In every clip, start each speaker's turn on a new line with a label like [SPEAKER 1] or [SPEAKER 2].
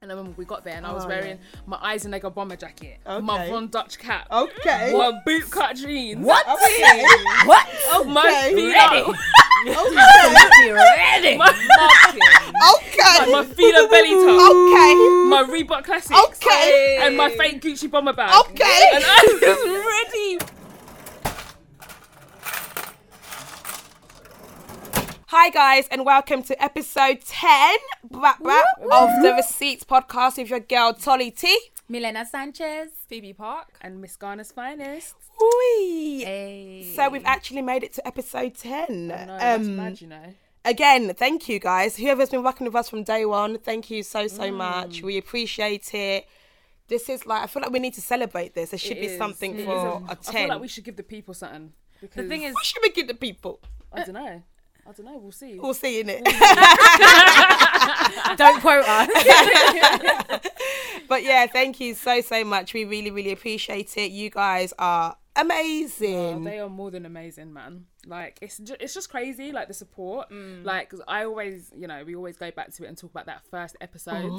[SPEAKER 1] And I remember we got there and I was
[SPEAKER 2] Oh,
[SPEAKER 1] wearing my Eisenegger bomber jacket, my
[SPEAKER 2] Okay.
[SPEAKER 1] Von Dutch cap,
[SPEAKER 2] Okay.
[SPEAKER 1] my bootcut jeans,
[SPEAKER 3] What?
[SPEAKER 2] Okay.
[SPEAKER 3] What?
[SPEAKER 1] my
[SPEAKER 2] Okay.
[SPEAKER 1] feet
[SPEAKER 3] Ready?
[SPEAKER 1] up,
[SPEAKER 2] Okay.
[SPEAKER 3] Be ready.
[SPEAKER 1] my marking,
[SPEAKER 2] Okay.
[SPEAKER 1] my Fila belly top,
[SPEAKER 2] Okay.
[SPEAKER 1] my Reebok classics,
[SPEAKER 2] Okay.
[SPEAKER 1] and my fake Gucci bomber bag.
[SPEAKER 2] Okay.
[SPEAKER 1] And I was ready.
[SPEAKER 2] Hi guys and welcome to episode 10 blah, blah, of the Receipts podcast with your girl Tolly T.
[SPEAKER 4] Milena Sanchez, Phoebe Park.
[SPEAKER 1] And Miss Garner's finest.
[SPEAKER 2] Oi.
[SPEAKER 4] Hey.
[SPEAKER 2] So we've actually made it to episode 10.
[SPEAKER 1] No, that's
[SPEAKER 2] Um,
[SPEAKER 1] mad, you know.
[SPEAKER 2] again, thank you guys. Whoever's been working with us from day one, thank you so
[SPEAKER 1] Mm.
[SPEAKER 2] so much. We appreciate it. This is like I feel like we need to celebrate this. There should
[SPEAKER 1] It
[SPEAKER 2] be
[SPEAKER 1] is.
[SPEAKER 2] something
[SPEAKER 1] It is.
[SPEAKER 2] for a
[SPEAKER 1] I feel
[SPEAKER 2] ten.
[SPEAKER 1] like we should give the people something. Because
[SPEAKER 4] The thing is,
[SPEAKER 2] What should we give the people?
[SPEAKER 1] I don't know. I don't know. We'll see.
[SPEAKER 2] We'll see in it.
[SPEAKER 4] don't quote us.
[SPEAKER 2] but yeah, thank you so so much. We really really appreciate it. You guys are amazing.
[SPEAKER 1] They are more than amazing, man. Like it's ju- it's just crazy, like the support.
[SPEAKER 4] Mm.
[SPEAKER 1] Like 'cause I always, you know, we always go back to it and talk about that first episode,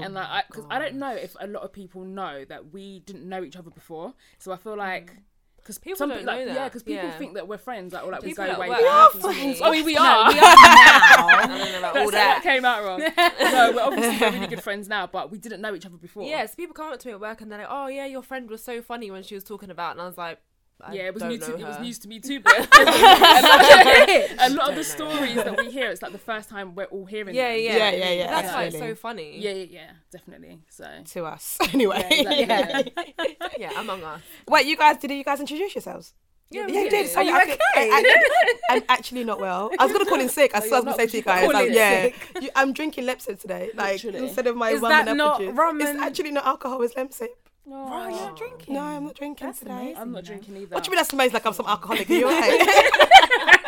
[SPEAKER 1] and like because I, don't know if a lot of people know that we didn't know each other before, so I feel like
[SPEAKER 4] Mm.
[SPEAKER 1] because people
[SPEAKER 4] don't
[SPEAKER 1] like,
[SPEAKER 4] know
[SPEAKER 1] yeah,
[SPEAKER 4] that.
[SPEAKER 1] because people
[SPEAKER 4] Yeah.
[SPEAKER 1] think that we're friends, like or like
[SPEAKER 4] People
[SPEAKER 1] we go
[SPEAKER 4] at
[SPEAKER 1] way
[SPEAKER 4] work.
[SPEAKER 1] back.
[SPEAKER 4] We are
[SPEAKER 2] friends.
[SPEAKER 1] I mean, we are.
[SPEAKER 4] we are now.
[SPEAKER 1] Oh,
[SPEAKER 4] I don't know about
[SPEAKER 1] That's-
[SPEAKER 4] all
[SPEAKER 1] that
[SPEAKER 4] that.
[SPEAKER 1] came out wrong. no, we're obviously we're really good friends now, but we didn't know each other before.
[SPEAKER 4] Yeah, so people come up to me at work and they're like, "Oh yeah, your friend was so funny when she was talking about," and I was like, I
[SPEAKER 1] yeah, it was
[SPEAKER 4] don't
[SPEAKER 1] new
[SPEAKER 4] know
[SPEAKER 1] to it was
[SPEAKER 4] her.
[SPEAKER 1] news to me too. But a lot of the stories that we hear, it's like the first time we're all hearing.
[SPEAKER 4] Yeah,
[SPEAKER 1] them.
[SPEAKER 4] yeah,
[SPEAKER 2] Yeah, yeah, yeah,
[SPEAKER 4] That's why it's so
[SPEAKER 2] absolutely.
[SPEAKER 4] funny.
[SPEAKER 1] yeah, yeah, yeah, definitely. So
[SPEAKER 2] To us, anyway.
[SPEAKER 1] Yeah, exactly,
[SPEAKER 4] yeah, among us.
[SPEAKER 2] Wait, you guys did it? You guys introduce yourselves?
[SPEAKER 4] Yeah,
[SPEAKER 2] Yeah, you did.
[SPEAKER 4] Are
[SPEAKER 1] Oh,
[SPEAKER 2] Sorry,
[SPEAKER 4] you
[SPEAKER 2] I could- I- I- I'm actually not well. I was gonna call in sick.
[SPEAKER 4] Oh,
[SPEAKER 2] I swear I was
[SPEAKER 1] not-
[SPEAKER 2] gonna say to you
[SPEAKER 1] you're
[SPEAKER 2] guys,
[SPEAKER 1] calling
[SPEAKER 2] like, yeah, you, I'm drinking Lemsip today. Like
[SPEAKER 1] Literally.
[SPEAKER 2] instead of my
[SPEAKER 4] Is
[SPEAKER 2] rum
[SPEAKER 4] that
[SPEAKER 2] and
[SPEAKER 4] not
[SPEAKER 2] apple juice,
[SPEAKER 4] rum
[SPEAKER 2] it's
[SPEAKER 4] and-
[SPEAKER 2] actually not alcohol. It's Lemsip.
[SPEAKER 4] Bro, you're not drinking.
[SPEAKER 2] No, I'm not drinking today.
[SPEAKER 1] I'm not drinking either.
[SPEAKER 2] What do you mean that smells like I'm some alcoholic? Are you okay?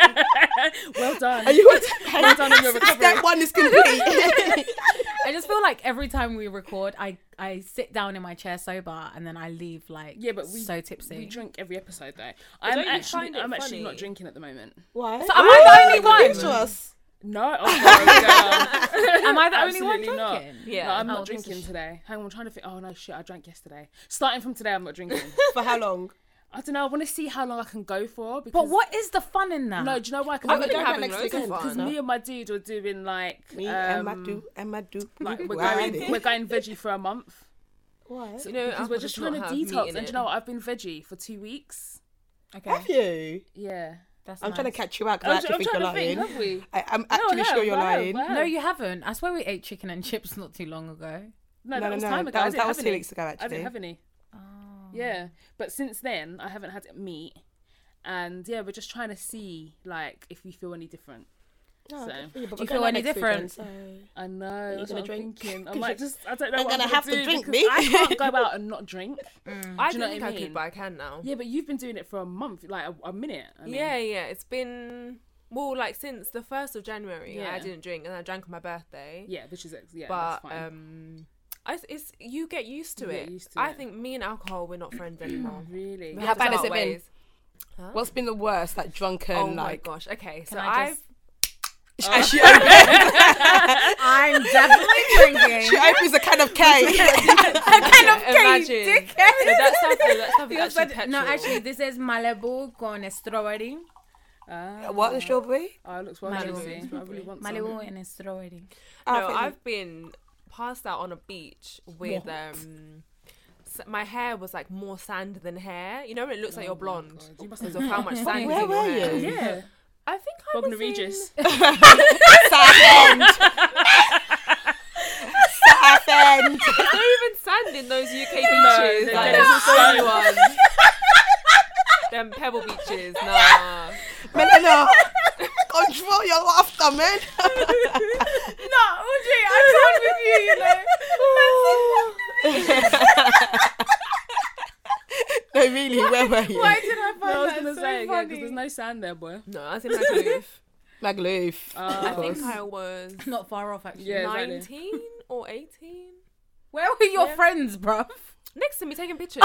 [SPEAKER 1] Well done.
[SPEAKER 2] Are you
[SPEAKER 1] well done in your recovery.
[SPEAKER 2] Step one is complete.
[SPEAKER 5] I just feel like every time we record, I I sit down in my chair sober and then I leave like
[SPEAKER 1] Yeah, but we
[SPEAKER 5] so tipsy.
[SPEAKER 1] We drink every episode though. I'm
[SPEAKER 4] don't you
[SPEAKER 1] actually,
[SPEAKER 4] find it
[SPEAKER 1] I'm actually not
[SPEAKER 4] funny?
[SPEAKER 1] drinking at the moment.
[SPEAKER 2] Why?
[SPEAKER 5] so am I the only
[SPEAKER 2] Picture
[SPEAKER 5] one?
[SPEAKER 2] us.
[SPEAKER 1] No, oh my God.
[SPEAKER 5] Am I the only one
[SPEAKER 1] Absolutely
[SPEAKER 5] drinking?
[SPEAKER 1] not.
[SPEAKER 4] Yeah.
[SPEAKER 1] No, I'm not
[SPEAKER 5] Oh, this is
[SPEAKER 1] drinking
[SPEAKER 5] sh-
[SPEAKER 1] today. Hang on, I'm trying to think. Oh no, shit, I drank yesterday. Starting from today, I'm not drinking.
[SPEAKER 2] For how long?
[SPEAKER 1] I don't know. I want to see how long I can go for. Because
[SPEAKER 5] But what is the fun in that?
[SPEAKER 1] No, do you know why? Because
[SPEAKER 4] I've been having
[SPEAKER 2] next
[SPEAKER 4] loads of
[SPEAKER 2] weekend,
[SPEAKER 1] Because
[SPEAKER 4] fun.
[SPEAKER 1] me and my dude were doing like,
[SPEAKER 2] Me,
[SPEAKER 1] um,
[SPEAKER 2] Emma do, Emma do.
[SPEAKER 1] like we're
[SPEAKER 2] Why
[SPEAKER 1] going,
[SPEAKER 2] did-
[SPEAKER 1] we're going veggie for a month.
[SPEAKER 2] Why?
[SPEAKER 4] You know,
[SPEAKER 1] because
[SPEAKER 4] alcohol
[SPEAKER 1] we're just
[SPEAKER 4] does
[SPEAKER 1] trying to
[SPEAKER 4] not have meat
[SPEAKER 1] detox.
[SPEAKER 4] in
[SPEAKER 1] And do
[SPEAKER 4] it.
[SPEAKER 1] you know what? I've been veggie for two weeks.
[SPEAKER 5] Okay,
[SPEAKER 2] Have you?
[SPEAKER 1] Yeah.
[SPEAKER 5] that's
[SPEAKER 2] I'm trying to
[SPEAKER 5] nice.
[SPEAKER 2] catch you out
[SPEAKER 1] I'm,
[SPEAKER 2] because I
[SPEAKER 1] tr- I'm
[SPEAKER 2] actually think
[SPEAKER 1] trying
[SPEAKER 2] you're
[SPEAKER 1] to
[SPEAKER 2] lying.
[SPEAKER 1] think, have we?
[SPEAKER 2] I, I'm actually
[SPEAKER 1] no,
[SPEAKER 2] sure you're
[SPEAKER 1] wow,
[SPEAKER 2] lying.
[SPEAKER 1] wow.
[SPEAKER 5] No, you haven't. I swear we ate chicken and chips not too long ago.
[SPEAKER 1] No,
[SPEAKER 2] No,
[SPEAKER 1] that
[SPEAKER 2] no,
[SPEAKER 1] was
[SPEAKER 2] no,
[SPEAKER 1] time ago.
[SPEAKER 2] that
[SPEAKER 1] I
[SPEAKER 2] was-
[SPEAKER 1] didn't
[SPEAKER 2] that was
[SPEAKER 1] have
[SPEAKER 2] two
[SPEAKER 1] any.
[SPEAKER 2] weeks ago,
[SPEAKER 1] I
[SPEAKER 2] actually.
[SPEAKER 1] didn't have any. Yeah, but since then I haven't had meat, and yeah, we're just trying to see like if we feel any different.
[SPEAKER 2] No,
[SPEAKER 1] So,
[SPEAKER 2] good for you, but
[SPEAKER 5] do you
[SPEAKER 2] we're
[SPEAKER 5] feel
[SPEAKER 2] going
[SPEAKER 5] any
[SPEAKER 2] next
[SPEAKER 5] different?
[SPEAKER 2] weekend, so-
[SPEAKER 1] I know. That's what
[SPEAKER 2] gonna
[SPEAKER 1] I'm
[SPEAKER 2] drink?
[SPEAKER 1] thinking. I
[SPEAKER 2] 'Cause
[SPEAKER 1] might
[SPEAKER 2] you-
[SPEAKER 1] just. I don't know.
[SPEAKER 2] I'm
[SPEAKER 1] what
[SPEAKER 2] gonna
[SPEAKER 1] I'm
[SPEAKER 2] have to
[SPEAKER 1] do
[SPEAKER 2] drink,
[SPEAKER 1] because
[SPEAKER 2] me.
[SPEAKER 1] I can't go out and not drink.
[SPEAKER 4] I
[SPEAKER 1] Do you
[SPEAKER 4] do
[SPEAKER 1] know what
[SPEAKER 4] not
[SPEAKER 1] I
[SPEAKER 4] think I
[SPEAKER 1] mean?
[SPEAKER 4] could, but I can now.
[SPEAKER 1] Yeah, but you've been doing it for a month, like a, a minute. I mean.
[SPEAKER 4] Yeah, yeah. It's been well, like since the first of January,
[SPEAKER 1] Yeah.
[SPEAKER 4] I didn't drink, and I drank on my birthday.
[SPEAKER 1] Yeah, which is ex- yeah, that's
[SPEAKER 4] but
[SPEAKER 1] fine.
[SPEAKER 4] um, I, it's you get used to
[SPEAKER 1] You
[SPEAKER 4] it.
[SPEAKER 1] get used to
[SPEAKER 4] I
[SPEAKER 1] it.
[SPEAKER 4] think me and alcohol, we're not friends anymore.
[SPEAKER 1] really,
[SPEAKER 4] We
[SPEAKER 2] How
[SPEAKER 4] have to
[SPEAKER 2] bad has
[SPEAKER 4] part
[SPEAKER 2] it been?
[SPEAKER 4] ways.
[SPEAKER 2] What's been the worst, like drunken,
[SPEAKER 4] Oh my
[SPEAKER 2] like?
[SPEAKER 4] gosh. Okay, so
[SPEAKER 5] I
[SPEAKER 4] I've
[SPEAKER 5] just-
[SPEAKER 2] And she, opens,
[SPEAKER 5] I'm definitely
[SPEAKER 2] she
[SPEAKER 5] drinking.
[SPEAKER 2] opens a can of cake.
[SPEAKER 4] imagine. No, that stuff, no, that stuff is
[SPEAKER 5] Feels
[SPEAKER 4] actually
[SPEAKER 5] bad-
[SPEAKER 4] petrol.
[SPEAKER 5] no, actually, this is Malibu con strawberry.
[SPEAKER 1] Ah.
[SPEAKER 2] what the strawberry?
[SPEAKER 1] Oh, it looks well
[SPEAKER 5] Malibu.
[SPEAKER 1] juicy. I really want some.
[SPEAKER 5] Malibu and strawberry.
[SPEAKER 4] No,
[SPEAKER 2] think-
[SPEAKER 4] I've been passed out on a beach with um. s- My hair was like more sand than hair. You know when it looks like you're blonde
[SPEAKER 1] God, you must
[SPEAKER 4] because
[SPEAKER 1] have
[SPEAKER 4] of how much sand is
[SPEAKER 2] Where
[SPEAKER 4] in your
[SPEAKER 2] were
[SPEAKER 4] hair.
[SPEAKER 2] you?
[SPEAKER 1] Yeah,
[SPEAKER 4] I think I
[SPEAKER 1] Bognor
[SPEAKER 4] was
[SPEAKER 1] Regis.
[SPEAKER 2] Southend. Southend.
[SPEAKER 4] There's not even sand in those UK
[SPEAKER 1] No,
[SPEAKER 4] beaches. like,
[SPEAKER 1] there's
[SPEAKER 4] there's
[SPEAKER 1] no
[SPEAKER 4] only one. Them pebble beaches, nah.
[SPEAKER 2] Melina, control your laughter, man.
[SPEAKER 5] No, Audrey, I'm done with you, you know.
[SPEAKER 2] no, really, where were you?
[SPEAKER 5] Why did I find
[SPEAKER 1] I was
[SPEAKER 5] that
[SPEAKER 1] gonna
[SPEAKER 5] so
[SPEAKER 1] say yeah,
[SPEAKER 5] funny?
[SPEAKER 1] because there's no sand there, boy.
[SPEAKER 4] No, I was in Magaluf.
[SPEAKER 2] Magloof.
[SPEAKER 1] Uh,
[SPEAKER 4] Oh, I think I was
[SPEAKER 5] Not far off, actually.
[SPEAKER 1] Yeah, exactly.
[SPEAKER 4] 19 or 18.
[SPEAKER 5] Where were your
[SPEAKER 4] Yeah.
[SPEAKER 5] friends, bruv?
[SPEAKER 4] next to me taking pictures.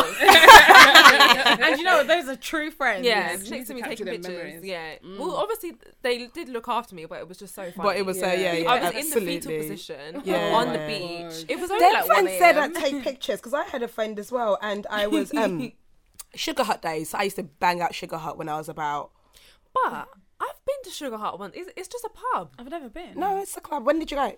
[SPEAKER 5] and you know what? Those are true friends.
[SPEAKER 4] yeah,
[SPEAKER 1] you need
[SPEAKER 4] next
[SPEAKER 1] to
[SPEAKER 4] to me
[SPEAKER 1] capture
[SPEAKER 4] taking
[SPEAKER 1] their memories.
[SPEAKER 4] pictures. Yeah. Well, obviously they did look after me, but it was just so funny.
[SPEAKER 2] Mm. But it was yeah,
[SPEAKER 1] Yeah.
[SPEAKER 2] yeah, yeah
[SPEAKER 4] I was
[SPEAKER 2] absolutely.
[SPEAKER 4] in the fetal position
[SPEAKER 2] Yeah.
[SPEAKER 4] on the
[SPEAKER 2] Oh,
[SPEAKER 1] God.
[SPEAKER 4] beach. It was only
[SPEAKER 2] Their
[SPEAKER 4] like
[SPEAKER 2] friend
[SPEAKER 4] 1
[SPEAKER 2] said I
[SPEAKER 4] a.m.
[SPEAKER 2] take pictures because I had a friend as well, and I was um, Sugar Hut days. I used to bang out Sugar Hut when I was about.
[SPEAKER 4] But I've been to Sugar Hut once. It's, it's just a pub.
[SPEAKER 5] I've never been.
[SPEAKER 2] No, it's a club. When did you go?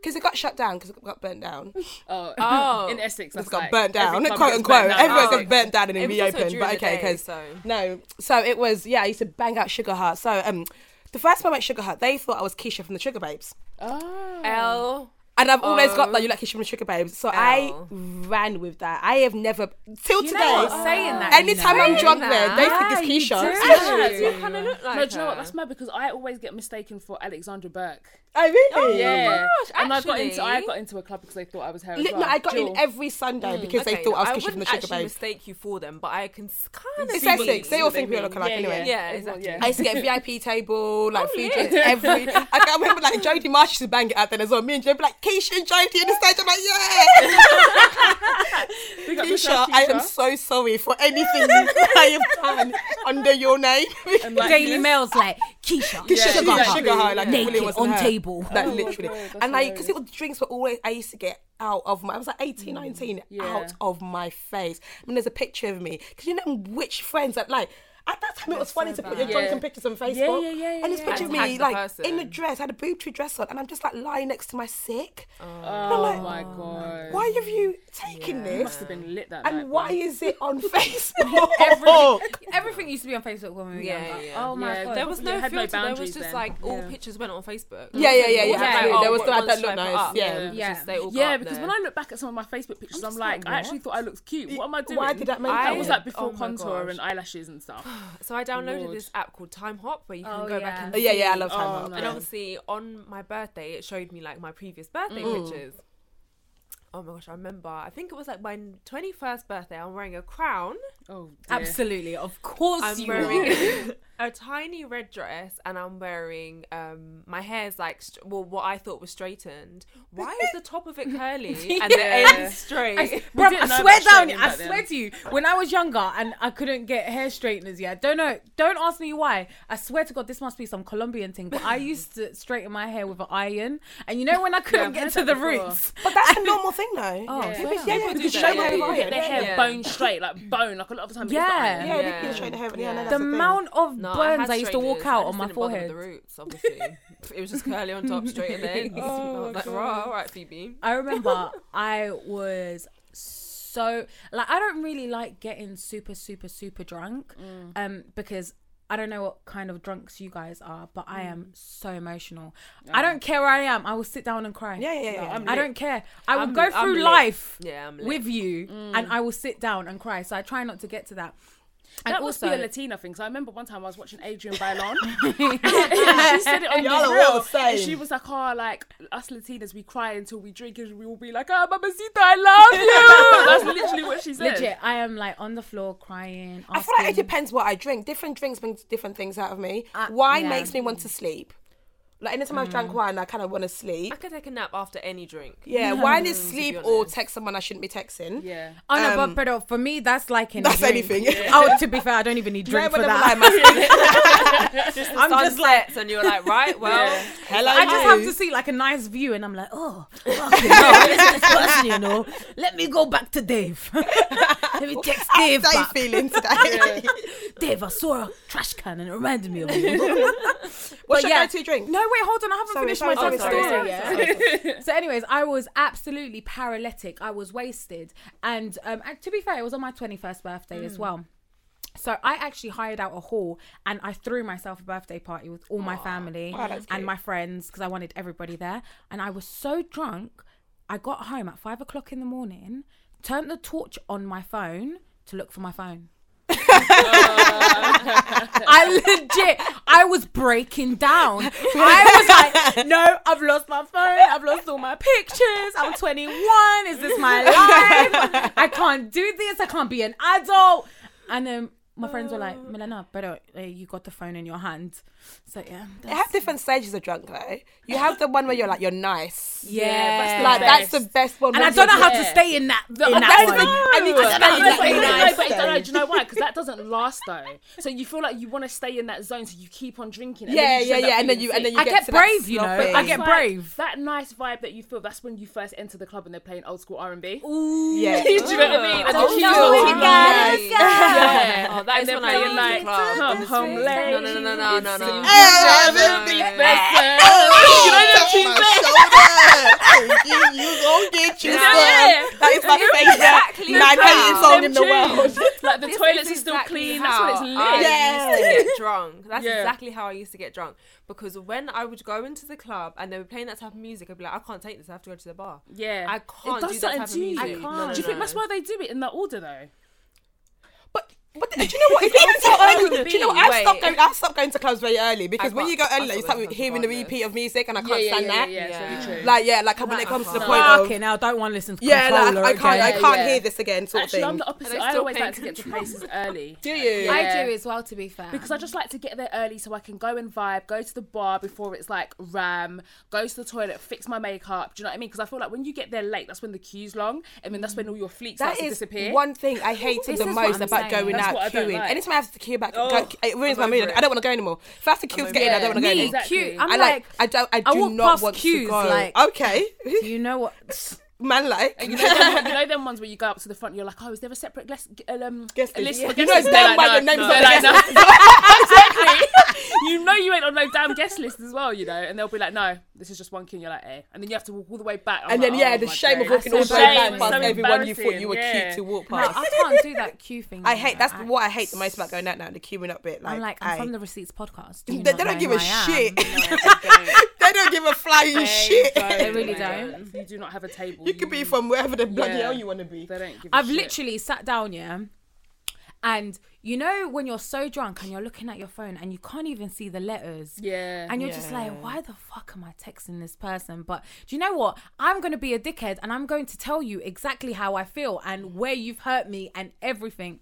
[SPEAKER 2] Because it got shut down because it got burnt down.
[SPEAKER 1] Oh,
[SPEAKER 4] Oh.
[SPEAKER 1] in Essex, that's
[SPEAKER 2] It's got
[SPEAKER 1] like
[SPEAKER 2] burnt down,
[SPEAKER 1] every club
[SPEAKER 2] quote
[SPEAKER 1] gets
[SPEAKER 2] unquote.
[SPEAKER 1] burnt down.
[SPEAKER 2] Everyone
[SPEAKER 4] Oh.
[SPEAKER 2] got burnt down and then
[SPEAKER 4] It was also
[SPEAKER 2] reopened.
[SPEAKER 4] during
[SPEAKER 2] But
[SPEAKER 4] the
[SPEAKER 2] okay,
[SPEAKER 4] day,
[SPEAKER 2] because
[SPEAKER 4] so-
[SPEAKER 2] no, so it was yeah. I used to bang out Sugar Hut. So um, the first time at Sugar Hut, they thought I was Keisha from the Sugar Babes.
[SPEAKER 1] Oh.
[SPEAKER 4] L.
[SPEAKER 2] And I've always got
[SPEAKER 4] Oh.
[SPEAKER 2] that you like Keisha from the Sugar Babes. So I
[SPEAKER 4] Oh.
[SPEAKER 2] ran with that. I have never till
[SPEAKER 5] You know
[SPEAKER 2] today.
[SPEAKER 5] what? Saying that.
[SPEAKER 2] Anytime
[SPEAKER 5] you
[SPEAKER 2] I'm
[SPEAKER 5] know.
[SPEAKER 2] drunk, there
[SPEAKER 4] that.
[SPEAKER 2] they think it's
[SPEAKER 5] Yeah, you
[SPEAKER 2] Keisha.
[SPEAKER 5] do. Yeah.
[SPEAKER 4] you kind of look like
[SPEAKER 1] No, do you know what?
[SPEAKER 4] her.
[SPEAKER 1] That's mad because I always get mistaken for Alexandra Burke.
[SPEAKER 2] Oh really?
[SPEAKER 1] yeah,
[SPEAKER 4] gosh,
[SPEAKER 1] and I got
[SPEAKER 4] actually-
[SPEAKER 1] into I got into a club because they thought I was her. as
[SPEAKER 2] Look,
[SPEAKER 1] well.
[SPEAKER 2] no, I got
[SPEAKER 1] Jill.
[SPEAKER 2] in every Sunday because they
[SPEAKER 4] Okay,
[SPEAKER 2] thought
[SPEAKER 4] no,
[SPEAKER 2] I was Keisha from the
[SPEAKER 4] wouldn't
[SPEAKER 2] Sugar
[SPEAKER 4] actually
[SPEAKER 2] Babes.
[SPEAKER 4] mistake you for them, but I can kind of
[SPEAKER 2] It's
[SPEAKER 4] see
[SPEAKER 2] Essex.
[SPEAKER 4] you.
[SPEAKER 2] They all
[SPEAKER 1] What
[SPEAKER 2] think we all look
[SPEAKER 1] mean.
[SPEAKER 2] alike anyway.
[SPEAKER 4] Yeah,
[SPEAKER 1] everyone-
[SPEAKER 4] exactly.
[SPEAKER 2] I used to get VIP table, like free
[SPEAKER 4] lit.
[SPEAKER 2] drinks every. Like, I remember like Jodie Marsh used to bang it out then as well. Me and Jodie be like Keisha and Jodie in the stage. I'm like, yeah,
[SPEAKER 1] Big up
[SPEAKER 2] Keisha.
[SPEAKER 1] yourself,
[SPEAKER 2] I am so sorry for anything I have done under your name.
[SPEAKER 1] And like
[SPEAKER 5] Daily
[SPEAKER 1] this.
[SPEAKER 5] Mail's like Keisha,
[SPEAKER 2] Keisha,
[SPEAKER 5] Sugar
[SPEAKER 2] yeah,
[SPEAKER 5] Hut,
[SPEAKER 2] Sugar Hut, like,
[SPEAKER 5] naked
[SPEAKER 2] really wasn't
[SPEAKER 5] on
[SPEAKER 2] her.
[SPEAKER 5] table.
[SPEAKER 2] Like literally,
[SPEAKER 1] Oh, God, that's
[SPEAKER 2] and like because the drinks were always I used to get out of my I was like 18, 19,
[SPEAKER 1] Mm, Yeah.
[SPEAKER 2] out of my face. I mean, there's a picture of me because you know which friends that like. At that time, it was funny to put your
[SPEAKER 1] bad.
[SPEAKER 2] drunken
[SPEAKER 1] Yeah.
[SPEAKER 2] pictures on Facebook.
[SPEAKER 1] yeah, yeah,
[SPEAKER 2] And this
[SPEAKER 1] yeah,
[SPEAKER 2] picture
[SPEAKER 1] yeah.
[SPEAKER 2] of
[SPEAKER 4] And
[SPEAKER 2] me,
[SPEAKER 4] tag the
[SPEAKER 2] like
[SPEAKER 4] person.
[SPEAKER 2] in a dress, I had a boob tree dress on, and I'm just like lying next to my sick.
[SPEAKER 1] Oh
[SPEAKER 2] like,
[SPEAKER 1] my god.
[SPEAKER 2] Why have you taken
[SPEAKER 1] It must have
[SPEAKER 2] this?
[SPEAKER 1] been lit that night.
[SPEAKER 2] And why is it on
[SPEAKER 5] Everything,
[SPEAKER 2] Facebook?
[SPEAKER 5] everything used to be on Facebook when we were
[SPEAKER 4] Yeah,
[SPEAKER 5] younger.
[SPEAKER 4] yeah.
[SPEAKER 5] Oh my
[SPEAKER 1] Yeah,
[SPEAKER 5] god,
[SPEAKER 4] There was
[SPEAKER 1] Probably
[SPEAKER 4] no
[SPEAKER 1] had no
[SPEAKER 4] filter. there was
[SPEAKER 1] boundaries
[SPEAKER 4] just
[SPEAKER 1] then.
[SPEAKER 4] like all
[SPEAKER 1] Yeah.
[SPEAKER 4] pictures went on Facebook.
[SPEAKER 2] Yeah, yeah, yeah, yeah,
[SPEAKER 4] Like,
[SPEAKER 2] absolutely.
[SPEAKER 4] oh,
[SPEAKER 2] There was
[SPEAKER 4] what-
[SPEAKER 2] no-
[SPEAKER 4] one
[SPEAKER 2] that looked
[SPEAKER 4] swipe
[SPEAKER 2] nice,
[SPEAKER 4] up.
[SPEAKER 2] yeah.
[SPEAKER 4] It was
[SPEAKER 5] Yeah.
[SPEAKER 4] just they all got
[SPEAKER 1] Yeah,
[SPEAKER 4] up
[SPEAKER 1] because
[SPEAKER 4] there.
[SPEAKER 1] when I look back at some of my Facebook pictures, I'm like, I actually thought I looked cute. What am I doing?
[SPEAKER 2] Why did that make
[SPEAKER 1] That
[SPEAKER 4] I-
[SPEAKER 1] was
[SPEAKER 2] sense?
[SPEAKER 1] like before
[SPEAKER 4] oh my
[SPEAKER 1] contour
[SPEAKER 4] gosh.
[SPEAKER 1] and eyelashes and stuff.
[SPEAKER 4] So I downloaded
[SPEAKER 1] Lord.
[SPEAKER 4] this app called Time Hop where you can
[SPEAKER 5] Oh,
[SPEAKER 4] go
[SPEAKER 5] yeah.
[SPEAKER 4] back and
[SPEAKER 2] Oh, yeah, yeah, I
[SPEAKER 4] see-
[SPEAKER 2] love time
[SPEAKER 1] Oh,
[SPEAKER 2] out.
[SPEAKER 1] no.
[SPEAKER 4] And
[SPEAKER 1] Yeah.
[SPEAKER 4] obviously on my birthday it showed me like my previous birthday pictures. Oh my gosh, I remember. I think it was like my 21st birthday. I'm wearing a crown.
[SPEAKER 1] Oh, dear.
[SPEAKER 5] absolutely, of course
[SPEAKER 4] I'm
[SPEAKER 5] you were.
[SPEAKER 4] wearing a tiny red dress and I'm wearing um my hair's like st- well what I thought was straightened. Why is the top of it curly and the
[SPEAKER 1] Yeah.
[SPEAKER 4] end straight?
[SPEAKER 1] We
[SPEAKER 5] Bruv,
[SPEAKER 1] didn't know
[SPEAKER 5] I swear
[SPEAKER 1] about
[SPEAKER 5] down,
[SPEAKER 1] straightening
[SPEAKER 5] I
[SPEAKER 1] back then.
[SPEAKER 5] swear to you, when I was younger and I couldn't get hair straighteners yet, don't know, don't ask me why. I swear to God, this must be some Colombian thing, but I used to straighten my hair with an iron, and you know when I couldn't
[SPEAKER 1] I've heard
[SPEAKER 5] get to
[SPEAKER 1] that
[SPEAKER 5] the
[SPEAKER 1] before.
[SPEAKER 5] roots.
[SPEAKER 2] But that's a normal thing, though.
[SPEAKER 5] Oh,
[SPEAKER 1] Yeah.
[SPEAKER 5] swear.
[SPEAKER 2] Yeah, yeah,
[SPEAKER 4] do
[SPEAKER 2] because
[SPEAKER 4] that,
[SPEAKER 2] show
[SPEAKER 4] yeah,
[SPEAKER 2] my
[SPEAKER 4] yeah,
[SPEAKER 1] People
[SPEAKER 2] hair.
[SPEAKER 1] get their hair
[SPEAKER 4] Yeah.
[SPEAKER 1] bone straight, like bone. Like a lot of times,
[SPEAKER 5] Yeah.
[SPEAKER 1] yeah,
[SPEAKER 2] Yeah,
[SPEAKER 4] Yeah.
[SPEAKER 2] they people straight hair. Yeah, no,
[SPEAKER 4] The
[SPEAKER 2] that's
[SPEAKER 5] the
[SPEAKER 2] the thing.
[SPEAKER 5] amount of
[SPEAKER 4] No, I
[SPEAKER 5] burns
[SPEAKER 4] had
[SPEAKER 5] I, used to walk
[SPEAKER 4] straighteners. I
[SPEAKER 5] out
[SPEAKER 4] just
[SPEAKER 5] on my
[SPEAKER 4] didn't bother with
[SPEAKER 5] forehead.
[SPEAKER 4] The roots, obviously. it was just curly on top, straight at the ends. I was like, "Rah, all right, Phoebe.
[SPEAKER 5] I remember I was so like I don't really like getting super super super drunk um because I don't know what kind of drunks you guys are but I am so emotional. I don't care where I am. I will sit down and cry.
[SPEAKER 2] Yeah, yeah, yeah. yeah.
[SPEAKER 1] I'm
[SPEAKER 5] I
[SPEAKER 1] lit.
[SPEAKER 5] don't care. I will
[SPEAKER 4] I'm-
[SPEAKER 5] go
[SPEAKER 4] I'm
[SPEAKER 5] through
[SPEAKER 4] lit.
[SPEAKER 5] life
[SPEAKER 4] Yeah, I'm lit.
[SPEAKER 5] with you and I will sit down and cry. So I try not to get to that. And
[SPEAKER 1] That must
[SPEAKER 5] also
[SPEAKER 1] be a Latina thing. So I remember one time I was watching Adrian Bailon. she said it on
[SPEAKER 2] Y'all
[SPEAKER 1] the
[SPEAKER 2] are all
[SPEAKER 1] real.
[SPEAKER 2] the
[SPEAKER 1] And
[SPEAKER 2] same.
[SPEAKER 1] she was like, "Oh, like us Latinas, we cry until we drink, and we will be like, oh, mamacita, I love you.' That's literally what she said.
[SPEAKER 5] legit I am like on the floor crying.
[SPEAKER 2] I feel like it
[SPEAKER 5] asking-
[SPEAKER 2] depends what I drink. Different drinks bring different things out of me.
[SPEAKER 5] Uh,
[SPEAKER 2] wine
[SPEAKER 5] yeah. Mm.
[SPEAKER 2] makes me want to sleep. Like anytime I've drank wine, I kind of want to sleep.
[SPEAKER 4] I could take a nap after any drink.
[SPEAKER 2] Yeah, wine is sleep or
[SPEAKER 4] honest.
[SPEAKER 2] text someone I shouldn't be texting.
[SPEAKER 1] Yeah.
[SPEAKER 5] Oh no,
[SPEAKER 2] Um,
[SPEAKER 5] but bro, for me that's like in a
[SPEAKER 2] That's
[SPEAKER 5] drink.
[SPEAKER 2] anything.
[SPEAKER 5] Oh, to be fair, I don't even need
[SPEAKER 2] Right,
[SPEAKER 5] drink for
[SPEAKER 2] whenever
[SPEAKER 5] that.
[SPEAKER 2] I'm asleep.
[SPEAKER 5] I'm just like,
[SPEAKER 4] and you're like, right, well,
[SPEAKER 2] Hello,
[SPEAKER 5] I just
[SPEAKER 2] you.
[SPEAKER 5] have to see like a nice view, and I'm like, oh, fucking hell, this is this person, you know. Let me go back to Dave. Let me text Dave.
[SPEAKER 2] How you
[SPEAKER 5] Back.
[SPEAKER 2] feeling today?
[SPEAKER 5] Dave, I saw a trash can and it reminded me of you.
[SPEAKER 2] What's
[SPEAKER 5] But
[SPEAKER 2] your
[SPEAKER 5] yeah.
[SPEAKER 2] go-to drink?
[SPEAKER 5] No, wait, hold on. I haven't
[SPEAKER 2] Sorry,
[SPEAKER 5] finished
[SPEAKER 2] sorry,
[SPEAKER 5] my
[SPEAKER 2] sorry,
[SPEAKER 5] drunk
[SPEAKER 2] sorry,
[SPEAKER 5] story
[SPEAKER 2] sorry,
[SPEAKER 5] yet.
[SPEAKER 2] sorry,
[SPEAKER 5] so, anyways, I was absolutely paralytic. I was wasted, and um, and to be fair, it was on my twenty-first birthday as
[SPEAKER 2] Mm.
[SPEAKER 5] well. So I actually hired out a hall and I threw myself a birthday party with all my family
[SPEAKER 2] Wow, that's
[SPEAKER 5] and
[SPEAKER 2] cute.
[SPEAKER 5] my friends because I wanted everybody there. And I was so drunk, I got home at five o'clock in the morning, turned the torch on my phone to look for my phone. I legit, I was breaking down. I was like, no, I've lost my phone. I've lost all my pictures. I'm 21. Is this my life? I can't do this. I can't be an adult. And um, my friends were like, Milena, better uh, you got the phone in your hand. So yeah,
[SPEAKER 2] It
[SPEAKER 5] that's-
[SPEAKER 2] has different stages of drunk though. You have the one where you're like you're nice.
[SPEAKER 1] that's
[SPEAKER 5] yeah,
[SPEAKER 1] the
[SPEAKER 2] Like that's the
[SPEAKER 1] Best.
[SPEAKER 2] best one.
[SPEAKER 5] and I
[SPEAKER 2] when
[SPEAKER 5] don't know
[SPEAKER 2] you're-
[SPEAKER 5] how to
[SPEAKER 1] yeah.
[SPEAKER 5] stay in that. In
[SPEAKER 1] I
[SPEAKER 5] that
[SPEAKER 1] don't
[SPEAKER 5] one.
[SPEAKER 1] know.
[SPEAKER 2] I need to
[SPEAKER 1] I
[SPEAKER 2] stay
[SPEAKER 1] don't
[SPEAKER 2] in
[SPEAKER 1] know,
[SPEAKER 2] that
[SPEAKER 1] but you don't know,
[SPEAKER 2] nice
[SPEAKER 1] but you don't know.
[SPEAKER 2] stage.
[SPEAKER 1] Do you know why? Because that doesn't last though. So you feel like you want to stay in that zone, so you keep on drinking. and
[SPEAKER 2] Yeah,
[SPEAKER 1] then you just end
[SPEAKER 2] yeah,
[SPEAKER 1] up
[SPEAKER 2] yeah. And then
[SPEAKER 1] feeling
[SPEAKER 2] you and then
[SPEAKER 1] sick.
[SPEAKER 2] you
[SPEAKER 5] I
[SPEAKER 2] get
[SPEAKER 5] get
[SPEAKER 2] to that
[SPEAKER 5] brave, you know, but
[SPEAKER 2] snobbing.
[SPEAKER 5] I get
[SPEAKER 1] It's
[SPEAKER 5] brave.
[SPEAKER 1] That nice vibe that you feel. That's when you first enter the club and they're playing old school R and B.
[SPEAKER 2] yeah.
[SPEAKER 1] Do you know what I mean? And
[SPEAKER 4] Oh,
[SPEAKER 1] the
[SPEAKER 4] no,
[SPEAKER 1] people-
[SPEAKER 4] you guys.
[SPEAKER 1] Yeah.
[SPEAKER 4] Oh, that
[SPEAKER 1] and
[SPEAKER 4] is
[SPEAKER 1] they're
[SPEAKER 4] when I
[SPEAKER 1] playing
[SPEAKER 4] like
[SPEAKER 1] like,
[SPEAKER 4] club.
[SPEAKER 1] come home late.
[SPEAKER 4] No, no, no, no, no, no, no.
[SPEAKER 1] You'll
[SPEAKER 4] Hey,
[SPEAKER 1] never be
[SPEAKER 4] hey, hey.
[SPEAKER 2] Oh,
[SPEAKER 1] better. You know that she's there.
[SPEAKER 2] you, you gonna get your
[SPEAKER 1] Yeah.
[SPEAKER 2] son. That is my favorite
[SPEAKER 4] Exactly.
[SPEAKER 2] nine million
[SPEAKER 4] Wow.
[SPEAKER 2] song in the
[SPEAKER 1] Them
[SPEAKER 2] world.
[SPEAKER 1] tunes. like the
[SPEAKER 4] This
[SPEAKER 1] toilets
[SPEAKER 4] is
[SPEAKER 1] are still
[SPEAKER 4] exactly
[SPEAKER 1] clean. That's when it's
[SPEAKER 4] how
[SPEAKER 1] lit.
[SPEAKER 2] Yeah.
[SPEAKER 4] I used to get drunk. That's
[SPEAKER 1] Yeah.
[SPEAKER 4] exactly how I used to get drunk. Because when I would go into the club and they were playing that type of music, I'd be like, I can't take this. I have to go to the bar.
[SPEAKER 1] Yeah.
[SPEAKER 4] I can't
[SPEAKER 1] it does
[SPEAKER 4] do that
[SPEAKER 1] something
[SPEAKER 4] type of
[SPEAKER 1] to you.
[SPEAKER 4] music.
[SPEAKER 1] I can't.
[SPEAKER 4] No, no,
[SPEAKER 1] do you think
[SPEAKER 4] no.
[SPEAKER 1] that's why they do it in that order though?
[SPEAKER 2] But but do you know what? It's even so early. Do you know what? I
[SPEAKER 4] Wait.
[SPEAKER 2] stopped going. I stopped going to clubs very early because when
[SPEAKER 4] can't-
[SPEAKER 2] you go
[SPEAKER 4] I
[SPEAKER 2] early, like, you
[SPEAKER 4] can't go
[SPEAKER 2] start
[SPEAKER 4] to
[SPEAKER 2] hearing the
[SPEAKER 4] clubs.
[SPEAKER 2] repeat of music, and I can't stand
[SPEAKER 1] yeah,
[SPEAKER 2] that.
[SPEAKER 1] yeah, yeah, it's really true.
[SPEAKER 2] Like yeah, like when it comes to the point of
[SPEAKER 5] Fucking hell, don't want to listen to
[SPEAKER 2] yeah, like
[SPEAKER 5] Controller
[SPEAKER 2] I can't, I
[SPEAKER 5] again.
[SPEAKER 2] can't
[SPEAKER 1] Yeah, yeah.
[SPEAKER 2] hear this again, sort
[SPEAKER 1] Actually,
[SPEAKER 2] of
[SPEAKER 1] I'm
[SPEAKER 2] thing.
[SPEAKER 1] the opposite.
[SPEAKER 4] they
[SPEAKER 1] I
[SPEAKER 4] still
[SPEAKER 1] always
[SPEAKER 4] paying
[SPEAKER 1] like to get to
[SPEAKER 4] control?
[SPEAKER 1] places early.
[SPEAKER 2] Do you?
[SPEAKER 1] Yeah.
[SPEAKER 3] I do as well, to be fair.
[SPEAKER 1] Because I just like to get there early so I can go and vibe, go to the bar before it's like ram, go to the toilet, fix my makeup. Do you know what I mean? Because I feel like when you get there late, that's when the queue's long, and then that's when all your fleets
[SPEAKER 2] That
[SPEAKER 1] starts to
[SPEAKER 2] is
[SPEAKER 1] disappear.
[SPEAKER 2] one thing I hated
[SPEAKER 5] This
[SPEAKER 2] the
[SPEAKER 5] is what
[SPEAKER 2] most
[SPEAKER 5] I'm
[SPEAKER 2] about
[SPEAKER 5] saying.
[SPEAKER 2] going
[SPEAKER 1] That's
[SPEAKER 2] out
[SPEAKER 1] what I don't
[SPEAKER 2] queuing.
[SPEAKER 1] like.
[SPEAKER 2] Anytime I have to queue back,
[SPEAKER 1] Oh,
[SPEAKER 2] it ruins my
[SPEAKER 4] over
[SPEAKER 2] mood.
[SPEAKER 4] it.
[SPEAKER 2] I don't want to go anymore. If I have to queue to get in, I
[SPEAKER 1] it.
[SPEAKER 2] don't want to go
[SPEAKER 1] Me,
[SPEAKER 5] Me,
[SPEAKER 2] anymore.
[SPEAKER 1] Exactly.
[SPEAKER 5] cute. I'm
[SPEAKER 2] I like,
[SPEAKER 5] like,
[SPEAKER 2] I don't, I
[SPEAKER 5] I
[SPEAKER 2] do
[SPEAKER 5] walk
[SPEAKER 2] not
[SPEAKER 5] past
[SPEAKER 2] want to
[SPEAKER 5] queues,
[SPEAKER 2] go.
[SPEAKER 5] like-
[SPEAKER 2] okay,
[SPEAKER 5] you know what?
[SPEAKER 2] man, like.
[SPEAKER 1] You know, them, you know them ones where you go up to the front and you're like, oh, is there a separate guest, um,
[SPEAKER 2] Guest
[SPEAKER 1] a list
[SPEAKER 2] list.
[SPEAKER 1] for
[SPEAKER 2] You
[SPEAKER 1] guest
[SPEAKER 2] know
[SPEAKER 1] lists?
[SPEAKER 2] it's
[SPEAKER 1] They're
[SPEAKER 2] them by the names
[SPEAKER 1] no.
[SPEAKER 2] of the
[SPEAKER 1] They're like,
[SPEAKER 2] guest
[SPEAKER 1] no. exactly. You know you ain't on no damn guest list as well, you know. And they'll be like, no, this is just one queue. And you're like, eh. And then you have to walk all the way back. I'm
[SPEAKER 2] And
[SPEAKER 1] like,
[SPEAKER 2] then yeah,
[SPEAKER 1] oh
[SPEAKER 2] the
[SPEAKER 1] my
[SPEAKER 2] shame of
[SPEAKER 1] days.
[SPEAKER 2] walking all the
[SPEAKER 1] That's
[SPEAKER 2] way
[SPEAKER 1] so
[SPEAKER 2] back
[SPEAKER 1] shame,
[SPEAKER 2] past
[SPEAKER 1] so
[SPEAKER 2] everyone you thought
[SPEAKER 1] embarrassing,
[SPEAKER 2] you were
[SPEAKER 1] yeah.
[SPEAKER 2] cute to walk
[SPEAKER 5] No,
[SPEAKER 2] past.
[SPEAKER 5] I can't do that queue thing.
[SPEAKER 2] I
[SPEAKER 5] no
[SPEAKER 2] hate
[SPEAKER 5] more.
[SPEAKER 2] that's
[SPEAKER 5] I-
[SPEAKER 2] what I hate the most about going out now. The queuing up bit, like
[SPEAKER 5] I'm like, I'm
[SPEAKER 2] I-
[SPEAKER 5] from the Receipts podcast. Do you
[SPEAKER 2] they,
[SPEAKER 5] not
[SPEAKER 2] they don't
[SPEAKER 5] know
[SPEAKER 2] give
[SPEAKER 5] who
[SPEAKER 2] a
[SPEAKER 5] I am?
[SPEAKER 2] shit. they don't give a flying shit.
[SPEAKER 1] They
[SPEAKER 5] really
[SPEAKER 1] don't.
[SPEAKER 5] don't.
[SPEAKER 1] You do not have a table.
[SPEAKER 2] You could be from wherever the bloody
[SPEAKER 1] Yeah.
[SPEAKER 2] hell you want to be.
[SPEAKER 1] They don't give. a
[SPEAKER 5] I've
[SPEAKER 1] shit.
[SPEAKER 5] literally sat down, yeah, and you know when you're so drunk and you're looking at your phone and you can't even see the letters.
[SPEAKER 1] Yeah.
[SPEAKER 5] And you're just like, why the fuck am I texting this person? But do you know what? I'm going to be a dickhead and I'm going to tell you exactly how I feel and where you've hurt me and everything.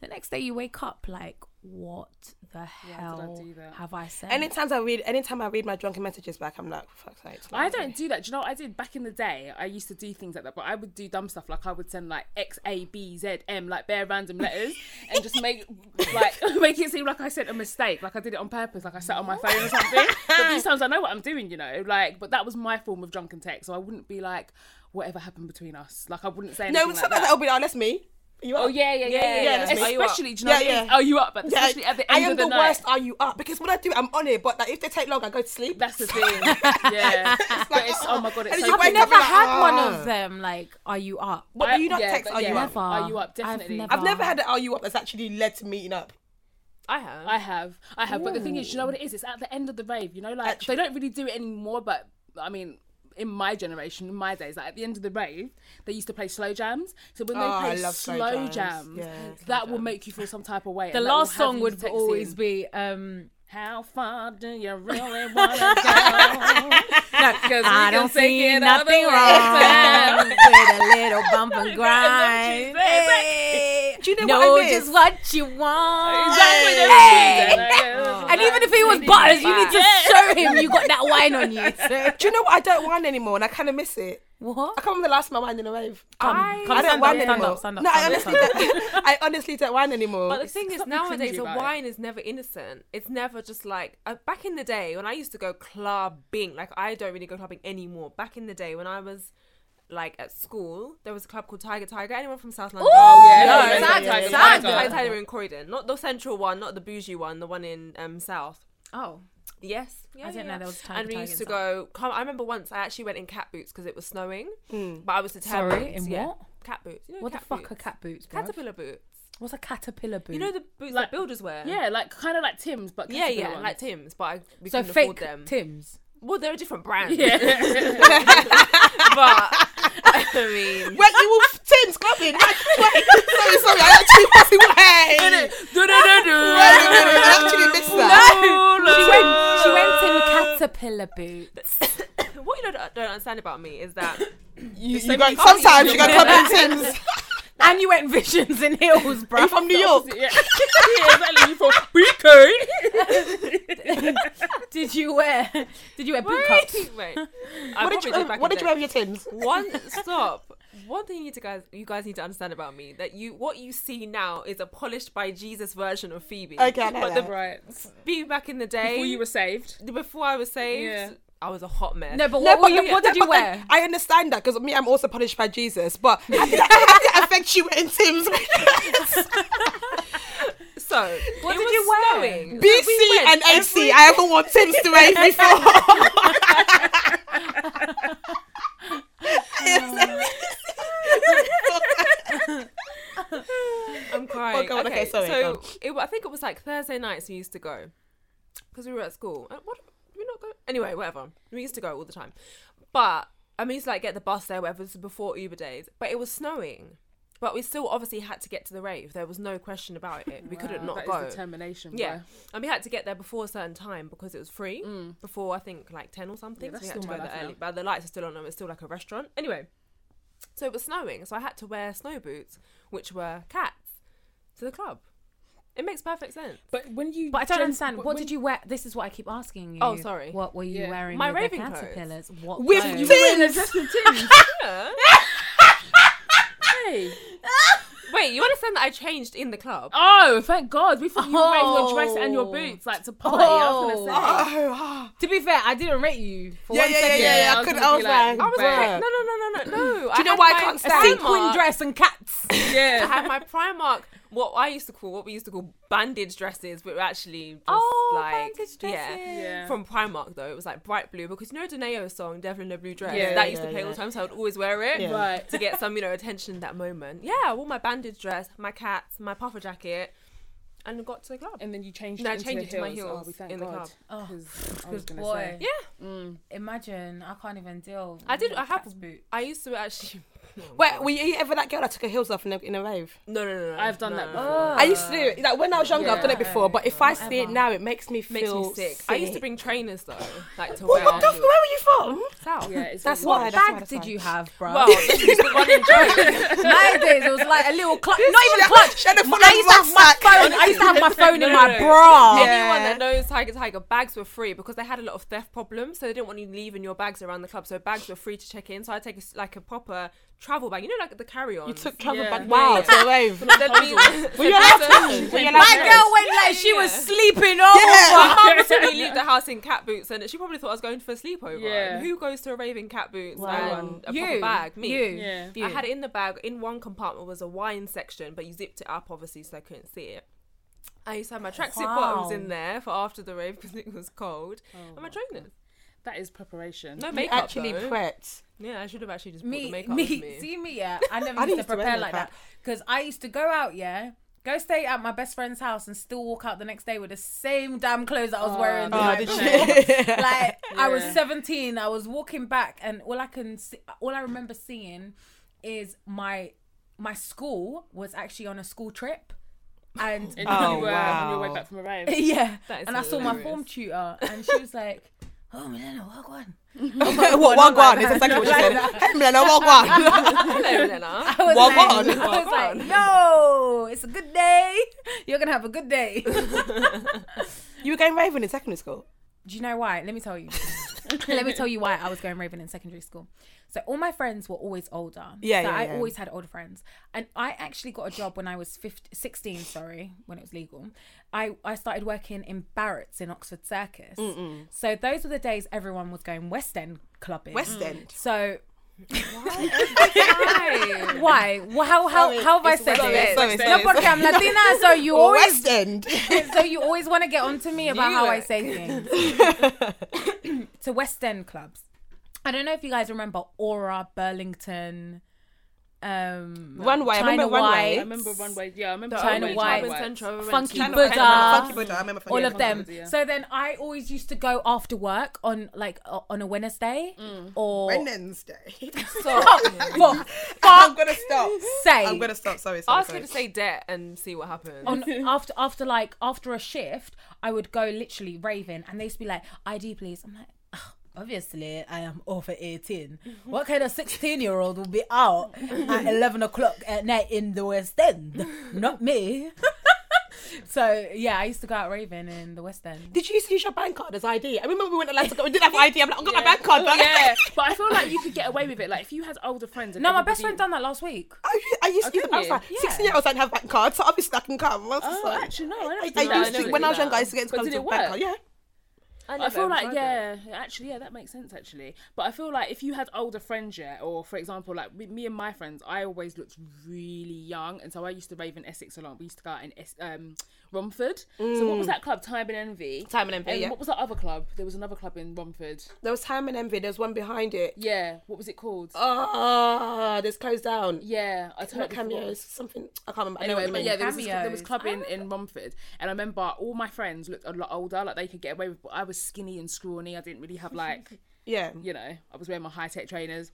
[SPEAKER 5] The next day you wake up like, what the hell
[SPEAKER 1] do that?
[SPEAKER 5] have I said?
[SPEAKER 2] Anytime I read, anytime I read my drunken messages back, I'm like, fuck sake. it's
[SPEAKER 1] I
[SPEAKER 2] not me.
[SPEAKER 1] don't do that. Do you know what I did back in the day? I used to do things like that, but I would do dumb stuff like I would send like X A B Z M like bare random letters and just make like make it seem like I sent a mistake, like I did it on purpose, like I sat on my phone or something. but these times I know what I'm doing, you know. Like, but that was my form of drunken text, so I wouldn't be like whatever happened between us. Like I wouldn't say anything
[SPEAKER 2] No,
[SPEAKER 1] like
[SPEAKER 2] sometimes
[SPEAKER 1] that.
[SPEAKER 2] I'll be like, oh, that's me. You
[SPEAKER 1] Oh
[SPEAKER 2] up?
[SPEAKER 1] yeah, yeah, yeah, yeah.
[SPEAKER 2] yeah, that's me. Are you up?
[SPEAKER 1] Especially, do you know?
[SPEAKER 2] Yeah,
[SPEAKER 1] what I mean?
[SPEAKER 2] yeah.
[SPEAKER 1] Are you up? But
[SPEAKER 2] Yeah,
[SPEAKER 1] especially at the
[SPEAKER 2] I
[SPEAKER 1] end
[SPEAKER 2] am
[SPEAKER 1] of the, night.
[SPEAKER 2] worst. Are you up? Because when I do, I'm on it. But like, if they take long, I go to sleep.
[SPEAKER 1] That's the thing. Yeah. but it's oh my god, it's
[SPEAKER 2] And
[SPEAKER 1] so
[SPEAKER 2] you
[SPEAKER 5] I've
[SPEAKER 2] wake up,
[SPEAKER 5] never
[SPEAKER 2] you're like,
[SPEAKER 5] had one
[SPEAKER 2] "Ah."
[SPEAKER 5] of them. Like, are you up?
[SPEAKER 2] but
[SPEAKER 1] I-
[SPEAKER 2] do you not
[SPEAKER 1] yeah,
[SPEAKER 2] text?
[SPEAKER 1] but
[SPEAKER 2] Are you
[SPEAKER 1] yeah.
[SPEAKER 2] up?
[SPEAKER 5] Never.
[SPEAKER 1] Are you up?
[SPEAKER 5] I've
[SPEAKER 1] Definitely.
[SPEAKER 5] never.
[SPEAKER 2] I've never had an are you up that's actually led to meeting up.
[SPEAKER 4] I have.
[SPEAKER 1] I have, I have. But the thing is, you know what it is? It's at the end of the rave. You know, like
[SPEAKER 2] Actually-
[SPEAKER 1] they don't really do it anymore. But I mean, in my generation, in my days, like at the end of the rave, they used to play slow jams. So when they
[SPEAKER 2] Oh, I
[SPEAKER 1] play
[SPEAKER 2] love slow
[SPEAKER 1] slow,
[SPEAKER 2] jams.
[SPEAKER 1] jams,
[SPEAKER 2] Yeah.
[SPEAKER 1] that will make you feel some type of way.
[SPEAKER 5] The
[SPEAKER 1] and that will
[SPEAKER 5] last
[SPEAKER 1] have
[SPEAKER 5] song
[SPEAKER 1] you
[SPEAKER 5] would
[SPEAKER 1] texting,
[SPEAKER 5] always be um
[SPEAKER 1] "How far do you really want to go?" Because
[SPEAKER 5] I don't see nothing wrong with a little bump and grind.
[SPEAKER 1] That's what she said.
[SPEAKER 5] Hey,
[SPEAKER 2] Do you know
[SPEAKER 5] know
[SPEAKER 2] what I miss?
[SPEAKER 5] just what you want.
[SPEAKER 1] Exactly. that's
[SPEAKER 5] Hey.
[SPEAKER 1] what she said.
[SPEAKER 2] Oh.
[SPEAKER 5] And even if he was butters, you need to show him you got that wine on you. So.
[SPEAKER 2] Do you know what? I don't wine anymore, and I kind of miss it. I
[SPEAKER 5] What?
[SPEAKER 2] can't remember the last time I whined in a rave.
[SPEAKER 4] I-
[SPEAKER 2] I don't
[SPEAKER 5] stand
[SPEAKER 2] wine
[SPEAKER 5] up, stand
[SPEAKER 2] anymore.
[SPEAKER 5] up, stand up,
[SPEAKER 2] no, I
[SPEAKER 5] stand up,
[SPEAKER 2] honestly, don't, I honestly don't wine anymore.
[SPEAKER 4] But the thing is,
[SPEAKER 1] something
[SPEAKER 4] nowadays
[SPEAKER 1] cringy
[SPEAKER 4] a
[SPEAKER 1] about it.
[SPEAKER 4] wine is never innocent. It's never just like uh, back in the day when I used to go clubbing. Like I don't really go clubbing anymore. Back in the day when I was like at school, there was a club called Tiger Tiger. Anyone from South London?
[SPEAKER 5] Oh, yeah,
[SPEAKER 2] yeah,
[SPEAKER 4] Tiger,
[SPEAKER 2] yeah,
[SPEAKER 4] Tiger,
[SPEAKER 2] yeah, yeah,
[SPEAKER 4] Tiger,
[SPEAKER 2] yeah.
[SPEAKER 4] Tiger, Tiger in Croydon, not the central one, not the bougie one, the one in um, South.
[SPEAKER 5] Oh,
[SPEAKER 4] Yes, yeah,
[SPEAKER 5] didn't
[SPEAKER 4] yeah,
[SPEAKER 5] know there
[SPEAKER 4] yeah.
[SPEAKER 5] was a Tiger
[SPEAKER 4] And we
[SPEAKER 5] Tiger
[SPEAKER 4] used
[SPEAKER 5] in
[SPEAKER 4] to
[SPEAKER 5] South.
[SPEAKER 4] go. Come, I remember once I actually went in cat boots because it was snowing, but I was determined.
[SPEAKER 5] Hmm. Sorry, in
[SPEAKER 4] yeah.
[SPEAKER 5] what?
[SPEAKER 4] Cat boots. You know,
[SPEAKER 5] what the
[SPEAKER 4] cat
[SPEAKER 5] fuck
[SPEAKER 4] boots?
[SPEAKER 5] are cat boots? bruv?
[SPEAKER 4] Caterpillar boots.
[SPEAKER 5] What's a caterpillar boot?
[SPEAKER 4] You know the boots
[SPEAKER 1] Like-
[SPEAKER 4] that builders wear.
[SPEAKER 1] Yeah, like kind of like Tim's, but
[SPEAKER 4] Yeah, yeah,
[SPEAKER 1] caterpillar ones.
[SPEAKER 4] like Tim's, but I, we
[SPEAKER 5] so
[SPEAKER 4] couldn't afford
[SPEAKER 5] fake
[SPEAKER 4] them.
[SPEAKER 5] Tim's.
[SPEAKER 4] well, they're a different brand.
[SPEAKER 1] Yeah.
[SPEAKER 4] but I mean,
[SPEAKER 2] Well, you were Tim's clubbing. Like, wait, sorry, sorry, I actually missed it. I actually missed that.
[SPEAKER 5] She went, she went in caterpillar boots.
[SPEAKER 4] what you don't, don't understand about me is that
[SPEAKER 2] You, you got, sometimes you got clubbing Tim's.
[SPEAKER 5] and you went visions and hills, bro.
[SPEAKER 2] you from New York?
[SPEAKER 1] Yeah, yeah exactly. You from BK?
[SPEAKER 5] Did you wear? Did you wear boot cups?
[SPEAKER 4] Wait, wait.
[SPEAKER 2] What did you, what did you have your Tims?
[SPEAKER 4] One stop. One thing you need to guys, you guys need to understand about me that you what you see now is a polished by Jesus version of Phoebe.
[SPEAKER 2] Okay, I know
[SPEAKER 4] but
[SPEAKER 2] that.
[SPEAKER 4] the
[SPEAKER 1] right.
[SPEAKER 4] Phoebe back in the day
[SPEAKER 1] Before you were saved.
[SPEAKER 4] before I was saved,
[SPEAKER 1] Yeah.
[SPEAKER 4] I was a hot mess.
[SPEAKER 5] No, but what, were you,
[SPEAKER 2] but-
[SPEAKER 5] what did you
[SPEAKER 2] but then
[SPEAKER 5] wear?
[SPEAKER 2] I understand that because me, I'm also punished by Jesus. But how did that, how did that affect you in Tim's?
[SPEAKER 4] so what
[SPEAKER 5] did you wear?
[SPEAKER 4] Snowing.
[SPEAKER 2] BC and AC. I haven't worn Tim's to rain before.
[SPEAKER 4] I'm
[SPEAKER 2] Oh,
[SPEAKER 4] crying.
[SPEAKER 2] go on. Okay, sorry, go
[SPEAKER 4] So
[SPEAKER 2] on.
[SPEAKER 4] it, I think it was like Thursday nights we used to go because we were at school. Uh, What? Did we not go? Anyway, whatever. We used to go all the time, but I mean, we used to like get the bus there, whatever. This was before Uber days, but it was snowing. But we still obviously had to get to the rave. There was no question about it. We couldn't not
[SPEAKER 1] That
[SPEAKER 4] go.
[SPEAKER 1] is determination.
[SPEAKER 4] yeah,
[SPEAKER 1] bruh.
[SPEAKER 4] and we had to get there before a certain time because it was free. Before I think like ten or something.
[SPEAKER 1] Yeah,
[SPEAKER 4] so we
[SPEAKER 1] that's
[SPEAKER 4] had to
[SPEAKER 1] still my
[SPEAKER 4] go there
[SPEAKER 1] life
[SPEAKER 4] early.
[SPEAKER 1] now.
[SPEAKER 4] But the lights are still on and it's still like a restaurant. Anyway, so it was snowing, so I had to wear snow boots, which were cats, to the club. It makes perfect sense.
[SPEAKER 1] But when you.
[SPEAKER 5] But I don't
[SPEAKER 1] gen-
[SPEAKER 5] understand.
[SPEAKER 1] but
[SPEAKER 5] What
[SPEAKER 1] when-
[SPEAKER 5] did you wear? This is what I keep asking you.
[SPEAKER 4] Oh, sorry.
[SPEAKER 5] What were you
[SPEAKER 1] Yeah.
[SPEAKER 5] wearing?
[SPEAKER 4] My
[SPEAKER 5] with the
[SPEAKER 4] raving clothes.
[SPEAKER 5] caterpillars. What
[SPEAKER 2] With
[SPEAKER 5] clothes?
[SPEAKER 1] You
[SPEAKER 2] Tims.
[SPEAKER 1] were in a dress with Tim's.
[SPEAKER 4] Yeah.
[SPEAKER 1] Hey.
[SPEAKER 4] Wait, you understand that I changed in the club?
[SPEAKER 1] Oh, thank God. We thought you were wearing your dress and your
[SPEAKER 5] Oh.
[SPEAKER 1] boots like to party. I was gonna say.
[SPEAKER 5] To be fair, I didn't rate you for
[SPEAKER 2] yeah,
[SPEAKER 5] one
[SPEAKER 2] yeah,
[SPEAKER 5] second.
[SPEAKER 2] yeah, yeah,
[SPEAKER 1] I
[SPEAKER 2] I
[SPEAKER 1] was
[SPEAKER 2] couldn't.
[SPEAKER 1] gonna
[SPEAKER 2] I
[SPEAKER 1] be
[SPEAKER 2] was
[SPEAKER 1] like,
[SPEAKER 2] like,
[SPEAKER 4] I was
[SPEAKER 2] bruh.
[SPEAKER 4] like, no, no, no, no, no, no. Do
[SPEAKER 2] you know why I can't
[SPEAKER 5] A
[SPEAKER 2] stand?
[SPEAKER 5] sequin dress and cats.
[SPEAKER 4] I
[SPEAKER 1] Yeah.
[SPEAKER 4] had my Primark, what I used to call, what we used to call bandage dresses, but were actually just
[SPEAKER 5] Oh,
[SPEAKER 4] like,
[SPEAKER 5] bandage
[SPEAKER 4] yeah.
[SPEAKER 5] dresses.
[SPEAKER 1] Yeah.
[SPEAKER 4] From Primark though, it was like bright blue because you know Danae's song "Devil in a Blue Dress"
[SPEAKER 1] Yeah,
[SPEAKER 4] that used to
[SPEAKER 2] yeah,
[SPEAKER 4] play all
[SPEAKER 2] yeah.
[SPEAKER 4] the time, so I would always wear it
[SPEAKER 2] Yeah.
[SPEAKER 1] Right.
[SPEAKER 4] to get some you know attention at that moment. Yeah, I wore my bandage dress, my cats, my puffer jacket, and got to the club.
[SPEAKER 1] And then you changed
[SPEAKER 4] No, I
[SPEAKER 1] it into
[SPEAKER 4] changed
[SPEAKER 1] the
[SPEAKER 4] it to my
[SPEAKER 1] heels.
[SPEAKER 4] heels
[SPEAKER 1] Oh, we thank
[SPEAKER 4] in the
[SPEAKER 1] God.
[SPEAKER 4] club.
[SPEAKER 5] Oh,
[SPEAKER 1] 'Cause I was
[SPEAKER 5] good
[SPEAKER 1] gonna
[SPEAKER 5] boy.
[SPEAKER 1] say.
[SPEAKER 4] Yeah,
[SPEAKER 5] Imagine, I can't even deal.
[SPEAKER 4] I did.
[SPEAKER 5] with
[SPEAKER 4] I have.
[SPEAKER 5] cat's boot.
[SPEAKER 4] I used to actually.
[SPEAKER 2] Wait, were you ever that girl that took her heels off in a, in a rave?
[SPEAKER 4] No, no, no. no
[SPEAKER 1] I've done
[SPEAKER 4] no,
[SPEAKER 1] that
[SPEAKER 4] no,
[SPEAKER 1] before.
[SPEAKER 4] no.
[SPEAKER 2] I used to do it. Like when I was younger, I've done it
[SPEAKER 5] Yeah.
[SPEAKER 2] before. But if I see it
[SPEAKER 5] Whatever.
[SPEAKER 2] now, it makes me
[SPEAKER 4] Makes
[SPEAKER 2] feel
[SPEAKER 4] me sick. I used to bring trainers though, like to
[SPEAKER 2] What,
[SPEAKER 4] wear.
[SPEAKER 2] what the? f- Where were you from?
[SPEAKER 4] South.
[SPEAKER 1] Yeah, it's
[SPEAKER 2] That's
[SPEAKER 1] all
[SPEAKER 2] why.
[SPEAKER 1] washed.
[SPEAKER 2] That's why,
[SPEAKER 5] Bag
[SPEAKER 2] that's
[SPEAKER 5] did
[SPEAKER 2] why.
[SPEAKER 5] you have, bro?
[SPEAKER 4] Well, this is the one in Jones.
[SPEAKER 5] Nowadays, it was like a little clutch. Not even a clutch.
[SPEAKER 2] She had a full
[SPEAKER 5] I used to have my
[SPEAKER 2] rucksack.
[SPEAKER 5] phone. I used to have my phone in my
[SPEAKER 4] No.
[SPEAKER 5] bra.
[SPEAKER 2] Yeah.
[SPEAKER 4] Anyone that knows Tiger Tiger, bags were free because they had a lot of theft problems, so they didn't want you leaving your bags around the club. So bags were free to check in. So I take a s like a proper travel bag, you know, like the carry-on.
[SPEAKER 2] You took travel
[SPEAKER 1] Yeah.
[SPEAKER 2] back. Wow, to a rave. Were you allowed to? Were you allowed
[SPEAKER 5] My
[SPEAKER 2] to?
[SPEAKER 5] girl went like
[SPEAKER 4] Yeah,
[SPEAKER 5] she was
[SPEAKER 4] yeah.
[SPEAKER 5] sleeping all
[SPEAKER 2] Yeah.
[SPEAKER 5] over.
[SPEAKER 4] My mum would tell me leave the house in cat boots, and she probably thought I was going for a sleepover.
[SPEAKER 1] Yeah.
[SPEAKER 4] And who goes to a rave in cat boots and a proper
[SPEAKER 5] You,
[SPEAKER 4] bag? Me.
[SPEAKER 5] you,
[SPEAKER 1] Yeah.
[SPEAKER 5] you.
[SPEAKER 4] I had it in the bag. In one compartment was a wine section, but you zipped it up obviously, so I couldn't see it. I used to have my tracksuit bottoms in
[SPEAKER 5] Wow.
[SPEAKER 4] there for after the rave because it was cold, and my trainers.
[SPEAKER 1] That is preparation.
[SPEAKER 4] No
[SPEAKER 2] You
[SPEAKER 4] makeup
[SPEAKER 2] actually
[SPEAKER 4] though.
[SPEAKER 2] prepped.
[SPEAKER 4] Yeah, I should have actually just brought the
[SPEAKER 5] me,
[SPEAKER 4] makeup
[SPEAKER 5] me,
[SPEAKER 4] with me.
[SPEAKER 5] see me, yeah. I never
[SPEAKER 2] I
[SPEAKER 5] used to
[SPEAKER 2] used to wear
[SPEAKER 5] prepare like
[SPEAKER 2] makeup.
[SPEAKER 5] that because I used to go out, yeah, go stay at my best friend's house and still walk out the next day with the same damn clothes that I was wearing. the
[SPEAKER 1] Oh,
[SPEAKER 5] night
[SPEAKER 1] did
[SPEAKER 5] before.
[SPEAKER 2] you?
[SPEAKER 5] like I was
[SPEAKER 1] Yeah.
[SPEAKER 5] seventeen, I was walking back, and all I can, see, all I remember seeing is my my school was actually on a school trip, and
[SPEAKER 1] And you
[SPEAKER 2] Oh,
[SPEAKER 1] were on your way
[SPEAKER 2] wow.
[SPEAKER 1] back from a rave.
[SPEAKER 5] yeah,
[SPEAKER 4] That is
[SPEAKER 5] and I saw my
[SPEAKER 4] hilarious.
[SPEAKER 5] form tutor, and she was like, "Oh, Milena, what one?"
[SPEAKER 2] What? Wagwan. It's exactly what she said. Hey, Milena, Wagwan.
[SPEAKER 4] Hello, Lena.
[SPEAKER 5] I was
[SPEAKER 2] Walk
[SPEAKER 5] like,
[SPEAKER 2] on.
[SPEAKER 5] I was
[SPEAKER 4] Walk
[SPEAKER 5] like,
[SPEAKER 4] on.
[SPEAKER 5] yo, it's a good day. You're gonna have a good day. Do
[SPEAKER 2] You were going raving in secondary school.
[SPEAKER 5] you know why? Let me tell you. Let me tell you why I was going raving in secondary school. So all my friends were always older.
[SPEAKER 2] Yeah,
[SPEAKER 5] So
[SPEAKER 2] yeah,
[SPEAKER 5] I
[SPEAKER 2] yeah.
[SPEAKER 5] always had older friends, and I actually got a job when I was 15, 16, Sorry, when it was legal. I I started working in Barrett's in Oxford Circus. So those were the days everyone was going West End clubbing.
[SPEAKER 2] West End.
[SPEAKER 5] So
[SPEAKER 4] Hi.
[SPEAKER 5] why? Well, how how how have I said
[SPEAKER 2] Sorry,
[SPEAKER 5] this?
[SPEAKER 2] sorry,
[SPEAKER 5] No,
[SPEAKER 2] sorry,
[SPEAKER 5] porque I'm
[SPEAKER 2] sorry.
[SPEAKER 5] Latina, so you
[SPEAKER 2] Or
[SPEAKER 5] always
[SPEAKER 2] West End.
[SPEAKER 5] so you always want to get on to me about
[SPEAKER 4] Knew
[SPEAKER 5] how I
[SPEAKER 4] it.
[SPEAKER 5] say things. to West End clubs. I don't know if you guys remember Aura, Burlington, um,
[SPEAKER 2] Runway. I remember Runway.
[SPEAKER 1] I remember one way. Yeah, I remember
[SPEAKER 5] China
[SPEAKER 1] one way
[SPEAKER 5] White.
[SPEAKER 1] China
[SPEAKER 4] Urban Central, we went
[SPEAKER 5] Funky
[SPEAKER 4] to-
[SPEAKER 5] Buddha.
[SPEAKER 1] uh,
[SPEAKER 5] Funky
[SPEAKER 2] Buddha. I remember
[SPEAKER 5] all of them.
[SPEAKER 1] Funky Buddha, yeah.
[SPEAKER 5] So then I always used to go after work on like o- on a Wednesday or
[SPEAKER 2] Wednesday.
[SPEAKER 5] for
[SPEAKER 2] I'm gonna stop.
[SPEAKER 5] say
[SPEAKER 2] I'm gonna stop. Sorry. sorry,
[SPEAKER 4] Ask her
[SPEAKER 2] sorry.
[SPEAKER 4] to say debt and see what happens.
[SPEAKER 5] on after after like after a shift, I would go literally raving, and they used to be like, "ID, please." I'm like, "Ugh, obviously I am over 18. What kind of 16 year old will be out at 11 o'clock at night in the West End? Not me. so yeah, I used to go out raving in the West End.
[SPEAKER 2] Did you used to use your bank card as ID? I remember we went to Lanzarote, we didn't have ID. I'm like, I've got my bank card. But
[SPEAKER 1] yeah, but I feel like you could get away with it. Like if you had older friends. And
[SPEAKER 5] No, my best friend
[SPEAKER 1] everybody-
[SPEAKER 5] done that last week.
[SPEAKER 2] I, I used to,
[SPEAKER 1] Oh,
[SPEAKER 2] I was
[SPEAKER 1] did
[SPEAKER 2] like,
[SPEAKER 5] you?
[SPEAKER 2] 16 year olds don't have bank cards, so obviously I can come. I was just
[SPEAKER 1] Oh,
[SPEAKER 2] like-
[SPEAKER 1] actually, no, I never
[SPEAKER 2] I,
[SPEAKER 1] did that.
[SPEAKER 2] used
[SPEAKER 1] I
[SPEAKER 2] to,
[SPEAKER 1] never
[SPEAKER 2] when
[SPEAKER 1] did
[SPEAKER 2] I was
[SPEAKER 1] that.
[SPEAKER 2] younger, I used to get into
[SPEAKER 1] But
[SPEAKER 2] clubs
[SPEAKER 1] did
[SPEAKER 2] with
[SPEAKER 1] it
[SPEAKER 2] bank
[SPEAKER 1] work?
[SPEAKER 2] card. Yeah.
[SPEAKER 1] I feel like
[SPEAKER 4] yeah.
[SPEAKER 1] yeah, actually yeah, that makes sense actually. But I feel like if you had older friends, yeah, or for example, like with me and my friends, I always looked really young, and so I used to rave in Essex a lot. We used to go out in es- um, Romford. So what was that club? Time and Envy.
[SPEAKER 2] Mm. Time and Envy, yeah.
[SPEAKER 1] What was that other club? There was another club in Romford.
[SPEAKER 2] There was Time and Envy, there's one behind it.
[SPEAKER 1] Yeah. What was it called?
[SPEAKER 2] Ah, this closed down.
[SPEAKER 1] yeah, I totally
[SPEAKER 2] Not
[SPEAKER 1] forgot.
[SPEAKER 2] cameos, something. I can't remember. I know
[SPEAKER 1] Anyway,
[SPEAKER 2] what
[SPEAKER 1] but
[SPEAKER 2] you
[SPEAKER 1] yeah,
[SPEAKER 2] mean.
[SPEAKER 1] there was, this, there was
[SPEAKER 5] Cameos.
[SPEAKER 1] clubbing in Romford, and I remember all my friends looked a lot older, like they could get away with. But I was skinny and scrawny. I didn't really have like
[SPEAKER 2] Yeah.
[SPEAKER 1] you know, I was wearing my high tech trainers.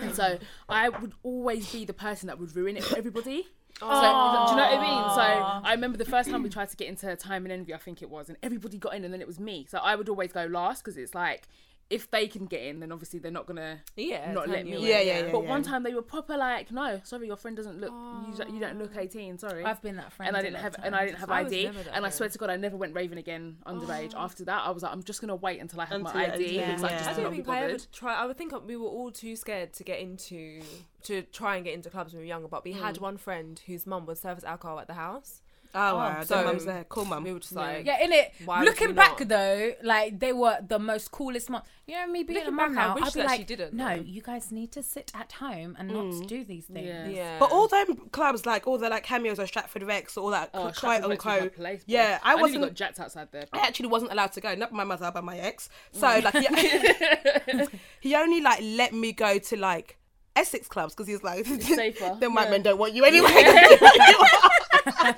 [SPEAKER 1] And so I would always be the person that would ruin it for everybody. So, do you know what I mean? So I remember the first time we tried to get into Time and Envy, I think it was, and everybody got in, and then it was me. So I would always go last because it's like, if they can get in, then obviously they're not gonna
[SPEAKER 4] Yeah,
[SPEAKER 1] not
[SPEAKER 4] time
[SPEAKER 1] let
[SPEAKER 4] you
[SPEAKER 1] me. In.
[SPEAKER 4] in.
[SPEAKER 2] Yeah, yeah, yeah.
[SPEAKER 1] But one time they were proper like, no, sorry, your friend doesn't look, you, don't- you don't
[SPEAKER 2] Ah.
[SPEAKER 1] look eighteen. Sorry,
[SPEAKER 5] I've been that friend.
[SPEAKER 1] and I
[SPEAKER 5] a
[SPEAKER 1] didn't
[SPEAKER 5] lot
[SPEAKER 1] have
[SPEAKER 5] of
[SPEAKER 1] and I didn't have
[SPEAKER 4] I was
[SPEAKER 1] ID.
[SPEAKER 4] never that
[SPEAKER 1] And I
[SPEAKER 4] good.
[SPEAKER 1] swear to God, I never went raving again underage
[SPEAKER 2] Ah.
[SPEAKER 1] after that. I was like, I'm just gonna wait until I have
[SPEAKER 2] Until
[SPEAKER 1] my
[SPEAKER 2] you-
[SPEAKER 1] ID.
[SPEAKER 2] yeah.
[SPEAKER 1] because I
[SPEAKER 2] Yeah.
[SPEAKER 1] just
[SPEAKER 4] I
[SPEAKER 1] cannot
[SPEAKER 4] don't
[SPEAKER 1] be
[SPEAKER 4] think I ever
[SPEAKER 1] bothered.
[SPEAKER 4] try. I would think we were all too scared to get into to try and get into clubs when we were younger. But we had one friend whose mum would serve us alcohol at the house.
[SPEAKER 2] Oh,
[SPEAKER 1] um,
[SPEAKER 2] wow. So
[SPEAKER 4] so-
[SPEAKER 2] mum's there. Cool, mum.
[SPEAKER 4] We were just like,
[SPEAKER 5] Yeah, in it.
[SPEAKER 4] Why would
[SPEAKER 5] Looking
[SPEAKER 4] you
[SPEAKER 5] back
[SPEAKER 4] not?
[SPEAKER 5] though, like they were the most coolest mom. You know me being
[SPEAKER 4] Looking
[SPEAKER 5] a mum
[SPEAKER 4] back, I
[SPEAKER 5] now.
[SPEAKER 4] wish
[SPEAKER 5] I'd be
[SPEAKER 4] that
[SPEAKER 5] like,
[SPEAKER 4] she didn't,
[SPEAKER 5] No,
[SPEAKER 4] though. Mm.
[SPEAKER 5] you guys need to sit at home and not do these things.
[SPEAKER 1] Yeah.
[SPEAKER 4] yeah.
[SPEAKER 2] But all them clubs, like all the like cameos or Stratford Rex or all that,
[SPEAKER 1] Oh,
[SPEAKER 2] oh,
[SPEAKER 1] Stratford
[SPEAKER 2] quote
[SPEAKER 1] Rex was my
[SPEAKER 2] unquote.
[SPEAKER 1] place, bro.
[SPEAKER 2] yeah, I
[SPEAKER 1] I nearly
[SPEAKER 2] wasn't.
[SPEAKER 1] got jacked outside there.
[SPEAKER 2] I actually wasn't allowed to go, not by my mother, by my ex.
[SPEAKER 1] Mm.
[SPEAKER 2] So like, he, he only like let me go to like Essex clubs because he was like,
[SPEAKER 1] safer,
[SPEAKER 2] then white
[SPEAKER 1] yeah.
[SPEAKER 2] men don't want you anyway. Yeah.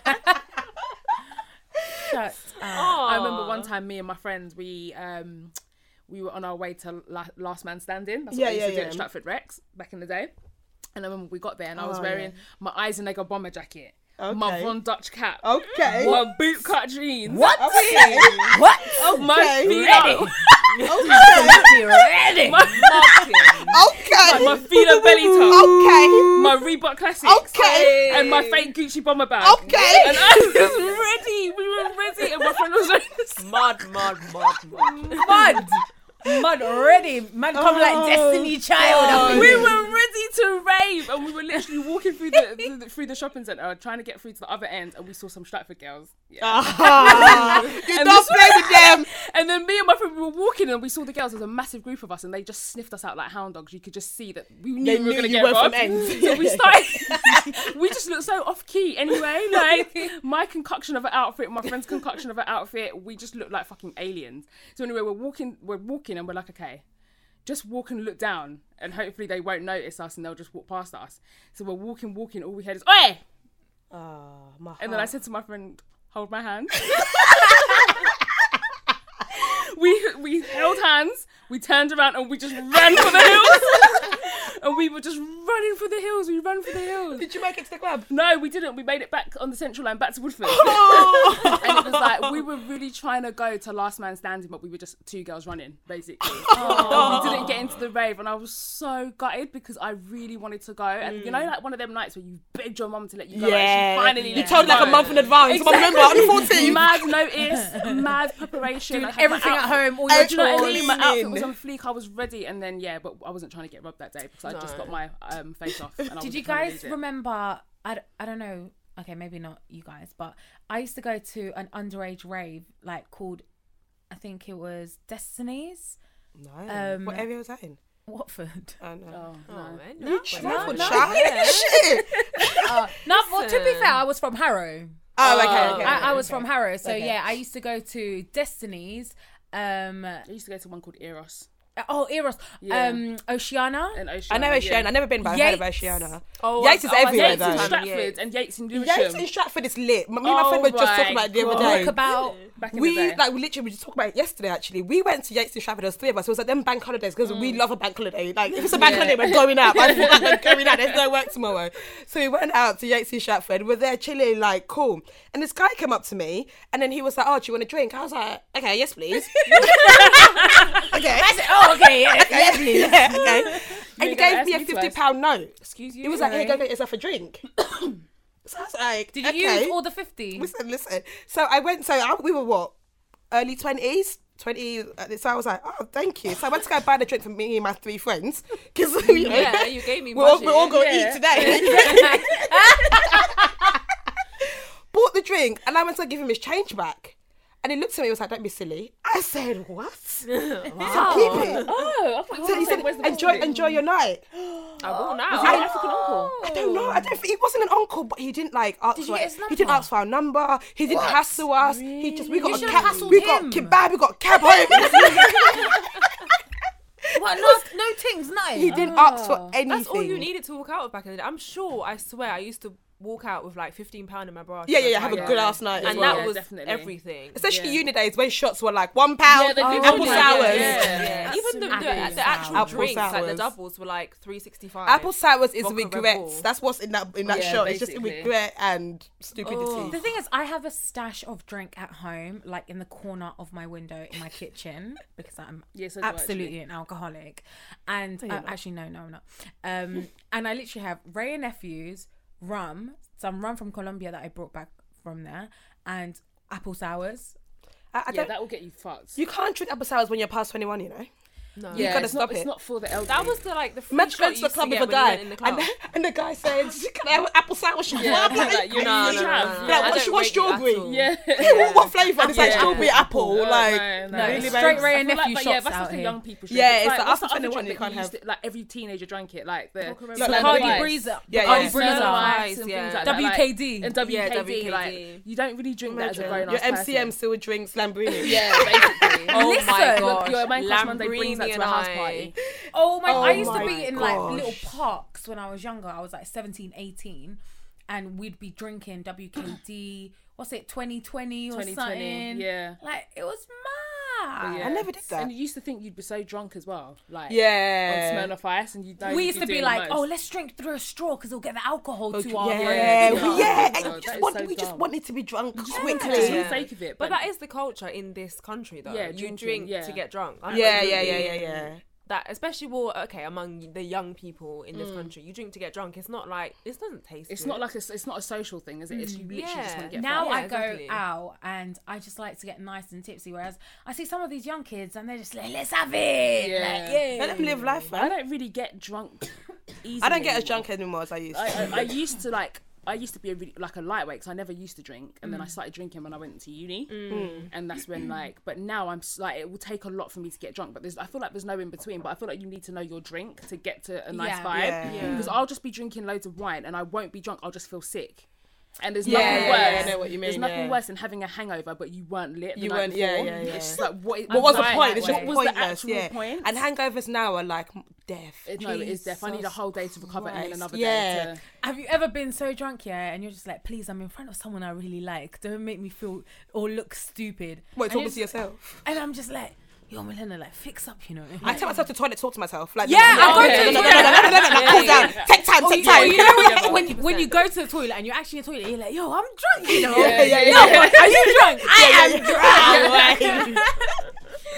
[SPEAKER 5] Shut up.
[SPEAKER 1] I remember one time, me and my friends, we um, we were on our way to La- Last Man Standing. That's
[SPEAKER 2] Yeah,
[SPEAKER 1] what we used
[SPEAKER 2] yeah,
[SPEAKER 1] to do
[SPEAKER 2] yeah.
[SPEAKER 1] at Stratford Rex back in the day. And I remember we got there, and I was
[SPEAKER 2] Oh,
[SPEAKER 1] wearing my Eisenegger bomber jacket, my
[SPEAKER 2] Okay. Oh,
[SPEAKER 1] Von Dutch cap,
[SPEAKER 2] okay.
[SPEAKER 1] my bootcut jeans.
[SPEAKER 5] What?
[SPEAKER 2] Okay.
[SPEAKER 5] What?
[SPEAKER 1] My
[SPEAKER 4] Oh,
[SPEAKER 2] Okay.
[SPEAKER 1] feet
[SPEAKER 5] Ready?
[SPEAKER 1] up,
[SPEAKER 5] Be ready.
[SPEAKER 2] Okay.
[SPEAKER 1] my feet up belly top,
[SPEAKER 2] Okay.
[SPEAKER 1] my Reebok classics,
[SPEAKER 2] Okay.
[SPEAKER 1] and my fake Gucci bomber bag.
[SPEAKER 2] Okay.
[SPEAKER 1] And I was ready. We were ready, and my friend was like,
[SPEAKER 4] mud, mud, mud, mud.
[SPEAKER 5] Mud. Mud already. Man come
[SPEAKER 4] Oh,
[SPEAKER 5] like Destiny Child.
[SPEAKER 1] we were ready to rave, and we were literally walking through the, through the through the shopping centre, trying to get through to the other end, and we saw some Stratford girls. Yeah.
[SPEAKER 2] Ah, you don't play with them.
[SPEAKER 1] And then me and my friend we were walking, and we saw the girls. There was a massive group of us, and they just sniffed us out like hound dogs. You could just see that we knew
[SPEAKER 2] They
[SPEAKER 1] we were
[SPEAKER 2] knew
[SPEAKER 1] going to
[SPEAKER 2] you
[SPEAKER 1] get
[SPEAKER 2] were from
[SPEAKER 1] robbed.
[SPEAKER 2] ends.
[SPEAKER 1] So we started. we just looked so off key. Anyway, like my concoction of an outfit, my friend's concoction of an outfit, we just looked like fucking aliens. So anyway, we're walking, we're walking, and we're like, okay, just walk and look down, and hopefully they won't notice us, and they'll just walk past us. So we're walking, walking. All we heard is oi,
[SPEAKER 2] Oh, my
[SPEAKER 1] and then I said to my friend, "Hold my hand." we we held hands. We turned around and we just ran for the hills. and we were just running for the hills. We ran for the hills.
[SPEAKER 2] Did you make it to the club?
[SPEAKER 1] No, we didn't. We made it back on the central line, back to Woodford.
[SPEAKER 2] Oh.
[SPEAKER 1] and it was like we were really trying to go to Last Man Standing, but we were just two girls running, basically.
[SPEAKER 2] Oh.
[SPEAKER 1] And we didn't get into the rave, and I was so gutted because I really wanted to go. And you know, like one of them nights where you begged your mum to let you go. and she finally
[SPEAKER 2] Mm. you
[SPEAKER 1] let
[SPEAKER 2] told like
[SPEAKER 1] go.
[SPEAKER 2] a month in advance. Exactly. remember, on the 14th.
[SPEAKER 1] Mad notice, mad preparation. I
[SPEAKER 5] Doing
[SPEAKER 1] had my
[SPEAKER 5] everything at
[SPEAKER 1] outfit-
[SPEAKER 5] home, all your
[SPEAKER 1] Do you know what I
[SPEAKER 5] chores.
[SPEAKER 1] mean? My outfit
[SPEAKER 2] Clean.
[SPEAKER 1] was on fleek. I was ready, and then yeah, but I wasn't trying to get robbed that day because I just got my um, face off. And I
[SPEAKER 5] Did
[SPEAKER 1] wasn't
[SPEAKER 5] you
[SPEAKER 1] trying to lose
[SPEAKER 5] guys
[SPEAKER 1] it.
[SPEAKER 5] remember? I, d- I don't know. Okay, maybe not you guys, but I used to go to an underage rave like called, I think it was Destinies,
[SPEAKER 2] No.
[SPEAKER 5] Um,
[SPEAKER 2] what area was that in?
[SPEAKER 5] Watford.
[SPEAKER 2] Oh, no.
[SPEAKER 1] Oh,
[SPEAKER 4] Oh,
[SPEAKER 1] no.
[SPEAKER 4] man,
[SPEAKER 2] You
[SPEAKER 4] no,
[SPEAKER 2] child,
[SPEAKER 4] no, no.
[SPEAKER 2] child. Shit.
[SPEAKER 5] No, well, to be
[SPEAKER 4] Listen.
[SPEAKER 5] fair, I was from Harrow.
[SPEAKER 2] Oh, okay, okay.
[SPEAKER 5] I, I was from Harrow, so
[SPEAKER 2] Okay.
[SPEAKER 5] yeah, I used to go to Destinies. Um,
[SPEAKER 1] I used to go to one called Eros
[SPEAKER 5] oh, Eros,
[SPEAKER 1] Yeah.
[SPEAKER 5] um, Oceana.
[SPEAKER 1] and Ocean.
[SPEAKER 2] I know Oceana. I've never been, but I've heard of
[SPEAKER 5] Yates.
[SPEAKER 2] Oceana.
[SPEAKER 4] Oh,
[SPEAKER 2] Yates is
[SPEAKER 4] I- oh, I
[SPEAKER 2] everywhere,
[SPEAKER 1] Yates
[SPEAKER 2] though.
[SPEAKER 1] in
[SPEAKER 4] Yates.
[SPEAKER 1] Stratford
[SPEAKER 4] Yates.
[SPEAKER 1] and Yates in
[SPEAKER 2] Yates
[SPEAKER 1] Lewisham.
[SPEAKER 2] in Stratford is lit. Me and my
[SPEAKER 1] Oh
[SPEAKER 2] friend were just
[SPEAKER 1] my
[SPEAKER 2] talking about it the other
[SPEAKER 1] God.
[SPEAKER 2] day.
[SPEAKER 5] Talk about
[SPEAKER 1] Back in
[SPEAKER 2] we
[SPEAKER 1] the day.
[SPEAKER 2] like we literally we just talked about it yesterday. Actually, we went to Yates and Stratford. There was three of us. It was like them bank holidays because we love a bank holiday. Like if it's a bank holiday, we're going out. Like, we're going out. There's no work tomorrow. So we went out to Yates and Stratford. We're there chilling, like cool. And this guy came up to me, and then he was like, "Oh, do you want a drink?" I was like, "Okay, yes, please." okay. I said, "Oh,
[SPEAKER 5] oh, okay, yeah, yeah, please.
[SPEAKER 2] yeah, okay. And
[SPEAKER 1] gotta
[SPEAKER 2] he gave
[SPEAKER 1] ask
[SPEAKER 2] me a
[SPEAKER 1] me
[SPEAKER 2] fifty
[SPEAKER 1] twice.
[SPEAKER 2] pound note.
[SPEAKER 4] Excuse you.
[SPEAKER 2] He was like, "Hey,
[SPEAKER 4] Sorry.
[SPEAKER 2] go get yourself a drink." so I was like,
[SPEAKER 5] Did you
[SPEAKER 2] okay.
[SPEAKER 5] use all the fifty?
[SPEAKER 2] Listen, listen. So I went. So I, we were what early twenties. 20 uh, so I was like oh thank you so I went to go buy the drink for me and my three friends because you know,
[SPEAKER 4] Yeah, you gave me
[SPEAKER 2] we're all,
[SPEAKER 4] budget.
[SPEAKER 2] we're all going to
[SPEAKER 1] Yeah.
[SPEAKER 2] eat today bought the drink and I went to give him his change back and he looked at me and was like don't be silly I said what
[SPEAKER 4] Wow.
[SPEAKER 2] keep it
[SPEAKER 1] Oh, I thought
[SPEAKER 2] so he said enjoy enjoy your night
[SPEAKER 4] I will now.
[SPEAKER 1] Your African uncle.
[SPEAKER 2] I don't know. I don't think he wasn't an uncle, but he didn't like ask.
[SPEAKER 5] Did you
[SPEAKER 2] for,
[SPEAKER 5] get his
[SPEAKER 2] He didn't
[SPEAKER 5] number?
[SPEAKER 2] ask for our number. He didn't hassle us. He just we
[SPEAKER 5] Really?
[SPEAKER 2] got
[SPEAKER 5] You
[SPEAKER 2] a
[SPEAKER 5] should've
[SPEAKER 2] cab.
[SPEAKER 5] hassled
[SPEAKER 2] We
[SPEAKER 5] him.
[SPEAKER 2] got kebab. We got a cab home.
[SPEAKER 5] What? No, no things, nothing.
[SPEAKER 2] he didn't ask for anything.
[SPEAKER 4] That's all you needed to walk out with back in the day. I'm sure. I swear, I used to walk out with like 15 pound in my bra.
[SPEAKER 2] Yeah, yeah,
[SPEAKER 4] to
[SPEAKER 2] yeah.
[SPEAKER 4] go
[SPEAKER 2] Have a
[SPEAKER 4] out.
[SPEAKER 2] good ass night. as
[SPEAKER 4] And
[SPEAKER 2] well.
[SPEAKER 4] that
[SPEAKER 1] Yeah,
[SPEAKER 4] was
[SPEAKER 1] definitely.
[SPEAKER 4] everything.
[SPEAKER 2] Especially
[SPEAKER 1] Yeah.
[SPEAKER 2] uni days when shots were like one pound,
[SPEAKER 1] Yeah, they do
[SPEAKER 2] apple
[SPEAKER 1] do that,
[SPEAKER 2] sours.
[SPEAKER 1] yeah, yeah.
[SPEAKER 4] Even the, the,
[SPEAKER 5] Apple
[SPEAKER 4] the actual
[SPEAKER 2] sours.
[SPEAKER 4] drinks, like the
[SPEAKER 2] Apple sours.
[SPEAKER 4] doubles, were like 365.
[SPEAKER 2] Apple sours is
[SPEAKER 4] Vodka Red Bull.
[SPEAKER 2] regrets. That's what's in that in that
[SPEAKER 1] Yeah,
[SPEAKER 2] shot. It's
[SPEAKER 1] basically.
[SPEAKER 2] just regret and stupidity.
[SPEAKER 5] The thing is, I have a stash of drink at home, like in the corner of my window in my kitchen, because I'm
[SPEAKER 1] Yeah, so do Oh, I,
[SPEAKER 5] absolutely an alcoholic. And uh, actually, no, no, I'm not. Um, and I literally have Ray and Nephew's rum, some rum from Colombia that I brought back from there, and apple sours.
[SPEAKER 2] I, I
[SPEAKER 1] Yeah,
[SPEAKER 2] don't,
[SPEAKER 1] that will get you fucked.
[SPEAKER 2] you can't drink apple sours when you're past twenty one. You know.
[SPEAKER 1] yeah,
[SPEAKER 2] gotta
[SPEAKER 1] it's
[SPEAKER 2] stop
[SPEAKER 1] not,
[SPEAKER 2] it.
[SPEAKER 1] It's not for the elderly.
[SPEAKER 4] That was the like the free
[SPEAKER 2] Imagine
[SPEAKER 4] shot
[SPEAKER 2] going to
[SPEAKER 4] you
[SPEAKER 2] the
[SPEAKER 4] used
[SPEAKER 2] club
[SPEAKER 4] get
[SPEAKER 2] with a
[SPEAKER 4] when you
[SPEAKER 2] guy,
[SPEAKER 4] went in the club.
[SPEAKER 2] and, and the guy says, "Can I have an apple sour?" She's
[SPEAKER 1] Yeah,
[SPEAKER 2] like,
[SPEAKER 1] like, you
[SPEAKER 4] no,
[SPEAKER 1] know,
[SPEAKER 4] no, no,
[SPEAKER 1] you
[SPEAKER 4] no,
[SPEAKER 1] have.
[SPEAKER 4] no,
[SPEAKER 2] Like,
[SPEAKER 4] I
[SPEAKER 2] what's
[SPEAKER 4] don't
[SPEAKER 2] your strawberry?
[SPEAKER 4] rate it at all.
[SPEAKER 1] yeah.
[SPEAKER 2] what, what flavour? And it's like
[SPEAKER 4] Yeah.
[SPEAKER 2] strawberry apple.
[SPEAKER 1] No,
[SPEAKER 2] like,
[SPEAKER 1] no,
[SPEAKER 5] No,
[SPEAKER 1] no.
[SPEAKER 2] really,
[SPEAKER 5] straight
[SPEAKER 2] babes?
[SPEAKER 5] Ray and
[SPEAKER 1] I feel like,
[SPEAKER 5] Nephew
[SPEAKER 1] but yeah,
[SPEAKER 5] shots
[SPEAKER 1] that's
[SPEAKER 5] out
[SPEAKER 1] what's the
[SPEAKER 5] here.
[SPEAKER 1] young people. Drink.
[SPEAKER 2] Yeah, it's like
[SPEAKER 1] what's the
[SPEAKER 2] after
[SPEAKER 1] other
[SPEAKER 2] 21
[SPEAKER 1] drink
[SPEAKER 2] they
[SPEAKER 1] that
[SPEAKER 2] can't
[SPEAKER 1] you used
[SPEAKER 2] have.
[SPEAKER 1] to- like every teenager drank it, like the
[SPEAKER 2] Red Bull.
[SPEAKER 1] Bacardi
[SPEAKER 5] Bacardi
[SPEAKER 2] Ice.
[SPEAKER 5] Breezer,
[SPEAKER 2] Yeah, yeah.
[SPEAKER 5] Bacardi
[SPEAKER 2] Ice.
[SPEAKER 5] Breezer.
[SPEAKER 1] Smirnoff Ice
[SPEAKER 4] Ice,
[SPEAKER 1] and
[SPEAKER 4] yeah.
[SPEAKER 1] things like that, like-
[SPEAKER 5] WKD.
[SPEAKER 1] and WKD,
[SPEAKER 4] Yeah, WKD.
[SPEAKER 1] Like you don't really drink that as a grown
[SPEAKER 2] Your
[SPEAKER 1] ass
[SPEAKER 2] MCM still drinks Lamborghini.
[SPEAKER 1] Yeah, basically.
[SPEAKER 4] Oh my
[SPEAKER 5] Listen,
[SPEAKER 4] god.
[SPEAKER 1] Your man crush Monday brings that to
[SPEAKER 4] and
[SPEAKER 1] a house
[SPEAKER 4] I-
[SPEAKER 1] party.
[SPEAKER 5] Oh my! I
[SPEAKER 2] Oh
[SPEAKER 5] used
[SPEAKER 2] my
[SPEAKER 5] to be in like little
[SPEAKER 2] gosh.
[SPEAKER 5] parks when I was younger. I was like 17, 18 and we'd be drinking WKD. what's it? Twenty twenty or
[SPEAKER 1] 2020,
[SPEAKER 5] something?
[SPEAKER 1] yeah.
[SPEAKER 5] like it was mad.
[SPEAKER 1] Yeah.
[SPEAKER 2] I never did that.
[SPEAKER 1] And you used to think you'd be so drunk as well, like on
[SPEAKER 2] Yeah.
[SPEAKER 1] Smirnoff Ice, and you. know
[SPEAKER 5] We
[SPEAKER 1] you'd
[SPEAKER 5] used to be
[SPEAKER 1] doing the
[SPEAKER 5] like,
[SPEAKER 1] most.
[SPEAKER 5] "Oh, let's drink through a straw because it'll get the alcohol
[SPEAKER 2] Yeah,
[SPEAKER 5] to our
[SPEAKER 2] yeah,
[SPEAKER 5] brain."
[SPEAKER 1] Yeah.
[SPEAKER 2] we, yeah.
[SPEAKER 1] Oh,
[SPEAKER 2] and
[SPEAKER 1] that
[SPEAKER 2] we
[SPEAKER 1] is
[SPEAKER 2] just, want,
[SPEAKER 1] so
[SPEAKER 2] we just
[SPEAKER 1] dumb.
[SPEAKER 2] wanted to be drunk
[SPEAKER 1] just for
[SPEAKER 2] quickly.
[SPEAKER 1] the
[SPEAKER 4] Yeah.
[SPEAKER 1] sake of it.
[SPEAKER 4] But that is the culture in this country, though.
[SPEAKER 1] Yeah,
[SPEAKER 4] Yeah, you
[SPEAKER 1] drinking,
[SPEAKER 4] drink
[SPEAKER 1] yeah.
[SPEAKER 4] to get drunk. I don't
[SPEAKER 2] Yeah,
[SPEAKER 4] really
[SPEAKER 2] yeah, yeah, yeah, yeah.
[SPEAKER 4] That especially, well, okay, among the young people in this country, you drink to get drunk. It's not like it doesn't taste.
[SPEAKER 1] Mm. It's
[SPEAKER 4] good.
[SPEAKER 1] not like a, it's not a social thing, is it? It's you literally just want to
[SPEAKER 4] Yeah.
[SPEAKER 1] get
[SPEAKER 5] Now
[SPEAKER 1] fucked.
[SPEAKER 5] I
[SPEAKER 4] Yeah,
[SPEAKER 5] go
[SPEAKER 4] exactly.
[SPEAKER 5] out and I just like to get nice and tipsy. Whereas I see some of these young kids and they're just like, "Let's have it."
[SPEAKER 1] Yeah.
[SPEAKER 5] Like, yeah.
[SPEAKER 2] Let them live life,
[SPEAKER 1] I
[SPEAKER 2] man.
[SPEAKER 1] don't really get drunk. Easily.
[SPEAKER 2] I don't get as drunk anymore as I used
[SPEAKER 1] I,
[SPEAKER 2] to.
[SPEAKER 1] I, I used to like. I used to be a really, like a lightweight because I never used to drink, and then
[SPEAKER 2] Mm.
[SPEAKER 1] I started drinking when I went to uni, and that's when like. But now I'm s- like, it will take a lot for me to get drunk, but there's I feel like there's no in between. But I feel like you need to know your drink to get to a nice
[SPEAKER 5] Yeah.
[SPEAKER 1] vibe
[SPEAKER 2] Yeah. Yeah.
[SPEAKER 1] because I'll just be drinking loads of wine and I won't be drunk. I'll just feel sick, and there's
[SPEAKER 2] Yeah,
[SPEAKER 1] nothing
[SPEAKER 2] yeah,
[SPEAKER 1] worse.
[SPEAKER 2] yeah, I know what you
[SPEAKER 1] There's
[SPEAKER 2] mean,
[SPEAKER 1] nothing
[SPEAKER 2] yeah.
[SPEAKER 1] worse than having a hangover, but you weren't lit. The
[SPEAKER 2] You
[SPEAKER 1] night
[SPEAKER 2] weren't- yeah,
[SPEAKER 1] before.
[SPEAKER 2] yeah, yeah.
[SPEAKER 1] It's just like what?
[SPEAKER 2] What was the
[SPEAKER 5] Right,
[SPEAKER 2] point? It's
[SPEAKER 5] right,
[SPEAKER 2] your
[SPEAKER 5] right.
[SPEAKER 1] what was
[SPEAKER 2] pointless.
[SPEAKER 1] the actual
[SPEAKER 2] yeah.
[SPEAKER 1] point?
[SPEAKER 2] And hangovers now are like death.
[SPEAKER 1] It- no, it is death. I need a
[SPEAKER 2] Jesus
[SPEAKER 1] whole day to recover and then
[SPEAKER 2] Christ.
[SPEAKER 1] another
[SPEAKER 2] yeah.
[SPEAKER 1] day to.
[SPEAKER 5] Have you ever been so drunk, yeah, and you're just like, please, I'm in front of someone I really like. Don't make me feel or look stupid.
[SPEAKER 2] Wait,
[SPEAKER 5] And
[SPEAKER 2] talk
[SPEAKER 5] you're
[SPEAKER 2] to yourself.
[SPEAKER 5] And I'm just like, yo, Milena, like, fix up, you know.
[SPEAKER 2] I take myself to the toilet to talk to myself. Like,
[SPEAKER 5] Yeah, I
[SPEAKER 1] go to
[SPEAKER 2] no,
[SPEAKER 1] the
[SPEAKER 2] no, no,
[SPEAKER 1] toilet. Oh,
[SPEAKER 2] no, no, no, no, no, no, Cool
[SPEAKER 1] Yeah,
[SPEAKER 2] down. Take time,
[SPEAKER 5] Or
[SPEAKER 2] take
[SPEAKER 5] you, or
[SPEAKER 2] time.
[SPEAKER 5] you know when, when,
[SPEAKER 4] Yeah.
[SPEAKER 5] when you go to the toilet and you're actually in the toilet, you're like, yo, I'm drunk, you know.
[SPEAKER 2] Yeah, yeah,
[SPEAKER 5] Yo,
[SPEAKER 2] yeah.
[SPEAKER 5] are you drunk? I am
[SPEAKER 2] yeah, yeah.
[SPEAKER 5] drunk.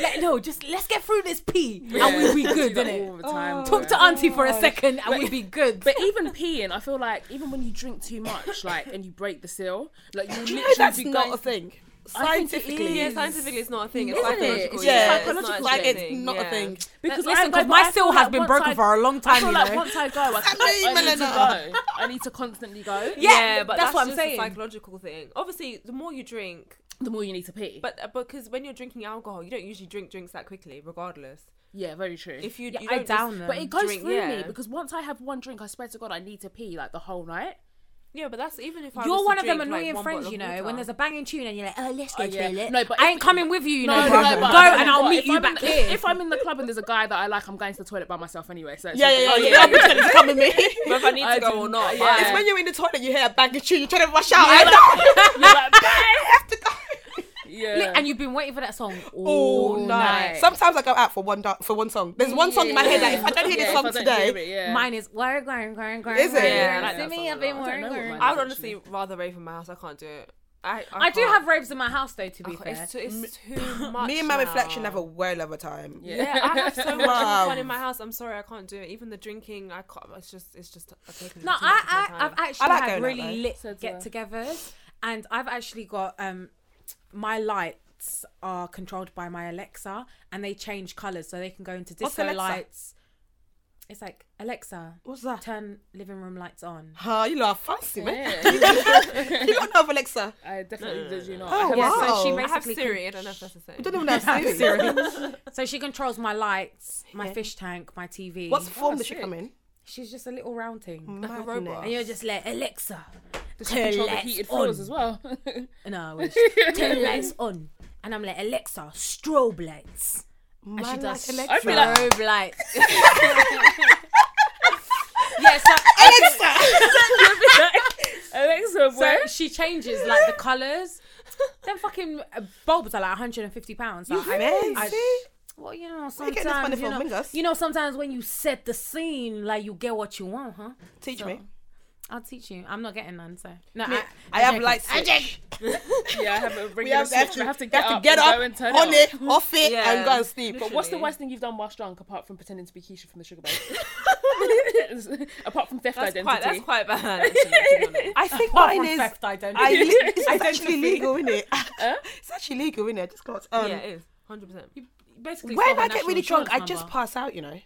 [SPEAKER 5] like, no, just let's get through this pee and we'll be
[SPEAKER 1] I do
[SPEAKER 5] good,
[SPEAKER 1] that
[SPEAKER 5] innit?
[SPEAKER 1] all the time,
[SPEAKER 5] Talk to
[SPEAKER 1] bro.
[SPEAKER 5] auntie for a second and we'll be good.
[SPEAKER 1] "Oh, But even peeing, I feel like even when you drink too much, like and you break the seal, like you
[SPEAKER 2] Do you
[SPEAKER 1] literally
[SPEAKER 2] know that's
[SPEAKER 1] be
[SPEAKER 2] not
[SPEAKER 1] going-
[SPEAKER 2] a thing?
[SPEAKER 1] I think it
[SPEAKER 2] Scientifically,
[SPEAKER 4] Yeah,
[SPEAKER 1] is.
[SPEAKER 4] scientifically, it's not a thing. It's
[SPEAKER 1] Isn't it?
[SPEAKER 4] psychological.
[SPEAKER 1] It's
[SPEAKER 2] yeah,
[SPEAKER 1] psychological.
[SPEAKER 2] it's
[SPEAKER 1] psychological.
[SPEAKER 2] like it's
[SPEAKER 4] thing,
[SPEAKER 2] not
[SPEAKER 4] yeah.
[SPEAKER 2] a thing.
[SPEAKER 1] Because
[SPEAKER 5] Listen,
[SPEAKER 1] I-
[SPEAKER 5] 'cause
[SPEAKER 1] I-
[SPEAKER 5] my
[SPEAKER 1] I feel
[SPEAKER 5] seal has been
[SPEAKER 1] once
[SPEAKER 5] broken
[SPEAKER 1] I-
[SPEAKER 5] for a long time,
[SPEAKER 1] I feel
[SPEAKER 5] you
[SPEAKER 1] like
[SPEAKER 5] know.
[SPEAKER 1] once I go, I,
[SPEAKER 2] me,
[SPEAKER 1] I, I need to
[SPEAKER 2] Melina.
[SPEAKER 1] go. I need to constantly go.
[SPEAKER 5] Yeah,
[SPEAKER 4] but
[SPEAKER 5] that's what I'm
[SPEAKER 4] just a
[SPEAKER 5] saying.
[SPEAKER 4] psychological thing. Obviously, the more you drink,
[SPEAKER 1] The more you need to pee.
[SPEAKER 4] but uh, because when you're drinking alcohol, you don't usually drink drinks that quickly, regardless.
[SPEAKER 1] yeah, very true.
[SPEAKER 4] If you,
[SPEAKER 5] Yeah,
[SPEAKER 4] you
[SPEAKER 5] I
[SPEAKER 4] don't
[SPEAKER 5] down
[SPEAKER 4] just-
[SPEAKER 5] them.
[SPEAKER 1] but it goes
[SPEAKER 4] drink,
[SPEAKER 1] through
[SPEAKER 4] yeah.
[SPEAKER 1] me because once I have one drink, I swear to God, I need to pee like the whole night.
[SPEAKER 4] Yeah, but that's even if I was
[SPEAKER 5] You're
[SPEAKER 4] to
[SPEAKER 5] one of them
[SPEAKER 4] drink, like,
[SPEAKER 5] annoying
[SPEAKER 4] one
[SPEAKER 5] friends,
[SPEAKER 4] bottle
[SPEAKER 5] you
[SPEAKER 4] of
[SPEAKER 5] know,
[SPEAKER 4] water.
[SPEAKER 5] when there's a banging tune and you're like, oh, let's go
[SPEAKER 1] Oh, yeah.
[SPEAKER 5] toilet.
[SPEAKER 1] No, but
[SPEAKER 5] I
[SPEAKER 1] if-
[SPEAKER 5] ain't coming with you, you know.
[SPEAKER 1] No,
[SPEAKER 5] bro.
[SPEAKER 1] no, no, but
[SPEAKER 5] go
[SPEAKER 1] I tell
[SPEAKER 5] and
[SPEAKER 1] you
[SPEAKER 5] I'll
[SPEAKER 1] what,
[SPEAKER 5] meet
[SPEAKER 1] if
[SPEAKER 5] you
[SPEAKER 1] I'm in
[SPEAKER 5] back
[SPEAKER 1] the-
[SPEAKER 5] here.
[SPEAKER 1] If I'm in the club and there's a guy that I like, I'm going to the toilet by myself anyway. So it's Oh,
[SPEAKER 2] Yeah,
[SPEAKER 1] all
[SPEAKER 2] yeah,
[SPEAKER 1] good.
[SPEAKER 2] yeah, yeah. I'm just gonna just come with me.
[SPEAKER 4] whether I need
[SPEAKER 1] I
[SPEAKER 4] to go
[SPEAKER 1] do
[SPEAKER 4] or
[SPEAKER 1] not,
[SPEAKER 4] not. Yeah.
[SPEAKER 2] It's
[SPEAKER 1] Yeah.
[SPEAKER 2] when you're in the toilet, you hear a bang of tune, you're trying to rush out.
[SPEAKER 1] Yeah,
[SPEAKER 2] I
[SPEAKER 1] like-
[SPEAKER 2] know.
[SPEAKER 1] You're like,
[SPEAKER 2] I have to go.
[SPEAKER 1] yeah.
[SPEAKER 5] And you've been waiting for that song all,
[SPEAKER 2] All
[SPEAKER 5] night.
[SPEAKER 2] night. Sometimes I go out for one da- for one song. There's one song in my head that if I don't
[SPEAKER 1] Yeah,
[SPEAKER 2] hear
[SPEAKER 1] if
[SPEAKER 2] this song
[SPEAKER 1] I don't hear
[SPEAKER 2] today,
[SPEAKER 1] it, yeah.
[SPEAKER 5] Mine is work, work, work, work.
[SPEAKER 2] Is it?
[SPEAKER 5] work,
[SPEAKER 2] Yeah,
[SPEAKER 5] work.
[SPEAKER 4] I like
[SPEAKER 5] See
[SPEAKER 4] that
[SPEAKER 5] me,
[SPEAKER 4] song a
[SPEAKER 5] I've been
[SPEAKER 4] lot.
[SPEAKER 1] I don't know what
[SPEAKER 5] work,
[SPEAKER 1] mine
[SPEAKER 5] work.
[SPEAKER 4] I would honestly rather rave in my house. I can't do it. I,
[SPEAKER 5] I do
[SPEAKER 4] can't.
[SPEAKER 5] have robes in my house though. To be
[SPEAKER 4] I can't-
[SPEAKER 5] fair,
[SPEAKER 4] It's too, it's too much.
[SPEAKER 2] Me and my
[SPEAKER 4] now.
[SPEAKER 2] reflection have a well of a time.
[SPEAKER 1] Yeah.
[SPEAKER 4] Yeah, I have so much
[SPEAKER 2] Wow.
[SPEAKER 4] fun in my house. I'm sorry, I can't do it. Even the drinking, I can't. It's just, it's just. I've taken
[SPEAKER 5] No,
[SPEAKER 4] too much of my
[SPEAKER 5] I, I
[SPEAKER 4] time.
[SPEAKER 5] I've actually
[SPEAKER 2] I like going
[SPEAKER 5] had
[SPEAKER 2] out,
[SPEAKER 5] really
[SPEAKER 2] though.
[SPEAKER 5] lit
[SPEAKER 1] So do I.
[SPEAKER 5] get-togethers, and I've actually got um, my lights are controlled by my Alexa, and they change colors so they can go into
[SPEAKER 2] What's
[SPEAKER 5] disco
[SPEAKER 2] Alexa?
[SPEAKER 5] lights. It's like Alexa,
[SPEAKER 2] What's that?
[SPEAKER 5] turn living room lights on.
[SPEAKER 2] Oh, you lot are fancy, man.
[SPEAKER 1] Yeah.
[SPEAKER 2] you lot know of Alexa.
[SPEAKER 1] I definitely did you not.
[SPEAKER 2] Oh,
[SPEAKER 1] I have
[SPEAKER 2] wow.
[SPEAKER 1] a-
[SPEAKER 5] so she
[SPEAKER 4] I have
[SPEAKER 5] basically con-
[SPEAKER 4] Siri. I don't know if that's the same.
[SPEAKER 2] I don't even have Siri.
[SPEAKER 5] so she controls my lights, my
[SPEAKER 2] Yeah.
[SPEAKER 5] fish tank, my TV.
[SPEAKER 2] What's Mm. form does she
[SPEAKER 1] sick.
[SPEAKER 2] come in?
[SPEAKER 5] She's just a little round thing,
[SPEAKER 2] Like
[SPEAKER 4] a robot.
[SPEAKER 5] and you're just like Alexa,
[SPEAKER 1] Does she control the
[SPEAKER 5] Let's
[SPEAKER 1] heated floors
[SPEAKER 5] on.
[SPEAKER 1] as well?
[SPEAKER 5] no, I wish. turn lights on, and I'm like Alexa, strobe lights. And she does
[SPEAKER 1] I'd be like-
[SPEAKER 5] strobe lights. yeah, so,
[SPEAKER 1] Alexa, where?
[SPEAKER 5] so she changes like the colours. Them fucking uh, bulbs are like 150 pounds. Like, I- I- well, you know,
[SPEAKER 2] getting this money
[SPEAKER 5] sometimes you
[SPEAKER 2] from
[SPEAKER 5] know,
[SPEAKER 2] Mingus?
[SPEAKER 5] you know, sometimes when you set the scene, like you get what you want, huh?
[SPEAKER 2] Teach me.
[SPEAKER 5] I'll teach you. I'm not getting none, so no.
[SPEAKER 2] I,
[SPEAKER 5] I,
[SPEAKER 2] have
[SPEAKER 5] joking.
[SPEAKER 2] light switch.
[SPEAKER 1] yeah, I have a
[SPEAKER 2] We
[SPEAKER 1] regular
[SPEAKER 2] have,
[SPEAKER 1] switch.
[SPEAKER 2] to,
[SPEAKER 1] I have to
[SPEAKER 2] we
[SPEAKER 1] get,
[SPEAKER 2] have
[SPEAKER 1] up,
[SPEAKER 2] to get
[SPEAKER 1] and
[SPEAKER 2] up,
[SPEAKER 1] go and turn
[SPEAKER 2] on
[SPEAKER 1] it.
[SPEAKER 2] it, off it,
[SPEAKER 4] Yeah.
[SPEAKER 2] and go and sleep.
[SPEAKER 1] But what's the
[SPEAKER 4] Literally.
[SPEAKER 1] worst thing you've done whilst drunk apart from pretending to be Keisha from the Sugar Babes? apart from theft
[SPEAKER 4] That's
[SPEAKER 1] identity.
[SPEAKER 4] quite. That's quite bad. Actually, to be honest.
[SPEAKER 2] I think
[SPEAKER 5] Apart
[SPEAKER 2] mine
[SPEAKER 5] from
[SPEAKER 2] is.
[SPEAKER 5] theft, I don't.
[SPEAKER 2] I,
[SPEAKER 5] think.
[SPEAKER 2] it's actually legal, isn't it? it's actually legal, isn't it? I just got. Um,
[SPEAKER 4] yeah, it is. Hundred percent.
[SPEAKER 5] Basically, it's
[SPEAKER 2] when
[SPEAKER 5] got
[SPEAKER 2] I
[SPEAKER 5] her
[SPEAKER 2] get really
[SPEAKER 5] national
[SPEAKER 2] drunk, I
[SPEAKER 5] insurance
[SPEAKER 2] just
[SPEAKER 5] number.
[SPEAKER 2] pass out, you know.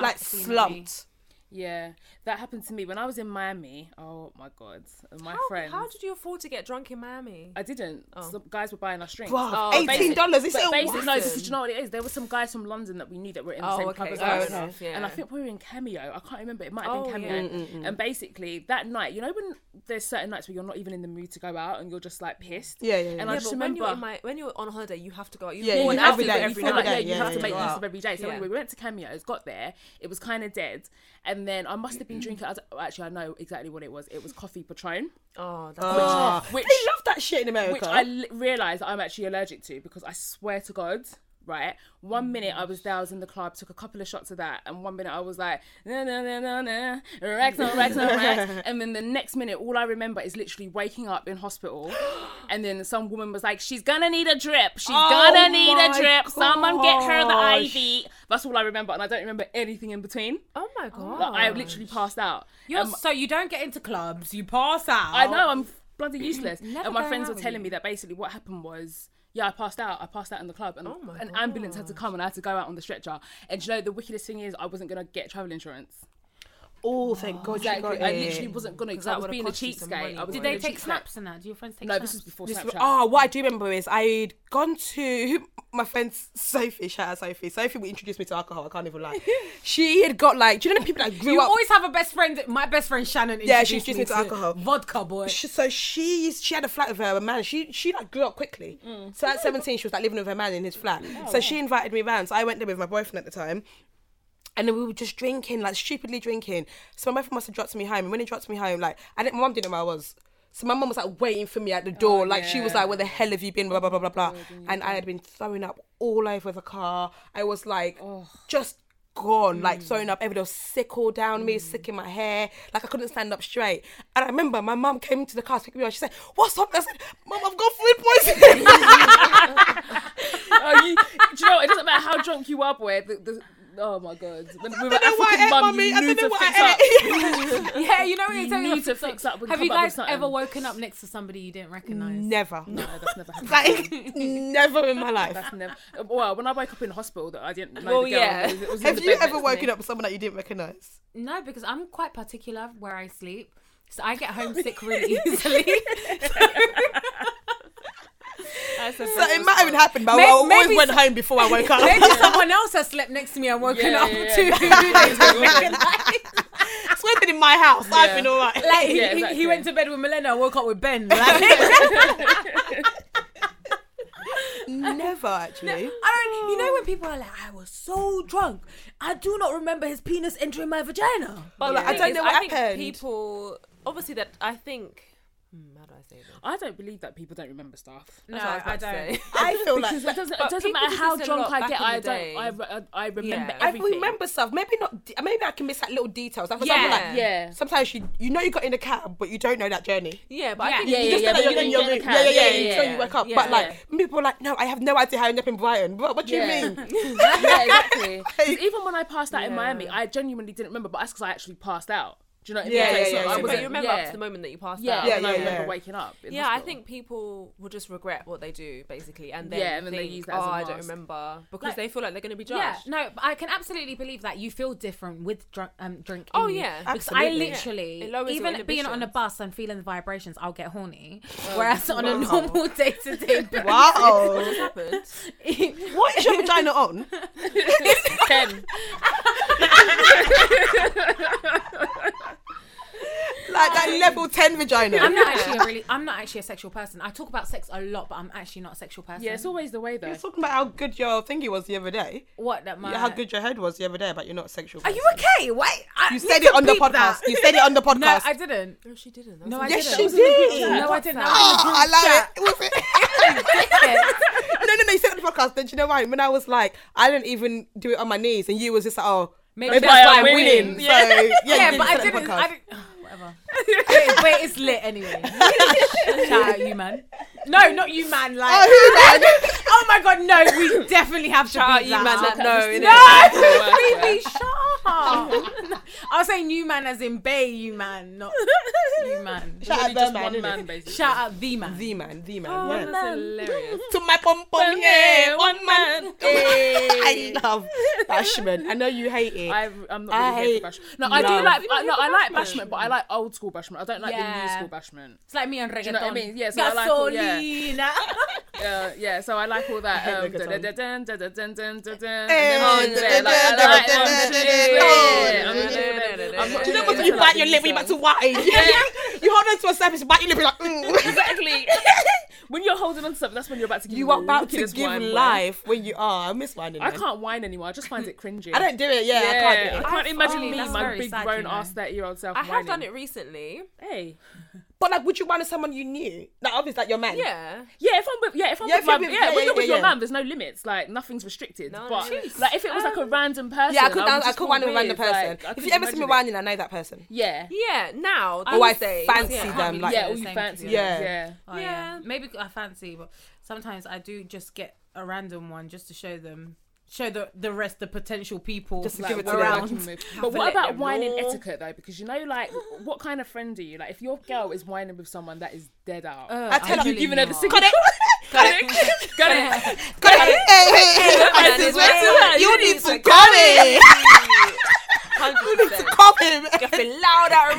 [SPEAKER 2] Like
[SPEAKER 5] Absolutely.
[SPEAKER 2] slumped.
[SPEAKER 1] Yeah, that happened to me when I was in Miami. Oh my god, my
[SPEAKER 4] How,
[SPEAKER 1] friends.
[SPEAKER 4] how did you afford to get drunk in Miami?
[SPEAKER 1] I didn't. Some guys were buying us drinks.
[SPEAKER 2] Bruh,
[SPEAKER 4] Oh,
[SPEAKER 2] eighteen dollars. It's
[SPEAKER 1] But basically, no,
[SPEAKER 4] Watson.
[SPEAKER 1] do you know what it is? There were some guys from London that we knew that were in the
[SPEAKER 4] Oh,
[SPEAKER 1] same
[SPEAKER 4] okay,
[SPEAKER 1] club as
[SPEAKER 4] fair
[SPEAKER 1] us.
[SPEAKER 4] enough, yeah.
[SPEAKER 1] And I think we were in Cameo. I can't remember. It might have
[SPEAKER 4] Oh,
[SPEAKER 1] been
[SPEAKER 4] yeah.
[SPEAKER 1] Cameo. And basically, that night, you know when there's certain nights where you're not even in the mood to go out and you're just like pissed?
[SPEAKER 2] Yeah, yeah, yeah.
[SPEAKER 1] And
[SPEAKER 2] Yeah,
[SPEAKER 1] I
[SPEAKER 4] yeah,
[SPEAKER 1] just
[SPEAKER 4] but
[SPEAKER 1] remember...
[SPEAKER 4] when you're in my, when you're on holiday, you have to go out. You
[SPEAKER 2] Yeah,
[SPEAKER 4] have
[SPEAKER 2] you
[SPEAKER 1] Well,
[SPEAKER 4] to go out
[SPEAKER 2] every
[SPEAKER 1] you
[SPEAKER 4] to
[SPEAKER 1] feel
[SPEAKER 2] day, you
[SPEAKER 4] every
[SPEAKER 2] feel
[SPEAKER 1] like,
[SPEAKER 4] night.
[SPEAKER 2] day,
[SPEAKER 1] yeah, you
[SPEAKER 2] yeah,
[SPEAKER 1] have to
[SPEAKER 2] yeah,
[SPEAKER 1] make
[SPEAKER 2] yeah.
[SPEAKER 1] use of every day. So
[SPEAKER 4] Yeah.
[SPEAKER 1] anyway, we went to Cameos, got there. It was kind of dead, and then I must have been drinking. I don't- actually, I know exactly what it was. It was coffee Patron,
[SPEAKER 4] Oh, that's
[SPEAKER 2] Ah,
[SPEAKER 1] which-
[SPEAKER 2] they love that shit in America.
[SPEAKER 1] which I l- realized I'm actually allergic to because I swear to God. Right, one minute I was there, I was in the club, took a couple of shots of that, and one minute I was like, na na na na na, Rex on Rex on Rex, and then the next minute, all I remember is literally waking up in hospital, and then some woman was like, "She's gonna need a drip, she's
[SPEAKER 2] Oh
[SPEAKER 1] gonna need
[SPEAKER 2] my
[SPEAKER 1] a drip, someone get her
[SPEAKER 2] gosh.
[SPEAKER 1] the IV." That's all I remember, and I don't remember anything in between.
[SPEAKER 4] Oh my god.
[SPEAKER 1] Like, I literally passed out.
[SPEAKER 5] You're,
[SPEAKER 1] And
[SPEAKER 5] so you don't get into clubs. You pass out.
[SPEAKER 1] I know I'm bloody useless.
[SPEAKER 5] Never
[SPEAKER 1] and my
[SPEAKER 5] going
[SPEAKER 1] friends
[SPEAKER 5] out
[SPEAKER 1] were
[SPEAKER 5] with
[SPEAKER 1] telling
[SPEAKER 5] you.
[SPEAKER 1] me that basically what happened was. Yeah, I passed out. I passed out in the club,
[SPEAKER 2] Oh
[SPEAKER 1] and
[SPEAKER 4] my
[SPEAKER 1] an ambulance had to come, and I had to go out on the stretcher. And do you know, the wickedest thing is, I wasn't gonna get travel insurance.
[SPEAKER 2] oh, thank God you got
[SPEAKER 1] I
[SPEAKER 2] it.
[SPEAKER 1] literally wasn't gonna. Cause
[SPEAKER 4] that
[SPEAKER 1] I was
[SPEAKER 4] would've
[SPEAKER 1] being a
[SPEAKER 4] cost you some money.
[SPEAKER 1] cheapskate. I was being
[SPEAKER 5] Did they
[SPEAKER 1] a
[SPEAKER 5] take
[SPEAKER 1] cheapskate.
[SPEAKER 5] snaps and that? Do your friends take
[SPEAKER 1] No,
[SPEAKER 5] snaps?
[SPEAKER 1] this was before
[SPEAKER 2] This was-
[SPEAKER 1] Snapchat.
[SPEAKER 2] oh, what I do remember is I'd gone to my friend Sophie. Shout out Sophie. Sophie would introduce me to alcohol. I can't even lie. she had got like, do you know the people that grew
[SPEAKER 5] You
[SPEAKER 2] up?
[SPEAKER 5] always have a best friend. My best friend Shannon.
[SPEAKER 2] Yeah, she
[SPEAKER 5] introduced
[SPEAKER 2] introduced me to alcohol.
[SPEAKER 5] Vodka boy.
[SPEAKER 2] She- so she used- she had a flat with her man. She she like grew up quickly. So at seventeen, she was like living with her man in his flat. so she invited me round. So I went there with my boyfriend at the time. And then we were just drinking, like stupidly drinking. So my boyfriend must have dropped me home. And when he dropped me home, like I didn't, my mum didn't know where I was. So my mum was like waiting for me at the door. like she was
[SPEAKER 1] Oh, yeah.
[SPEAKER 2] like, "Where the hell have you been?" Blah blah blah blah blah. And I had been throwing up all over the car. I was like, just gone,
[SPEAKER 1] Mm.
[SPEAKER 2] like throwing up everywhere. There was sick all down me, sick in my hair. Like I couldn't stand up straight. And I remember my mum came to the car to pick me up. She said, "What's up?" I said, "Mum, I've got food poisoning."
[SPEAKER 1] Oh, you, do you know? what? It doesn't matter how drunk you are, boy. The, the, oh my god! When,
[SPEAKER 2] I
[SPEAKER 1] with
[SPEAKER 2] don't
[SPEAKER 1] an
[SPEAKER 2] know what I
[SPEAKER 1] African
[SPEAKER 2] ate,
[SPEAKER 1] mum,
[SPEAKER 2] mummy.
[SPEAKER 1] you
[SPEAKER 2] I
[SPEAKER 1] need
[SPEAKER 2] don't know
[SPEAKER 1] to
[SPEAKER 2] what
[SPEAKER 1] fix
[SPEAKER 2] I
[SPEAKER 1] up.
[SPEAKER 2] ate.
[SPEAKER 5] yeah, you know what
[SPEAKER 1] You
[SPEAKER 5] you're
[SPEAKER 1] need to fix up and
[SPEAKER 5] Have
[SPEAKER 1] come
[SPEAKER 5] you
[SPEAKER 1] up with
[SPEAKER 5] guys
[SPEAKER 1] something.
[SPEAKER 5] ever woken up next to somebody you didn't recognize?
[SPEAKER 2] never,
[SPEAKER 1] No, that's never happened.
[SPEAKER 2] like never in my life.
[SPEAKER 1] That's never. Well, when I woke up in hospital, that I didn't know.
[SPEAKER 4] Well,
[SPEAKER 1] the girl,
[SPEAKER 4] yeah.
[SPEAKER 1] it was- it was in
[SPEAKER 2] Have
[SPEAKER 1] the
[SPEAKER 2] you
[SPEAKER 1] bed
[SPEAKER 2] ever
[SPEAKER 1] next to me.
[SPEAKER 2] woken up with someone that you didn't recognize?
[SPEAKER 5] No, because I'm quite particular where I sleep, so I get homesick really easily.
[SPEAKER 4] That's a
[SPEAKER 2] So it might have even happened, but
[SPEAKER 5] May-
[SPEAKER 2] I always
[SPEAKER 5] maybe
[SPEAKER 2] went
[SPEAKER 5] so-
[SPEAKER 2] home before I woke up.
[SPEAKER 5] Maybe someone else has slept next to me and woken
[SPEAKER 1] Yeah,
[SPEAKER 5] up
[SPEAKER 1] yeah,
[SPEAKER 5] too.
[SPEAKER 1] yeah.
[SPEAKER 2] It's working in my house. I've
[SPEAKER 1] Yeah.
[SPEAKER 2] been all right.
[SPEAKER 5] Like he,
[SPEAKER 1] Yeah,
[SPEAKER 5] he- he
[SPEAKER 1] exactly.
[SPEAKER 5] went to bed with Milena and woke up with Ben. Like,
[SPEAKER 2] Never actually.
[SPEAKER 5] I don't. You know when people are like, "I was so drunk, I do not remember his penis entering my vagina."
[SPEAKER 4] But
[SPEAKER 2] Like,
[SPEAKER 4] the
[SPEAKER 2] I
[SPEAKER 4] thing
[SPEAKER 2] don't
[SPEAKER 4] is,
[SPEAKER 2] know what
[SPEAKER 4] I think
[SPEAKER 2] happened.
[SPEAKER 4] people obviously that I think Hmm, how do I say this?
[SPEAKER 1] I don't believe that people don't remember stuff.
[SPEAKER 5] No,
[SPEAKER 4] That's what was
[SPEAKER 5] I
[SPEAKER 4] about to
[SPEAKER 5] don't.
[SPEAKER 4] say.
[SPEAKER 2] I feel like
[SPEAKER 1] Because it doesn't, it
[SPEAKER 4] but
[SPEAKER 1] doesn't
[SPEAKER 4] people
[SPEAKER 1] matter
[SPEAKER 4] did
[SPEAKER 1] how
[SPEAKER 4] this a
[SPEAKER 1] drunk
[SPEAKER 4] lot
[SPEAKER 1] I
[SPEAKER 4] back
[SPEAKER 1] get,
[SPEAKER 4] in the
[SPEAKER 1] I
[SPEAKER 4] day.
[SPEAKER 1] don't. I, re- I, I remember
[SPEAKER 4] Yeah. I
[SPEAKER 2] I
[SPEAKER 1] everything.
[SPEAKER 2] remember stuff. Maybe not. Maybe I can miss like little details. Like, for
[SPEAKER 4] Yeah.
[SPEAKER 2] example, like
[SPEAKER 1] Yeah.
[SPEAKER 2] sometimes you you know you got in a cab, but you don't know that journey.
[SPEAKER 4] Yeah, but I
[SPEAKER 5] Yeah.
[SPEAKER 4] think
[SPEAKER 1] Yeah,
[SPEAKER 2] you
[SPEAKER 1] yeah,
[SPEAKER 2] just
[SPEAKER 1] yeah.
[SPEAKER 2] know that
[SPEAKER 1] but
[SPEAKER 2] you're in
[SPEAKER 1] you
[SPEAKER 2] your
[SPEAKER 1] get in
[SPEAKER 2] room.
[SPEAKER 1] the
[SPEAKER 2] Yeah,
[SPEAKER 1] cab.
[SPEAKER 2] yeah, yeah.
[SPEAKER 1] Yeah, yeah,
[SPEAKER 2] Until
[SPEAKER 1] yeah.
[SPEAKER 2] you wake up.
[SPEAKER 4] Yeah.
[SPEAKER 2] But like people are like, no, I have no idea how I ended up in Brighton. What, what do you
[SPEAKER 1] Yeah.
[SPEAKER 2] mean?
[SPEAKER 1] yeah, exactly. 'Cause
[SPEAKER 2] Like-
[SPEAKER 1] even when I passed out in
[SPEAKER 4] Yeah.
[SPEAKER 1] Miami, I genuinely didn't remember, but that's because I actually passed out. Do you know what I mean?
[SPEAKER 2] Yeah,
[SPEAKER 1] Like,
[SPEAKER 2] yeah, yeah,
[SPEAKER 1] I
[SPEAKER 2] yeah.
[SPEAKER 4] but
[SPEAKER 1] wasn't-
[SPEAKER 4] you remember up
[SPEAKER 1] yeah.
[SPEAKER 4] to the moment that you passed
[SPEAKER 1] Yeah,
[SPEAKER 4] out.
[SPEAKER 1] yeah,
[SPEAKER 2] Yeah,
[SPEAKER 1] I
[SPEAKER 2] yeah,
[SPEAKER 1] remember
[SPEAKER 2] yeah.
[SPEAKER 1] waking up. in
[SPEAKER 4] Yeah, I
[SPEAKER 1] hospital.
[SPEAKER 4] think people will just regret what they do basically, and then
[SPEAKER 1] Yeah, and then
[SPEAKER 4] think,
[SPEAKER 1] they use that as
[SPEAKER 4] "Oh,
[SPEAKER 1] a
[SPEAKER 4] I don't
[SPEAKER 1] mask."
[SPEAKER 4] remember," because
[SPEAKER 5] Like-
[SPEAKER 4] they feel like they're going to be
[SPEAKER 5] Yeah,
[SPEAKER 4] judged.
[SPEAKER 5] no, but I can absolutely believe that you feel different with drunk, um, drink.
[SPEAKER 4] Oh,
[SPEAKER 5] in you.
[SPEAKER 4] yeah.
[SPEAKER 5] because
[SPEAKER 2] Absolutely.
[SPEAKER 5] I literally
[SPEAKER 4] Yeah. It lowers your
[SPEAKER 5] even being on a
[SPEAKER 4] inhibitions.
[SPEAKER 5] bus and feeling the vibrations, I'll get horny. Whereas on a normal day to day,
[SPEAKER 2] Wow.
[SPEAKER 4] What happened?
[SPEAKER 2] what is your vagina on?
[SPEAKER 1] Ken,
[SPEAKER 2] Like that level ten vagina.
[SPEAKER 5] I'm not actually a really, I'm not actually a sexual person. I talk about sex a lot, but I'm actually not a sexual person.
[SPEAKER 1] yeah, it's always the way though.
[SPEAKER 2] You're talking about how good your thingy was the other day.
[SPEAKER 5] what that my
[SPEAKER 2] how good your head was the other day, but you're not a sexual.
[SPEAKER 5] Uh, Are
[SPEAKER 2] Person.
[SPEAKER 5] you okay? Wait, I
[SPEAKER 2] You
[SPEAKER 5] need
[SPEAKER 2] said
[SPEAKER 5] to
[SPEAKER 2] it on the
[SPEAKER 5] beep
[SPEAKER 2] podcast.
[SPEAKER 5] that.
[SPEAKER 2] You said it on the podcast.
[SPEAKER 5] No, I didn't.
[SPEAKER 4] No, she didn't.
[SPEAKER 5] No, I
[SPEAKER 2] Yes,
[SPEAKER 5] didn't.
[SPEAKER 2] she
[SPEAKER 5] It was in
[SPEAKER 2] did.
[SPEAKER 5] the group chat. No, I didn't.
[SPEAKER 2] Oh, I love
[SPEAKER 5] chat.
[SPEAKER 2] it. Was it? no, no, no. You said it on the podcast. Then do you know why? When I was like, I didn't even do it on my knees, and you was just like, oh, maybe, that's why I'm winning. So yeah,
[SPEAKER 5] Yeah,
[SPEAKER 2] you
[SPEAKER 5] but I
[SPEAKER 2] said it on
[SPEAKER 5] didn't.
[SPEAKER 2] the
[SPEAKER 5] I
[SPEAKER 2] podcast.
[SPEAKER 5] didn't whatever. Wait, wait, it's lit anyway. Shout out you, man. No, not you, man. Like,
[SPEAKER 2] Oh, who then?
[SPEAKER 5] oh my god, no, we definitely have to
[SPEAKER 4] Shout out
[SPEAKER 5] beat
[SPEAKER 4] you,
[SPEAKER 5] that.
[SPEAKER 4] man. That no, innit?
[SPEAKER 5] No, Phoebe, shut up. I was saying you, man, as in Bay, you, man, not you, man.
[SPEAKER 2] Shout out
[SPEAKER 1] Only
[SPEAKER 2] the
[SPEAKER 1] just
[SPEAKER 2] man,
[SPEAKER 1] one
[SPEAKER 2] innit?
[SPEAKER 1] man, basically.
[SPEAKER 5] Shout out the man. Oh,
[SPEAKER 2] the man, the man.
[SPEAKER 4] That's
[SPEAKER 2] yeah.
[SPEAKER 4] hilarious.
[SPEAKER 2] To my pom pom, yeah, one man. I
[SPEAKER 1] Hey.
[SPEAKER 2] love bashment. I know you hate it.
[SPEAKER 1] I, I'm not really
[SPEAKER 2] I
[SPEAKER 1] here for bashment. No, I do
[SPEAKER 2] love-
[SPEAKER 1] like I, no, I like bashment, but I like old school bashment. I don't like the
[SPEAKER 5] Yeah.
[SPEAKER 1] new school bashment.
[SPEAKER 5] It's like me and reggaeton.
[SPEAKER 1] you know what I mean? Yeah, so I like all- yeah.
[SPEAKER 5] Gasolina.
[SPEAKER 1] Uh, yeah, so I like all that.
[SPEAKER 2] hate
[SPEAKER 1] Um,
[SPEAKER 2] reggaeton.
[SPEAKER 1] dun- dun- dun- dun- dun- dun- dun- dun- dun, and
[SPEAKER 2] Hey,
[SPEAKER 1] then on
[SPEAKER 2] dun-
[SPEAKER 1] there,
[SPEAKER 2] dun-
[SPEAKER 1] like, I
[SPEAKER 2] dun-
[SPEAKER 1] like
[SPEAKER 2] dun-
[SPEAKER 1] all
[SPEAKER 2] dun-
[SPEAKER 1] the
[SPEAKER 2] dun-
[SPEAKER 1] shit.
[SPEAKER 2] dun-
[SPEAKER 1] I'm not- I'm
[SPEAKER 4] dun-
[SPEAKER 1] not-
[SPEAKER 4] dun-
[SPEAKER 2] you know
[SPEAKER 4] dun-
[SPEAKER 2] when you
[SPEAKER 1] I
[SPEAKER 2] bite
[SPEAKER 1] like
[SPEAKER 2] your
[SPEAKER 1] these
[SPEAKER 2] lip, when you about
[SPEAKER 1] songs.
[SPEAKER 2] to wine. you hold on to a surface, you bite your lip, you're like, mm.
[SPEAKER 1] Exactly. When you're holding on to something, that's when you're about to give.
[SPEAKER 2] You are about to
[SPEAKER 1] wickedest
[SPEAKER 2] give
[SPEAKER 1] wine, boy.
[SPEAKER 2] life when you are. I miss whining.
[SPEAKER 1] I
[SPEAKER 2] man.
[SPEAKER 1] can't whine anymore. I just find it cringy.
[SPEAKER 2] I don't do it. Yeah,
[SPEAKER 1] Yeah,
[SPEAKER 2] I can't do it.
[SPEAKER 1] I can't
[SPEAKER 5] I've-
[SPEAKER 1] imagine
[SPEAKER 5] oh,
[SPEAKER 1] me,
[SPEAKER 5] that's
[SPEAKER 1] my
[SPEAKER 5] very
[SPEAKER 1] big
[SPEAKER 5] sad,
[SPEAKER 1] grown
[SPEAKER 5] you know.
[SPEAKER 1] ass thirty year old self.
[SPEAKER 4] I have
[SPEAKER 1] whining.
[SPEAKER 4] done it recently.
[SPEAKER 1] Hey.
[SPEAKER 2] But like, would you mind if someone you knew? Like, obviously, like your man.
[SPEAKER 4] Yeah.
[SPEAKER 1] Yeah, if I'm with yeah, if I'm
[SPEAKER 2] Yeah,
[SPEAKER 1] with
[SPEAKER 2] if you're
[SPEAKER 1] my yeah,
[SPEAKER 2] with- yeah,
[SPEAKER 1] when
[SPEAKER 2] yeah,
[SPEAKER 1] you're with
[SPEAKER 2] yeah,
[SPEAKER 1] your
[SPEAKER 2] yeah.
[SPEAKER 1] man, there's no limits. Like nothing's restricted.
[SPEAKER 4] No, no,
[SPEAKER 1] but
[SPEAKER 4] no. Jeez.
[SPEAKER 1] like if it was like a random person,
[SPEAKER 2] Um, Yeah, I could.
[SPEAKER 1] would
[SPEAKER 2] I, I
[SPEAKER 1] just
[SPEAKER 2] could
[SPEAKER 1] feel
[SPEAKER 2] wine with a random
[SPEAKER 1] weird,
[SPEAKER 2] person.
[SPEAKER 1] like, I
[SPEAKER 2] if you
[SPEAKER 1] couldn't
[SPEAKER 2] ever see
[SPEAKER 1] imagine
[SPEAKER 2] me
[SPEAKER 1] it.
[SPEAKER 2] whining, I know that person.
[SPEAKER 1] yeah,
[SPEAKER 4] Yeah. Now
[SPEAKER 2] Oh, I
[SPEAKER 4] these days,
[SPEAKER 2] fancy
[SPEAKER 4] yeah.
[SPEAKER 2] them. Like,
[SPEAKER 1] yeah,
[SPEAKER 5] the
[SPEAKER 1] all you
[SPEAKER 5] same,
[SPEAKER 1] fancy,
[SPEAKER 5] to
[SPEAKER 2] be
[SPEAKER 1] yeah.
[SPEAKER 2] honest. Yeah.
[SPEAKER 1] yeah.
[SPEAKER 5] Oh, yeah.
[SPEAKER 4] Yeah.
[SPEAKER 5] Maybe I fancy, but sometimes I do just get a random one just to show them, show the the rest the potential people
[SPEAKER 2] Just to
[SPEAKER 5] like,
[SPEAKER 2] give it to them.
[SPEAKER 5] around.
[SPEAKER 1] But
[SPEAKER 4] to
[SPEAKER 1] what
[SPEAKER 4] let
[SPEAKER 1] about
[SPEAKER 4] them
[SPEAKER 1] whining
[SPEAKER 4] know.
[SPEAKER 1] etiquette though? Because you know, like, what kind of friend are you? Like, if your girl is whining with someone that is dead out,
[SPEAKER 5] Uh.
[SPEAKER 2] I tell
[SPEAKER 1] you
[SPEAKER 2] you,
[SPEAKER 1] you giving her the signal.
[SPEAKER 2] Got
[SPEAKER 1] Got it.
[SPEAKER 2] it.
[SPEAKER 1] Got it.
[SPEAKER 2] Got it. Hey, hey, hey. I
[SPEAKER 4] is
[SPEAKER 2] said,
[SPEAKER 4] where
[SPEAKER 2] "Wait,
[SPEAKER 4] it's at.
[SPEAKER 2] You
[SPEAKER 4] You
[SPEAKER 2] need
[SPEAKER 4] need
[SPEAKER 2] to
[SPEAKER 4] to
[SPEAKER 2] call him.
[SPEAKER 4] Hundred percent.
[SPEAKER 2] Call him.
[SPEAKER 4] Be louder,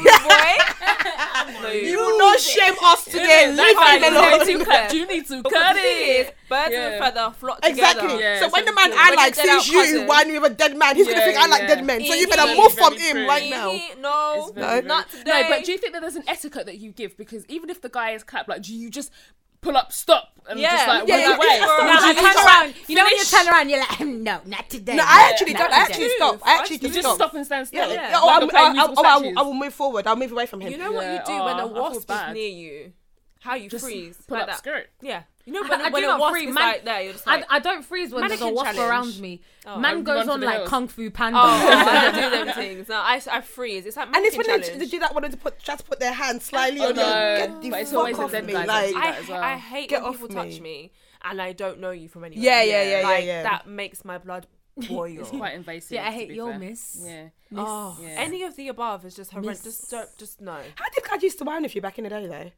[SPEAKER 4] boy. No,
[SPEAKER 2] You will not shame us today.
[SPEAKER 1] Yeah,
[SPEAKER 2] Leave
[SPEAKER 1] that
[SPEAKER 2] him
[SPEAKER 1] guy
[SPEAKER 2] alone.
[SPEAKER 1] is way too cut. You need to cut
[SPEAKER 4] Cut it.
[SPEAKER 1] it.
[SPEAKER 4] is, Birds of
[SPEAKER 1] Yeah.
[SPEAKER 4] a feather flock together.
[SPEAKER 2] Exactly.
[SPEAKER 1] Yeah,
[SPEAKER 2] so
[SPEAKER 1] so
[SPEAKER 2] when the
[SPEAKER 1] we
[SPEAKER 2] man
[SPEAKER 1] feel-
[SPEAKER 2] I
[SPEAKER 4] when
[SPEAKER 2] like
[SPEAKER 4] you're
[SPEAKER 2] sees
[SPEAKER 4] dead out
[SPEAKER 2] you
[SPEAKER 4] cousin-
[SPEAKER 2] whining with a dead man, he's gonna
[SPEAKER 1] Yeah,
[SPEAKER 2] think I like
[SPEAKER 1] yeah.
[SPEAKER 2] dead men. So you
[SPEAKER 4] Yeah,
[SPEAKER 2] better
[SPEAKER 4] yeah.
[SPEAKER 2] move from
[SPEAKER 1] Very true.
[SPEAKER 2] him right now.
[SPEAKER 4] No,
[SPEAKER 1] It's very,
[SPEAKER 4] not
[SPEAKER 1] very-
[SPEAKER 4] today.
[SPEAKER 1] No, but do you think that there's an etiquette that you give? Because even if the guy is capped, like, do you just pull up, stop, and
[SPEAKER 4] Yeah.
[SPEAKER 1] just like walk
[SPEAKER 4] Yeah, yeah,
[SPEAKER 1] away?
[SPEAKER 5] No,
[SPEAKER 4] yeah.
[SPEAKER 5] I
[SPEAKER 2] You
[SPEAKER 5] turn
[SPEAKER 2] just-
[SPEAKER 5] around. You know when you turn around, you're like, "Um, no, not today.
[SPEAKER 2] No, I actually don't. I
[SPEAKER 5] not
[SPEAKER 2] actually
[SPEAKER 5] today."
[SPEAKER 2] stop. I actually
[SPEAKER 1] You
[SPEAKER 2] do
[SPEAKER 1] just
[SPEAKER 2] stop.
[SPEAKER 1] stop and stand still.
[SPEAKER 2] Yeah,
[SPEAKER 4] Yeah.
[SPEAKER 2] oh,
[SPEAKER 1] Like
[SPEAKER 2] I'm-
[SPEAKER 1] you're playing
[SPEAKER 2] I'll- I'll-
[SPEAKER 1] musical
[SPEAKER 2] oh, I will-
[SPEAKER 1] statues.
[SPEAKER 2] I will move forward. I'll move away from him.
[SPEAKER 4] You know what you
[SPEAKER 1] Yeah,
[SPEAKER 4] do when
[SPEAKER 1] aw,
[SPEAKER 4] a
[SPEAKER 1] I feel
[SPEAKER 4] wasp is
[SPEAKER 1] bad.
[SPEAKER 4] near you? How you
[SPEAKER 1] Just
[SPEAKER 4] freeze.
[SPEAKER 1] pull
[SPEAKER 4] like
[SPEAKER 1] up
[SPEAKER 4] that.
[SPEAKER 1] skirt.
[SPEAKER 4] Yeah. You know
[SPEAKER 5] I
[SPEAKER 4] when, when
[SPEAKER 5] do
[SPEAKER 4] a
[SPEAKER 5] not
[SPEAKER 4] wasp
[SPEAKER 5] freeze,
[SPEAKER 4] is
[SPEAKER 5] man.
[SPEAKER 4] like there, you're just
[SPEAKER 5] I,
[SPEAKER 4] like,
[SPEAKER 5] I don't freeze when there's a
[SPEAKER 4] Mannequin
[SPEAKER 5] wasp
[SPEAKER 4] challenge.
[SPEAKER 5] around me.
[SPEAKER 4] Oh,
[SPEAKER 5] Man
[SPEAKER 1] I'd
[SPEAKER 5] goes
[SPEAKER 1] run
[SPEAKER 5] on
[SPEAKER 1] for the
[SPEAKER 5] like
[SPEAKER 1] hills.
[SPEAKER 5] Kung Fu Panda.
[SPEAKER 4] oh, I don't do them things. No, I, I freeze. It's like
[SPEAKER 2] And it's
[SPEAKER 4] mannequin
[SPEAKER 2] when they,
[SPEAKER 4] challenge.
[SPEAKER 2] they do that when they put, try to put their hand slightly
[SPEAKER 1] Oh,
[SPEAKER 2] on
[SPEAKER 1] no.
[SPEAKER 2] you. Get the
[SPEAKER 1] But it's
[SPEAKER 2] fuck
[SPEAKER 1] always the
[SPEAKER 2] off
[SPEAKER 1] dead
[SPEAKER 2] me.
[SPEAKER 1] guys that do that
[SPEAKER 2] Like,
[SPEAKER 4] I,
[SPEAKER 1] as well.
[SPEAKER 4] I hate
[SPEAKER 2] Get
[SPEAKER 4] when
[SPEAKER 2] off
[SPEAKER 4] people
[SPEAKER 2] me.
[SPEAKER 4] touch me and I don't know you from anywhere.
[SPEAKER 2] Yeah, yeah, yeah, yeah,
[SPEAKER 4] Like
[SPEAKER 2] yeah.
[SPEAKER 4] that makes my blood boil.
[SPEAKER 1] It's quite invasive.
[SPEAKER 5] Yeah,
[SPEAKER 1] to
[SPEAKER 5] I hate
[SPEAKER 1] be
[SPEAKER 5] your
[SPEAKER 1] fair.
[SPEAKER 5] miss.
[SPEAKER 1] Yeah.
[SPEAKER 4] Oh,
[SPEAKER 1] Yeah.
[SPEAKER 4] any of the above is just horrendous.
[SPEAKER 5] Miss.
[SPEAKER 4] Just don't, just no.
[SPEAKER 2] how did guys used to whine with you back in the day though?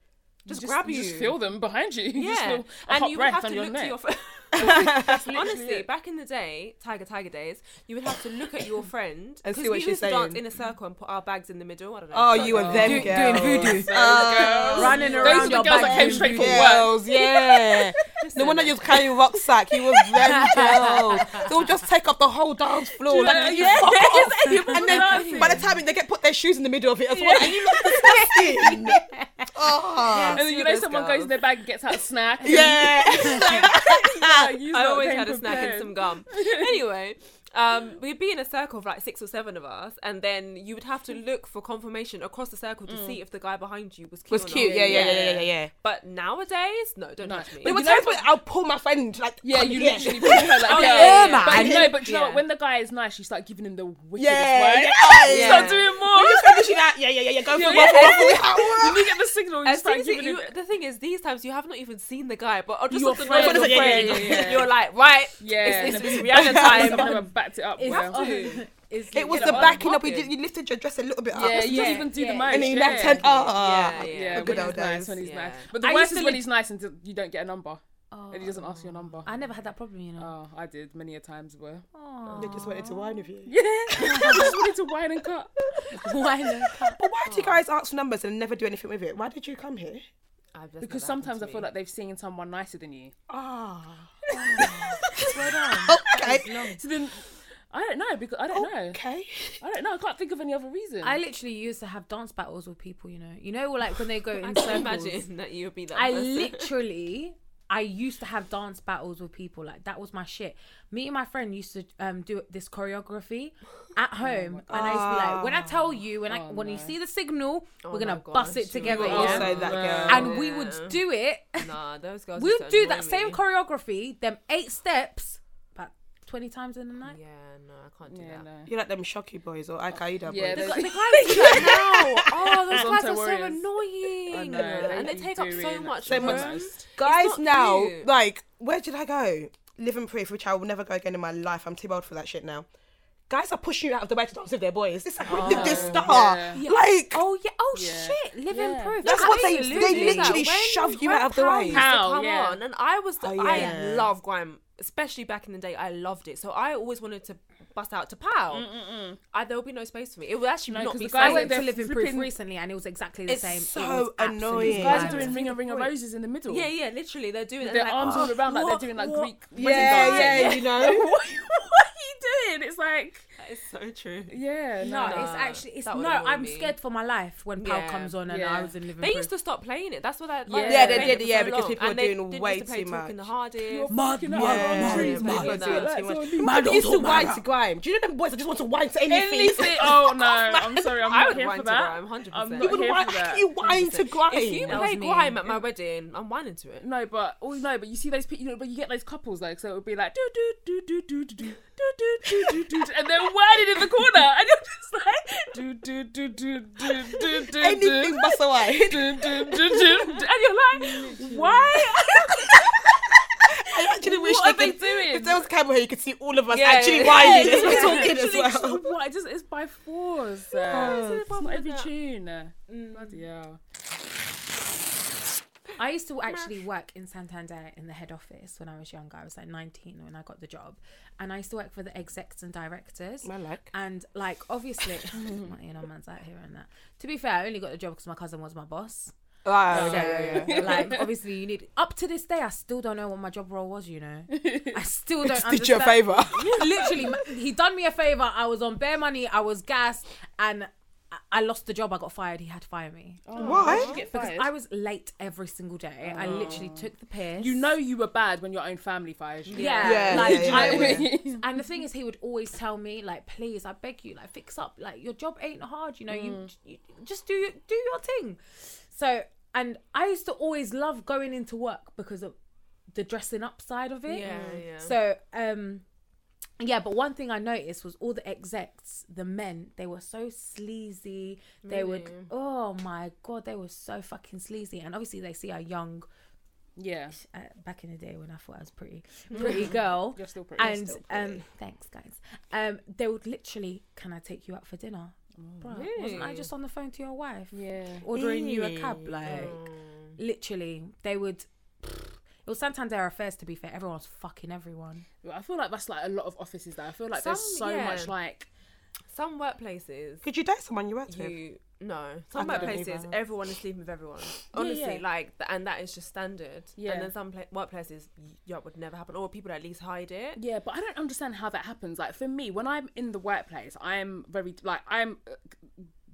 [SPEAKER 4] Just,
[SPEAKER 1] Just-
[SPEAKER 4] grab
[SPEAKER 1] you
[SPEAKER 4] you.
[SPEAKER 1] just feel them behind you. You
[SPEAKER 4] yeah,
[SPEAKER 1] just feel a
[SPEAKER 4] and
[SPEAKER 1] hot
[SPEAKER 4] you would
[SPEAKER 1] breath
[SPEAKER 4] have to
[SPEAKER 1] on your
[SPEAKER 4] look to
[SPEAKER 1] neck.
[SPEAKER 4] your. Fr- Honestly, back in the day, Tiger Tiger days, you would have to look at your friend
[SPEAKER 2] And see
[SPEAKER 4] 'cause
[SPEAKER 2] what
[SPEAKER 4] we
[SPEAKER 2] she's
[SPEAKER 4] used to dance
[SPEAKER 2] saying.
[SPEAKER 4] in a circle and put our bags in the middle. I don't know.
[SPEAKER 2] Oh, you were them
[SPEAKER 5] Do-
[SPEAKER 2] girls. Uh,
[SPEAKER 5] doing voodoo.
[SPEAKER 2] Oh,
[SPEAKER 5] Running
[SPEAKER 1] Those
[SPEAKER 5] around
[SPEAKER 1] were the
[SPEAKER 5] your
[SPEAKER 1] girls
[SPEAKER 5] back
[SPEAKER 1] that came
[SPEAKER 5] room.
[SPEAKER 1] straight for work.
[SPEAKER 2] girls, yeah. the one that used carrying rucksack, you were them girls. They'll just take up the whole dance floor. Like,
[SPEAKER 1] Yeah.
[SPEAKER 2] fuck off. And then by the time they get put their shoes in the middle of it as well, and you look disgusting. Oh.
[SPEAKER 1] And then you know someone goes in their bag and gets out a snack.
[SPEAKER 2] Yeah.
[SPEAKER 1] Yeah, you
[SPEAKER 4] I
[SPEAKER 1] lot
[SPEAKER 4] always
[SPEAKER 1] came
[SPEAKER 4] had a snack and
[SPEAKER 1] prepared.
[SPEAKER 4] some gum. Anyway, um, we'd be in a circle of like six or seven of us, and then you would have to look for confirmation across the circle to see if the guy behind you was cute.
[SPEAKER 2] was
[SPEAKER 4] or not.
[SPEAKER 2] cute. Yeah, yeah, yeah, yeah, yeah, yeah.
[SPEAKER 4] But nowadays, no, don't touch me.
[SPEAKER 2] There were
[SPEAKER 1] you know
[SPEAKER 2] times
[SPEAKER 1] what-
[SPEAKER 2] when I'll pull my friend like.
[SPEAKER 1] Yeah,
[SPEAKER 2] come
[SPEAKER 1] you
[SPEAKER 2] here.
[SPEAKER 1] literally put her like,
[SPEAKER 4] Oh,
[SPEAKER 1] yeah,
[SPEAKER 4] yeah, man.
[SPEAKER 1] But no, but you know
[SPEAKER 4] Yeah.
[SPEAKER 1] what? When the guy is nice, you start giving him the wickedest
[SPEAKER 2] Yeah,
[SPEAKER 1] way.
[SPEAKER 2] yeah,
[SPEAKER 1] You
[SPEAKER 2] yeah.
[SPEAKER 1] start doing more.
[SPEAKER 2] When your friend is like, yeah, yeah, yeah, yeah, go for
[SPEAKER 1] Yeah,
[SPEAKER 2] it, go for
[SPEAKER 1] yeah.
[SPEAKER 2] it, go for it.
[SPEAKER 1] When you get the signal, you
[SPEAKER 4] As soon
[SPEAKER 1] start
[SPEAKER 4] as you-
[SPEAKER 1] giving him.
[SPEAKER 4] you- the thing is, these times you have not even seen the guy, but or just
[SPEAKER 1] Your
[SPEAKER 4] off the
[SPEAKER 1] friend,
[SPEAKER 4] nose,
[SPEAKER 2] your
[SPEAKER 4] you're
[SPEAKER 2] friend,
[SPEAKER 4] like,
[SPEAKER 1] yeah, yeah.
[SPEAKER 4] You're like, right,
[SPEAKER 1] Yeah,
[SPEAKER 4] it's, it's,
[SPEAKER 1] and
[SPEAKER 4] it's
[SPEAKER 1] then-
[SPEAKER 4] Rihanna
[SPEAKER 1] I've
[SPEAKER 4] time.
[SPEAKER 1] never backed it up. well.
[SPEAKER 5] It's
[SPEAKER 2] It was
[SPEAKER 1] Yeah,
[SPEAKER 2] the
[SPEAKER 1] I'm
[SPEAKER 2] backing up. You,
[SPEAKER 1] rocking.
[SPEAKER 2] did, you lifted your dress a little bit up.
[SPEAKER 1] Yeah, you
[SPEAKER 5] yeah,
[SPEAKER 1] even do the
[SPEAKER 5] yeah.
[SPEAKER 1] most.
[SPEAKER 2] And then you
[SPEAKER 1] yeah.
[SPEAKER 2] now turned. Ah.
[SPEAKER 4] Yeah, yeah.
[SPEAKER 1] Yeah,
[SPEAKER 2] The good
[SPEAKER 1] when
[SPEAKER 2] old
[SPEAKER 1] he's nice,
[SPEAKER 2] days.
[SPEAKER 1] when he's
[SPEAKER 4] Yeah.
[SPEAKER 1] nice. But the
[SPEAKER 5] I
[SPEAKER 1] worst
[SPEAKER 5] used
[SPEAKER 1] is
[SPEAKER 5] to
[SPEAKER 1] when
[SPEAKER 5] live-
[SPEAKER 1] he's nice and d- you don't get a number and he doesn't ask your number.
[SPEAKER 5] I never had that problem, you know.
[SPEAKER 1] Oh, I did many a times where.
[SPEAKER 2] They just wanted to wine with you.
[SPEAKER 1] Yeah, I just wanted to whine and cut.
[SPEAKER 5] Why not?
[SPEAKER 2] But why do you guys ask for numbers and never do anything with it? Why did you come here?
[SPEAKER 1] Because sometimes I feel like they've seen someone nicer than you.
[SPEAKER 2] Ah,
[SPEAKER 1] So then, I don't know because I don't know.
[SPEAKER 2] okay.
[SPEAKER 1] I don't know. I can't think of any other reason.
[SPEAKER 5] I literally used to have dance battles with people, you know. You know, like when they go
[SPEAKER 4] I
[SPEAKER 5] in
[SPEAKER 4] can
[SPEAKER 5] circles.
[SPEAKER 4] imagine that you would be that.
[SPEAKER 5] I
[SPEAKER 4] person.
[SPEAKER 5] literally, I used to have dance battles with people. Like that was my shit. Me and my friend used to um, do this choreography at
[SPEAKER 4] Oh
[SPEAKER 5] home, and I used to be like, when I tell you, when
[SPEAKER 4] Ah.
[SPEAKER 5] I when you see the signal, we're gonna
[SPEAKER 4] Oh my
[SPEAKER 5] bust
[SPEAKER 4] gosh,
[SPEAKER 5] it
[SPEAKER 4] you
[SPEAKER 5] together,
[SPEAKER 4] were
[SPEAKER 5] yeah.
[SPEAKER 2] Also that girl.
[SPEAKER 5] and we would
[SPEAKER 4] Yeah.
[SPEAKER 5] do it.
[SPEAKER 4] Nah, those girls.
[SPEAKER 5] we
[SPEAKER 4] used
[SPEAKER 5] would
[SPEAKER 4] to
[SPEAKER 5] do
[SPEAKER 4] annoy
[SPEAKER 5] that same
[SPEAKER 4] me.
[SPEAKER 5] choreography, them eight steps, about twenty times in a night.
[SPEAKER 4] Yeah, no, I can't do
[SPEAKER 1] yeah,
[SPEAKER 4] that.
[SPEAKER 1] no.
[SPEAKER 2] you like them shocky boys or Al Qaeda boys.
[SPEAKER 1] Yeah,
[SPEAKER 4] The,
[SPEAKER 1] those-
[SPEAKER 4] gu- the guys do that now. Oh, those
[SPEAKER 1] Zonta
[SPEAKER 4] guys are so
[SPEAKER 1] warriors.
[SPEAKER 4] annoying.
[SPEAKER 1] I know,
[SPEAKER 4] and they
[SPEAKER 1] you
[SPEAKER 4] take
[SPEAKER 1] do
[SPEAKER 4] up
[SPEAKER 1] really
[SPEAKER 4] so much
[SPEAKER 1] so
[SPEAKER 4] room.
[SPEAKER 1] much
[SPEAKER 2] Guys
[SPEAKER 4] not
[SPEAKER 2] now,
[SPEAKER 4] cute.
[SPEAKER 2] like, where did I go? Living proof, which I will never go again in my life. I'm too old for that shit now. Guys are pushing you out of the way to dance with their boys. It's like, when did this start?
[SPEAKER 1] yeah.
[SPEAKER 2] Like,
[SPEAKER 5] Oh yeah! Oh
[SPEAKER 1] Yeah.
[SPEAKER 5] shit! Living
[SPEAKER 1] Yeah.
[SPEAKER 5] proof.
[SPEAKER 2] That's what they-
[SPEAKER 5] Absolutely.
[SPEAKER 2] they
[SPEAKER 4] Absolutely.
[SPEAKER 2] literally shove you out of the
[SPEAKER 4] Grime
[SPEAKER 2] way.
[SPEAKER 4] used to
[SPEAKER 1] How?
[SPEAKER 4] Come
[SPEAKER 1] Yeah.
[SPEAKER 4] on, and I was. The,
[SPEAKER 2] Oh, yeah.
[SPEAKER 4] I love grime, especially back in the day. I loved it, so I always wanted to bust out to pow. I, there would be no space for me. It would actually
[SPEAKER 1] No,
[SPEAKER 4] not
[SPEAKER 1] 'cause
[SPEAKER 4] be
[SPEAKER 1] the guys
[SPEAKER 5] I
[SPEAKER 4] safe.
[SPEAKER 1] like
[SPEAKER 5] went
[SPEAKER 1] they're
[SPEAKER 5] to living proof
[SPEAKER 1] flipping-
[SPEAKER 5] recently, and it was exactly the
[SPEAKER 2] It's
[SPEAKER 5] same. It
[SPEAKER 2] so
[SPEAKER 5] was absolutely
[SPEAKER 2] annoying.
[SPEAKER 1] Guys
[SPEAKER 5] wild.
[SPEAKER 1] are doing ring of ring of roses in the middle.
[SPEAKER 4] yeah, yeah, literally, they're doing it.
[SPEAKER 1] With
[SPEAKER 4] and
[SPEAKER 1] their
[SPEAKER 4] they're like,
[SPEAKER 1] arms all
[SPEAKER 4] "Oh,
[SPEAKER 1] around like they're
[SPEAKER 4] what-
[SPEAKER 1] doing like
[SPEAKER 4] what?"
[SPEAKER 1] Greek.
[SPEAKER 2] yeah,
[SPEAKER 1] wedding dancing.
[SPEAKER 2] yeah, you know.
[SPEAKER 1] what, what are you doing? It's like,
[SPEAKER 4] That is so true.
[SPEAKER 1] yeah,
[SPEAKER 5] No,
[SPEAKER 1] no.
[SPEAKER 5] it's
[SPEAKER 4] Nah,
[SPEAKER 5] actually it's
[SPEAKER 4] that
[SPEAKER 5] no.
[SPEAKER 4] would annoy
[SPEAKER 5] I'm
[SPEAKER 4] me.
[SPEAKER 5] scared for my life when Pal
[SPEAKER 4] Yeah.
[SPEAKER 5] comes on and
[SPEAKER 1] Yeah.
[SPEAKER 5] I was in living.
[SPEAKER 4] They
[SPEAKER 5] proof.
[SPEAKER 4] used to stop playing it. That's what that.
[SPEAKER 1] Yeah.
[SPEAKER 4] like,
[SPEAKER 1] Yeah,
[SPEAKER 2] they
[SPEAKER 4] played it
[SPEAKER 2] did,
[SPEAKER 4] for
[SPEAKER 2] yeah,
[SPEAKER 4] so
[SPEAKER 2] because
[SPEAKER 4] long.
[SPEAKER 2] people
[SPEAKER 4] and
[SPEAKER 2] were
[SPEAKER 4] they
[SPEAKER 2] doing
[SPEAKER 4] did
[SPEAKER 2] way
[SPEAKER 4] used to play
[SPEAKER 2] too
[SPEAKER 4] Talking the
[SPEAKER 2] much.
[SPEAKER 4] hardest.
[SPEAKER 1] Mad, yeah,
[SPEAKER 2] Oh, Yeah,
[SPEAKER 1] trees, man.
[SPEAKER 2] people are
[SPEAKER 1] That's it,
[SPEAKER 2] doing
[SPEAKER 1] like,
[SPEAKER 2] too
[SPEAKER 1] so
[SPEAKER 2] much.
[SPEAKER 1] leave
[SPEAKER 2] Man,
[SPEAKER 1] me
[SPEAKER 2] they used to
[SPEAKER 1] alone.
[SPEAKER 2] whine to grime. Do you know them boys that just want to whine to anything?
[SPEAKER 1] Anything. Oh no, I'm sorry, I'm
[SPEAKER 4] I
[SPEAKER 1] not
[SPEAKER 4] would
[SPEAKER 1] here
[SPEAKER 4] whine
[SPEAKER 1] for
[SPEAKER 4] to
[SPEAKER 1] that.
[SPEAKER 4] grime, 100%.
[SPEAKER 1] I'm not
[SPEAKER 4] You
[SPEAKER 2] You would
[SPEAKER 1] here
[SPEAKER 2] whine,
[SPEAKER 1] for that.
[SPEAKER 2] you whine to grime.
[SPEAKER 4] If you
[SPEAKER 5] That
[SPEAKER 4] play
[SPEAKER 5] was me.
[SPEAKER 4] grime at my wedding, I'm whining to it.
[SPEAKER 1] No, but oh no, but you see those people, you know, but you get those couples like so it would be like do do do do do do do do do do do do and they're whining in the corner and you're just like do do do do do do do
[SPEAKER 2] Anything
[SPEAKER 1] do
[SPEAKER 2] but so I.
[SPEAKER 1] do do do do and you're like why
[SPEAKER 2] I actually wish
[SPEAKER 1] What
[SPEAKER 2] they
[SPEAKER 1] are
[SPEAKER 2] could-
[SPEAKER 1] they doing?
[SPEAKER 2] If there was a camera here, you could see all of us
[SPEAKER 4] Yeah,
[SPEAKER 2] actually
[SPEAKER 4] yeah,
[SPEAKER 2] whining as
[SPEAKER 1] Yeah,
[SPEAKER 2] we're talking as
[SPEAKER 1] literally,
[SPEAKER 2] well.
[SPEAKER 1] just What? Just it's by fours. uh,
[SPEAKER 2] Yeah. Mm.
[SPEAKER 1] it's not every
[SPEAKER 4] Yeah.
[SPEAKER 1] tune. uh, Bloody hell.
[SPEAKER 5] I used to actually work in Santander in the head office when I was younger. I was like 19 when I got the job, and I used to work for the execs and directors.
[SPEAKER 2] I like.
[SPEAKER 5] And like obviously, you know, man's out here and that. To be fair, I only got the job because my cousin was my boss.
[SPEAKER 2] Oh,
[SPEAKER 5] So,
[SPEAKER 2] yeah, yeah, yeah.
[SPEAKER 5] like, obviously, you need. Up to this day, I still don't know what my job role was. You know, I still don't.
[SPEAKER 2] Just did you a
[SPEAKER 5] understand.
[SPEAKER 2] favour.
[SPEAKER 5] Literally, ma- he done me a favor. I was on bare money. I was gassed, and I- I lost the job. I got fired. He had to fire me
[SPEAKER 1] Oh.
[SPEAKER 2] Why?
[SPEAKER 5] because I was late every single day. I literally took the piss.
[SPEAKER 1] Oh. You know you were bad when your own family fires you.
[SPEAKER 5] Yeah,
[SPEAKER 2] Yeah,
[SPEAKER 5] like
[SPEAKER 2] yeah,
[SPEAKER 5] I
[SPEAKER 2] yeah,
[SPEAKER 5] was-
[SPEAKER 1] yeah.
[SPEAKER 5] and the thing is, he would always tell me, like, please, I beg you, like, fix up, like, your job ain't hard, you know,
[SPEAKER 4] Mm.
[SPEAKER 5] you, you just do your, do your thing. So, and I used to always love going into work because of the dressing up side of it.
[SPEAKER 4] Yeah, yeah.
[SPEAKER 5] So, um, yeah, but one thing I noticed was all the execs, the men, they were so sleazy. They would, oh my god, they were so fucking sleazy. And obviously, they see a young,
[SPEAKER 1] Yeah.
[SPEAKER 5] uh, back in the day when I thought I was pretty, pretty girl.
[SPEAKER 1] You're still pretty.
[SPEAKER 5] And um, thanks, guys. Um, they would literally, can I take you out for dinner? Bruh, wasn't I
[SPEAKER 4] Really?
[SPEAKER 5] just on the phone to your wife
[SPEAKER 1] yeah.
[SPEAKER 5] ordering you a
[SPEAKER 2] Ew.
[SPEAKER 5] cab? Like, literally, they would. It was Santander affairs. To be fair, everyone was fucking everyone.
[SPEAKER 1] But I feel like that's like a lot of offices that I feel like there's so
[SPEAKER 4] Some- yeah.
[SPEAKER 1] much like
[SPEAKER 4] Some workplaces,
[SPEAKER 2] Could you date someone you worked with?
[SPEAKER 4] you no. Some
[SPEAKER 2] I don't
[SPEAKER 4] workplaces,
[SPEAKER 2] either.
[SPEAKER 4] everyone is sleeping with everyone. Honestly,
[SPEAKER 1] yeah.
[SPEAKER 4] like, th- and that is just standard.
[SPEAKER 1] Yeah.
[SPEAKER 4] And then some pla- workplaces, y- yeah, would never happen, or people at least hide it.
[SPEAKER 1] Yeah, but I don't understand how that happens. Like for me, when I'm in the workplace, I'm very like I'm uh,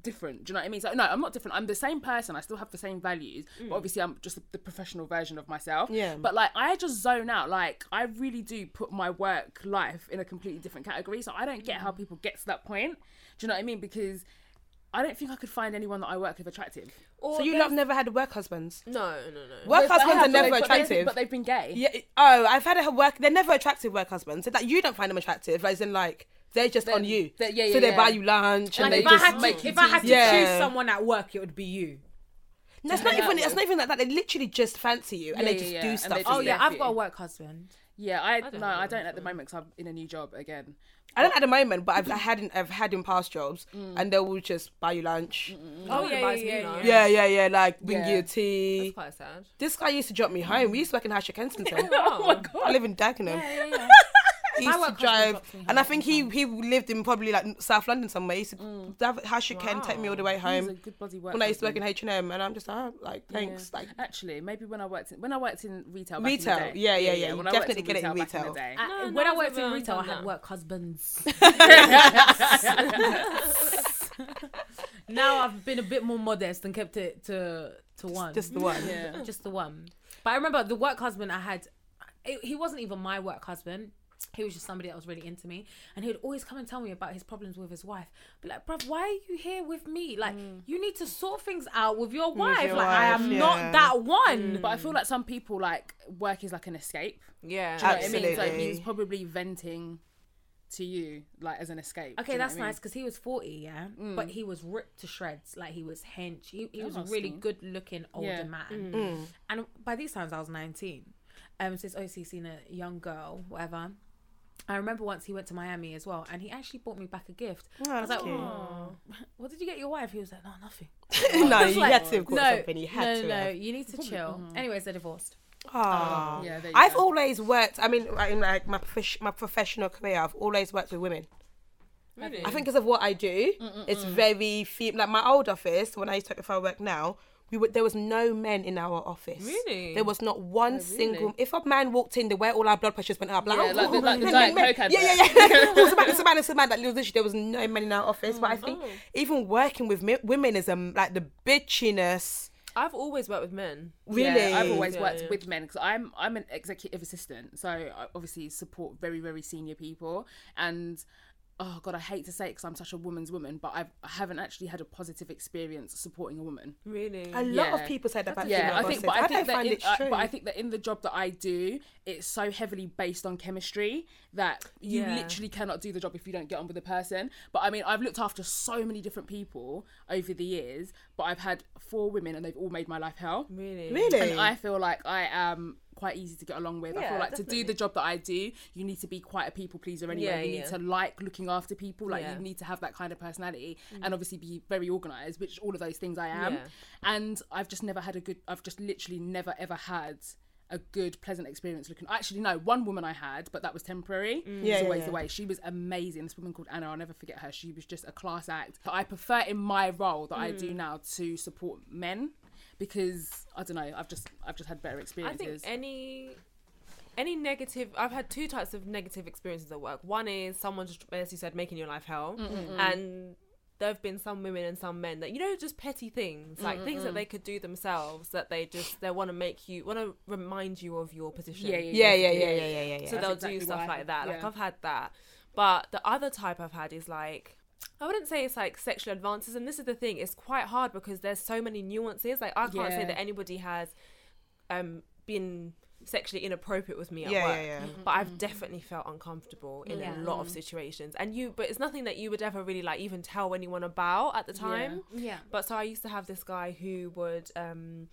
[SPEAKER 1] different. Do you know what I mean? So no, I'm not different. I'm the same person. I still have the same values, but obviously I'm just the professional version of myself.
[SPEAKER 2] Yeah.
[SPEAKER 1] But like I just zone out. Like I really do put my work life in a completely different category. So I don't get how people get to that point. Do you know what I mean? Because I don't think I could find anyone that I work with attractive.
[SPEAKER 4] Or
[SPEAKER 2] So you
[SPEAKER 4] there's-
[SPEAKER 2] love never had work husbands.
[SPEAKER 4] No, no, no.
[SPEAKER 2] Work
[SPEAKER 1] But I
[SPEAKER 2] husbands are
[SPEAKER 1] have, but
[SPEAKER 2] never
[SPEAKER 1] they- but they've-
[SPEAKER 2] attractive.
[SPEAKER 1] but they've been gay.
[SPEAKER 2] Yeah. it- Oh, I've had a work. They're never attractive work husbands. So that you don't find them attractive, as in like they're just on you.
[SPEAKER 1] they're- yeah, yeah,
[SPEAKER 2] so they
[SPEAKER 1] yeah.
[SPEAKER 2] buy you lunch and, they
[SPEAKER 5] Like, if,
[SPEAKER 2] just.
[SPEAKER 5] I had to, if I had to
[SPEAKER 2] Yeah.
[SPEAKER 5] choose someone at work, it would be you.
[SPEAKER 2] No, it's not even. It's not even like that. They literally just fancy you and
[SPEAKER 1] Yeah, yeah,
[SPEAKER 2] they just
[SPEAKER 1] yeah,
[SPEAKER 2] do
[SPEAKER 1] and
[SPEAKER 2] stuff.
[SPEAKER 1] they
[SPEAKER 2] to
[SPEAKER 1] just-
[SPEAKER 5] Oh
[SPEAKER 2] you.
[SPEAKER 5] yeah,
[SPEAKER 1] Sophie.
[SPEAKER 5] I've got a work husband.
[SPEAKER 1] Yeah, I,
[SPEAKER 4] don't
[SPEAKER 1] no,
[SPEAKER 4] have
[SPEAKER 1] I
[SPEAKER 4] one,
[SPEAKER 1] don't at the moment because I'm in a new job again.
[SPEAKER 2] I don't at the moment, but I've I had in, I've had in past jobs,
[SPEAKER 5] Mm.
[SPEAKER 2] and they will just buy you lunch.
[SPEAKER 4] Oh, yeah, yeah, yeah, yeah.
[SPEAKER 2] Yeah, yeah, yeah. Like bring you
[SPEAKER 1] Yeah.
[SPEAKER 2] a tea.
[SPEAKER 4] Quite sad.
[SPEAKER 2] This guy used to drop me home. We used to work in High Kensington.
[SPEAKER 1] Oh my god.
[SPEAKER 2] I live in Dagenham.
[SPEAKER 5] Yeah, yeah, yeah.
[SPEAKER 2] He
[SPEAKER 5] My
[SPEAKER 2] used to
[SPEAKER 5] work
[SPEAKER 2] drive,
[SPEAKER 5] husband drops me
[SPEAKER 2] and I
[SPEAKER 5] home
[SPEAKER 2] think he he lived in probably like South London somewhere. He used to
[SPEAKER 5] Mm.
[SPEAKER 2] drive Hashir Ken take me all the way
[SPEAKER 1] He's a
[SPEAKER 2] home.
[SPEAKER 1] good bloody work.
[SPEAKER 2] Um, When I used to work
[SPEAKER 1] husband.
[SPEAKER 2] in H and M, and I'm just ah, like thanks, like
[SPEAKER 1] Actually, maybe when I worked in when I worked in retail. Back
[SPEAKER 2] Retail,
[SPEAKER 1] in the day.
[SPEAKER 2] yeah, yeah, yeah, you
[SPEAKER 1] When I worked
[SPEAKER 2] definitely get it in
[SPEAKER 1] back the
[SPEAKER 2] retail.
[SPEAKER 1] day.
[SPEAKER 5] I-
[SPEAKER 4] No,
[SPEAKER 5] when
[SPEAKER 4] no,
[SPEAKER 5] I worked in
[SPEAKER 4] I've
[SPEAKER 5] retail, I
[SPEAKER 4] done
[SPEAKER 5] had
[SPEAKER 4] that.
[SPEAKER 5] work husbands. now I've been a bit more modest and kept it to to one, Mm.
[SPEAKER 2] just the one.
[SPEAKER 1] Yeah.
[SPEAKER 5] Just the one. But I remember the work husband I had. It, he wasn't even my work husband. He was just somebody that was really into me, and he would always come and tell me about his problems with his wife. Be like, bruv, why are you here with me? Like, you need to sort things out with your wife.
[SPEAKER 2] your
[SPEAKER 5] like, I
[SPEAKER 2] wife,
[SPEAKER 5] am
[SPEAKER 2] yeah.
[SPEAKER 5] not that one.
[SPEAKER 1] But I feel like some people like work is like an escape.
[SPEAKER 4] Yeah.
[SPEAKER 1] Do you know what I mean? So it
[SPEAKER 2] Absolutely.
[SPEAKER 1] means probably venting to you like as an escape. Do
[SPEAKER 5] Okay,
[SPEAKER 1] you know
[SPEAKER 5] that's
[SPEAKER 1] what I mean? Mm.
[SPEAKER 5] nice because he was 40, yeah? But he was ripped to shreds. Like, he was hench. He, he was a
[SPEAKER 1] must
[SPEAKER 5] really
[SPEAKER 1] be.
[SPEAKER 5] good looking older
[SPEAKER 1] Yeah. Mm.
[SPEAKER 5] man.
[SPEAKER 2] Mm.
[SPEAKER 5] And by these times, I was 19. Um, so he's obviously seen a young girl, whatever. I remember once he went to Miami as well, and he actually bought me back a gift. I was
[SPEAKER 2] that's
[SPEAKER 5] like,
[SPEAKER 2] cute.
[SPEAKER 5] "Aw, what did you get your wife? He was like, no, nothing.
[SPEAKER 2] no,
[SPEAKER 5] I was
[SPEAKER 2] you
[SPEAKER 5] like,
[SPEAKER 2] had to have got something. You had
[SPEAKER 5] no,
[SPEAKER 2] to.
[SPEAKER 5] no,
[SPEAKER 2] have.
[SPEAKER 5] you need to chill.
[SPEAKER 1] mm-hmm.
[SPEAKER 5] Anyways, they're divorced.
[SPEAKER 2] Aw.
[SPEAKER 1] Yeah, there you
[SPEAKER 2] Ah. I've
[SPEAKER 1] go.
[SPEAKER 2] always worked. I mean, like, in like my prof- my professional career, I've always worked with women.
[SPEAKER 4] Really?
[SPEAKER 2] I think because of what I do, it's very fe- like my old office when I used to if I work now. We were, there was no men in our office.
[SPEAKER 4] Really?
[SPEAKER 2] There was not one single. If a man walked in, the way all our blood pressures went up. Like,
[SPEAKER 1] Oh, Yeah,
[SPEAKER 2] oh,
[SPEAKER 1] like the-
[SPEAKER 2] oh,
[SPEAKER 1] like the
[SPEAKER 2] men,
[SPEAKER 1] Diet
[SPEAKER 2] men, men.
[SPEAKER 1] Coke
[SPEAKER 2] Yeah, yeah,
[SPEAKER 1] advert.
[SPEAKER 2] yeah. it's a man, it's a man, it's a man. Like literally, there was no men in our office. But I
[SPEAKER 1] Mm,
[SPEAKER 2] think
[SPEAKER 1] oh.
[SPEAKER 2] even working with mi- women is um like the bitchiness.
[SPEAKER 4] I've always worked with men.
[SPEAKER 2] Really,
[SPEAKER 1] Yeah, I've always
[SPEAKER 4] Yeah,
[SPEAKER 1] worked
[SPEAKER 4] yeah.
[SPEAKER 1] with men because I'm I'm an executive assistant, so I obviously support very very senior people. And oh god, I hate to say it because I'm such a woman's woman, but I've, I haven't actually had a positive experience supporting a woman.
[SPEAKER 4] Really?
[SPEAKER 2] A lot
[SPEAKER 1] Yeah.
[SPEAKER 2] of people said that about
[SPEAKER 1] Yeah,
[SPEAKER 2] female
[SPEAKER 1] I think,
[SPEAKER 2] bosses.
[SPEAKER 1] but I,
[SPEAKER 2] I,
[SPEAKER 1] think
[SPEAKER 2] don't
[SPEAKER 1] that
[SPEAKER 2] find
[SPEAKER 1] in,
[SPEAKER 2] it true.
[SPEAKER 1] I, but I think that in the job that I do, it's so heavily based on chemistry that you
[SPEAKER 4] Yeah.
[SPEAKER 1] literally cannot do the job if you don't get on with the person. But I mean, I've looked after so many different people over the years, but I've had four women and they've all made my life hell.
[SPEAKER 4] Really?
[SPEAKER 2] really,
[SPEAKER 1] And I feel like I am quite easy to get along with. I feel
[SPEAKER 4] Yeah,
[SPEAKER 1] like to
[SPEAKER 4] definitely.
[SPEAKER 1] do the job that I do, you need to be quite a people pleaser anyway.
[SPEAKER 4] Yeah,
[SPEAKER 1] you need to
[SPEAKER 4] yeah.
[SPEAKER 1] like looking after people. Like
[SPEAKER 4] Yeah. Mm.
[SPEAKER 1] you need to have that kind of personality and obviously be very organized, which all of those things I am.
[SPEAKER 4] Yeah.
[SPEAKER 1] And I've just never had a good. I've just literally never ever had a good pleasant experience looking actually no one woman i had but that was
[SPEAKER 4] Mm.
[SPEAKER 1] temporary
[SPEAKER 2] Yeah,
[SPEAKER 1] it's
[SPEAKER 2] yeah,
[SPEAKER 1] always
[SPEAKER 2] yeah.
[SPEAKER 1] the way she was amazing this woman called anna i'll never forget her she was just a class act i prefer in my role that i
[SPEAKER 4] Mm.
[SPEAKER 1] do now to support men because I don't know. I've just I've just had better
[SPEAKER 4] I think
[SPEAKER 1] experiences.
[SPEAKER 4] any any negative I've had two types of negative experiences at work. One is someone just as you said, making your life hell. And there have been some women and some men that you know just petty things like things that they could do themselves that they just they want to make you want to remind you of your position
[SPEAKER 1] Yeah, yeah,
[SPEAKER 2] yeah, yeah, yeah, yeah, yeah, yeah. yeah.
[SPEAKER 4] so they'll
[SPEAKER 1] exactly
[SPEAKER 4] do
[SPEAKER 1] what I
[SPEAKER 4] stuff like
[SPEAKER 1] had,
[SPEAKER 4] that. Like
[SPEAKER 1] yeah.
[SPEAKER 4] I've had that, but the other type I've had is like I wouldn't say it's like sexual advances, and this is the thing. It's quite hard because there's so many nuances. Like I can't say
[SPEAKER 1] Yeah.
[SPEAKER 4] that anybody has um been sexually inappropriate with me at
[SPEAKER 2] Yeah,
[SPEAKER 4] work
[SPEAKER 2] yeah, yeah.
[SPEAKER 4] but i've definitely felt uncomfortable in
[SPEAKER 5] Yeah.
[SPEAKER 4] a lot of situations and you but it's nothing that you would ever really like even tell anyone about at the time
[SPEAKER 5] Yeah.
[SPEAKER 4] but so I used to have this guy who would, um,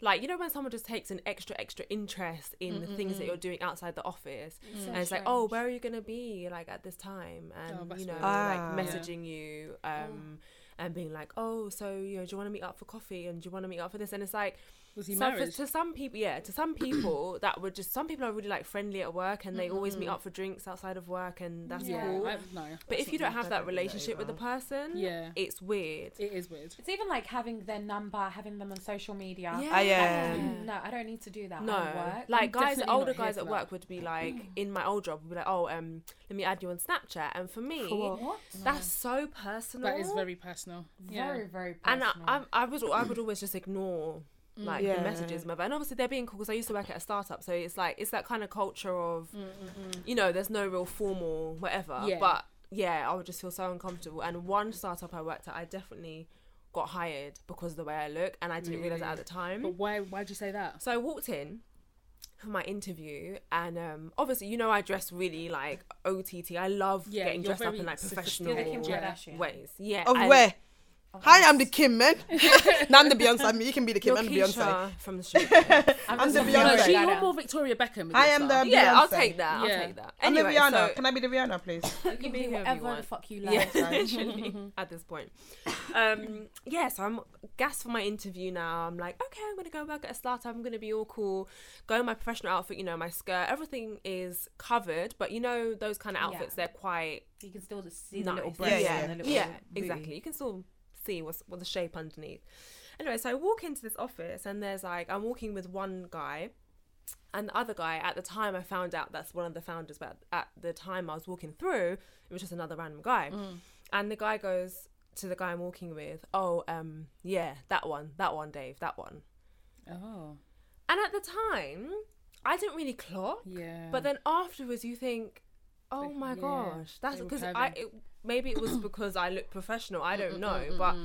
[SPEAKER 4] like, you know, when someone just takes an extra, extra interest in
[SPEAKER 1] Mm,
[SPEAKER 4] the things that you're doing outside the office, and it's like, oh, where are you gonna be like at this time, and
[SPEAKER 1] Oh, that's
[SPEAKER 4] you know,
[SPEAKER 1] weird.
[SPEAKER 2] Ah.
[SPEAKER 4] like messaging you, um, and being like, oh, so you know, do you want to meet up for coffee, and do you want to meet up for this, and it's like.
[SPEAKER 1] Was he
[SPEAKER 4] so for-
[SPEAKER 1] married?
[SPEAKER 4] to some people, yeah, to some people that would just some people are really like friendly at work
[SPEAKER 1] Mm,
[SPEAKER 4] and they always meet up for drinks outside of work and that's
[SPEAKER 5] Yeah.
[SPEAKER 4] cool.
[SPEAKER 1] I, no,
[SPEAKER 4] but if you don't have that relationship with the person,
[SPEAKER 1] Yeah.
[SPEAKER 4] it's weird.
[SPEAKER 1] it is weird.
[SPEAKER 5] It's even like having their number, having them on social media.
[SPEAKER 4] Yeah.
[SPEAKER 2] I, yeah.
[SPEAKER 5] Mm, No, I don't need to do that.
[SPEAKER 4] No,
[SPEAKER 5] at work.
[SPEAKER 4] like guys,
[SPEAKER 1] definitely
[SPEAKER 4] older
[SPEAKER 1] not here
[SPEAKER 4] guys
[SPEAKER 1] for
[SPEAKER 4] at
[SPEAKER 1] that. Mm.
[SPEAKER 4] work would be like, in my old job, would be like, oh, um, let me add you on Snapchat. And for me,
[SPEAKER 2] For what?
[SPEAKER 4] that's so personal.
[SPEAKER 1] That is Mm. very personal. personal. Yeah.
[SPEAKER 5] Very, very
[SPEAKER 4] and
[SPEAKER 2] uh,
[SPEAKER 5] personal.
[SPEAKER 4] I, I, I was I would always just ignore
[SPEAKER 1] Mm.
[SPEAKER 4] like
[SPEAKER 2] Yeah.
[SPEAKER 4] the messages and whatever. And obviously they're being cool because I used to work at a startup, so it's like it's that kind of culture of you know there's no real formal whatever.
[SPEAKER 1] Mm, Yeah.
[SPEAKER 4] But yeah, I would just feel so uncomfortable. And one startup I worked at, I definitely got hired because of the way I look, and I didn't realize it at the time.
[SPEAKER 1] But why? Why'd you say that?
[SPEAKER 4] So I walked in for my interview, and um, obviously, you know, I dress really like OTT. I love
[SPEAKER 1] Yeah,
[SPEAKER 4] getting
[SPEAKER 1] you're
[SPEAKER 4] dressed up
[SPEAKER 1] very
[SPEAKER 4] in like professional
[SPEAKER 1] sophisticated.
[SPEAKER 2] Oh,
[SPEAKER 5] You're the Kim Kardashian.
[SPEAKER 4] ways. Yeah,
[SPEAKER 2] Of
[SPEAKER 4] I-
[SPEAKER 2] Oh, where? Hi, I'm the Kim, man. now I'm the Beyonce. I mean, you can be the Kim.
[SPEAKER 4] You're
[SPEAKER 2] I'm the Beyonce.
[SPEAKER 4] Keisha from the street.
[SPEAKER 2] I'm
[SPEAKER 1] No,
[SPEAKER 2] the Beyonce.
[SPEAKER 1] she,
[SPEAKER 5] Rihanna.
[SPEAKER 1] you're more Victoria Beckham. with
[SPEAKER 2] I
[SPEAKER 1] your
[SPEAKER 2] am
[SPEAKER 1] style.
[SPEAKER 2] the-
[SPEAKER 4] yeah, I'll
[SPEAKER 2] Beyonce.
[SPEAKER 4] take that. I'll
[SPEAKER 1] Yeah.
[SPEAKER 4] take that.
[SPEAKER 2] I'm the
[SPEAKER 4] Anyway,
[SPEAKER 2] Rihanna.
[SPEAKER 4] so
[SPEAKER 2] can I be the Rihanna, please?
[SPEAKER 5] you can
[SPEAKER 4] be
[SPEAKER 5] be
[SPEAKER 4] whoever you
[SPEAKER 5] whatever the
[SPEAKER 4] want.
[SPEAKER 5] fuck you like.
[SPEAKER 4] yeah, literally, at this point. Um, yeah, so I'm gassed for my interview now. I'm like, okay, I'm gonna go work at a startup. I'm gonna be all cool. Go in my professional outfit. You know, my skirt. Everything is covered, but you know those kind of
[SPEAKER 5] Yeah.
[SPEAKER 4] outfits. They're quite
[SPEAKER 5] You can still just see
[SPEAKER 4] Nice.
[SPEAKER 5] the little breasts
[SPEAKER 2] Yeah,
[SPEAKER 5] and the little
[SPEAKER 4] yeah,
[SPEAKER 5] booty.
[SPEAKER 4] exactly. You can still see what's what the shape underneath. Anyway, so I walk into this office and there's like I'm walking with one guy, and the other guy at the time I found out that's one of the founders, but at the time I was walking through, it was just another random guy,
[SPEAKER 2] Mm.
[SPEAKER 4] and the guy goes to the guy I'm walking with, oh um yeah that one that one Dave that one,
[SPEAKER 1] Oh,
[SPEAKER 4] and at the time I didn't really clock,
[SPEAKER 1] yeah.
[SPEAKER 4] but then afterwards, you think, oh my
[SPEAKER 1] yeah,
[SPEAKER 4] gosh, that's
[SPEAKER 1] they were
[SPEAKER 4] because I
[SPEAKER 1] clever.
[SPEAKER 4] it, maybe it was because I look professional. I don't know, but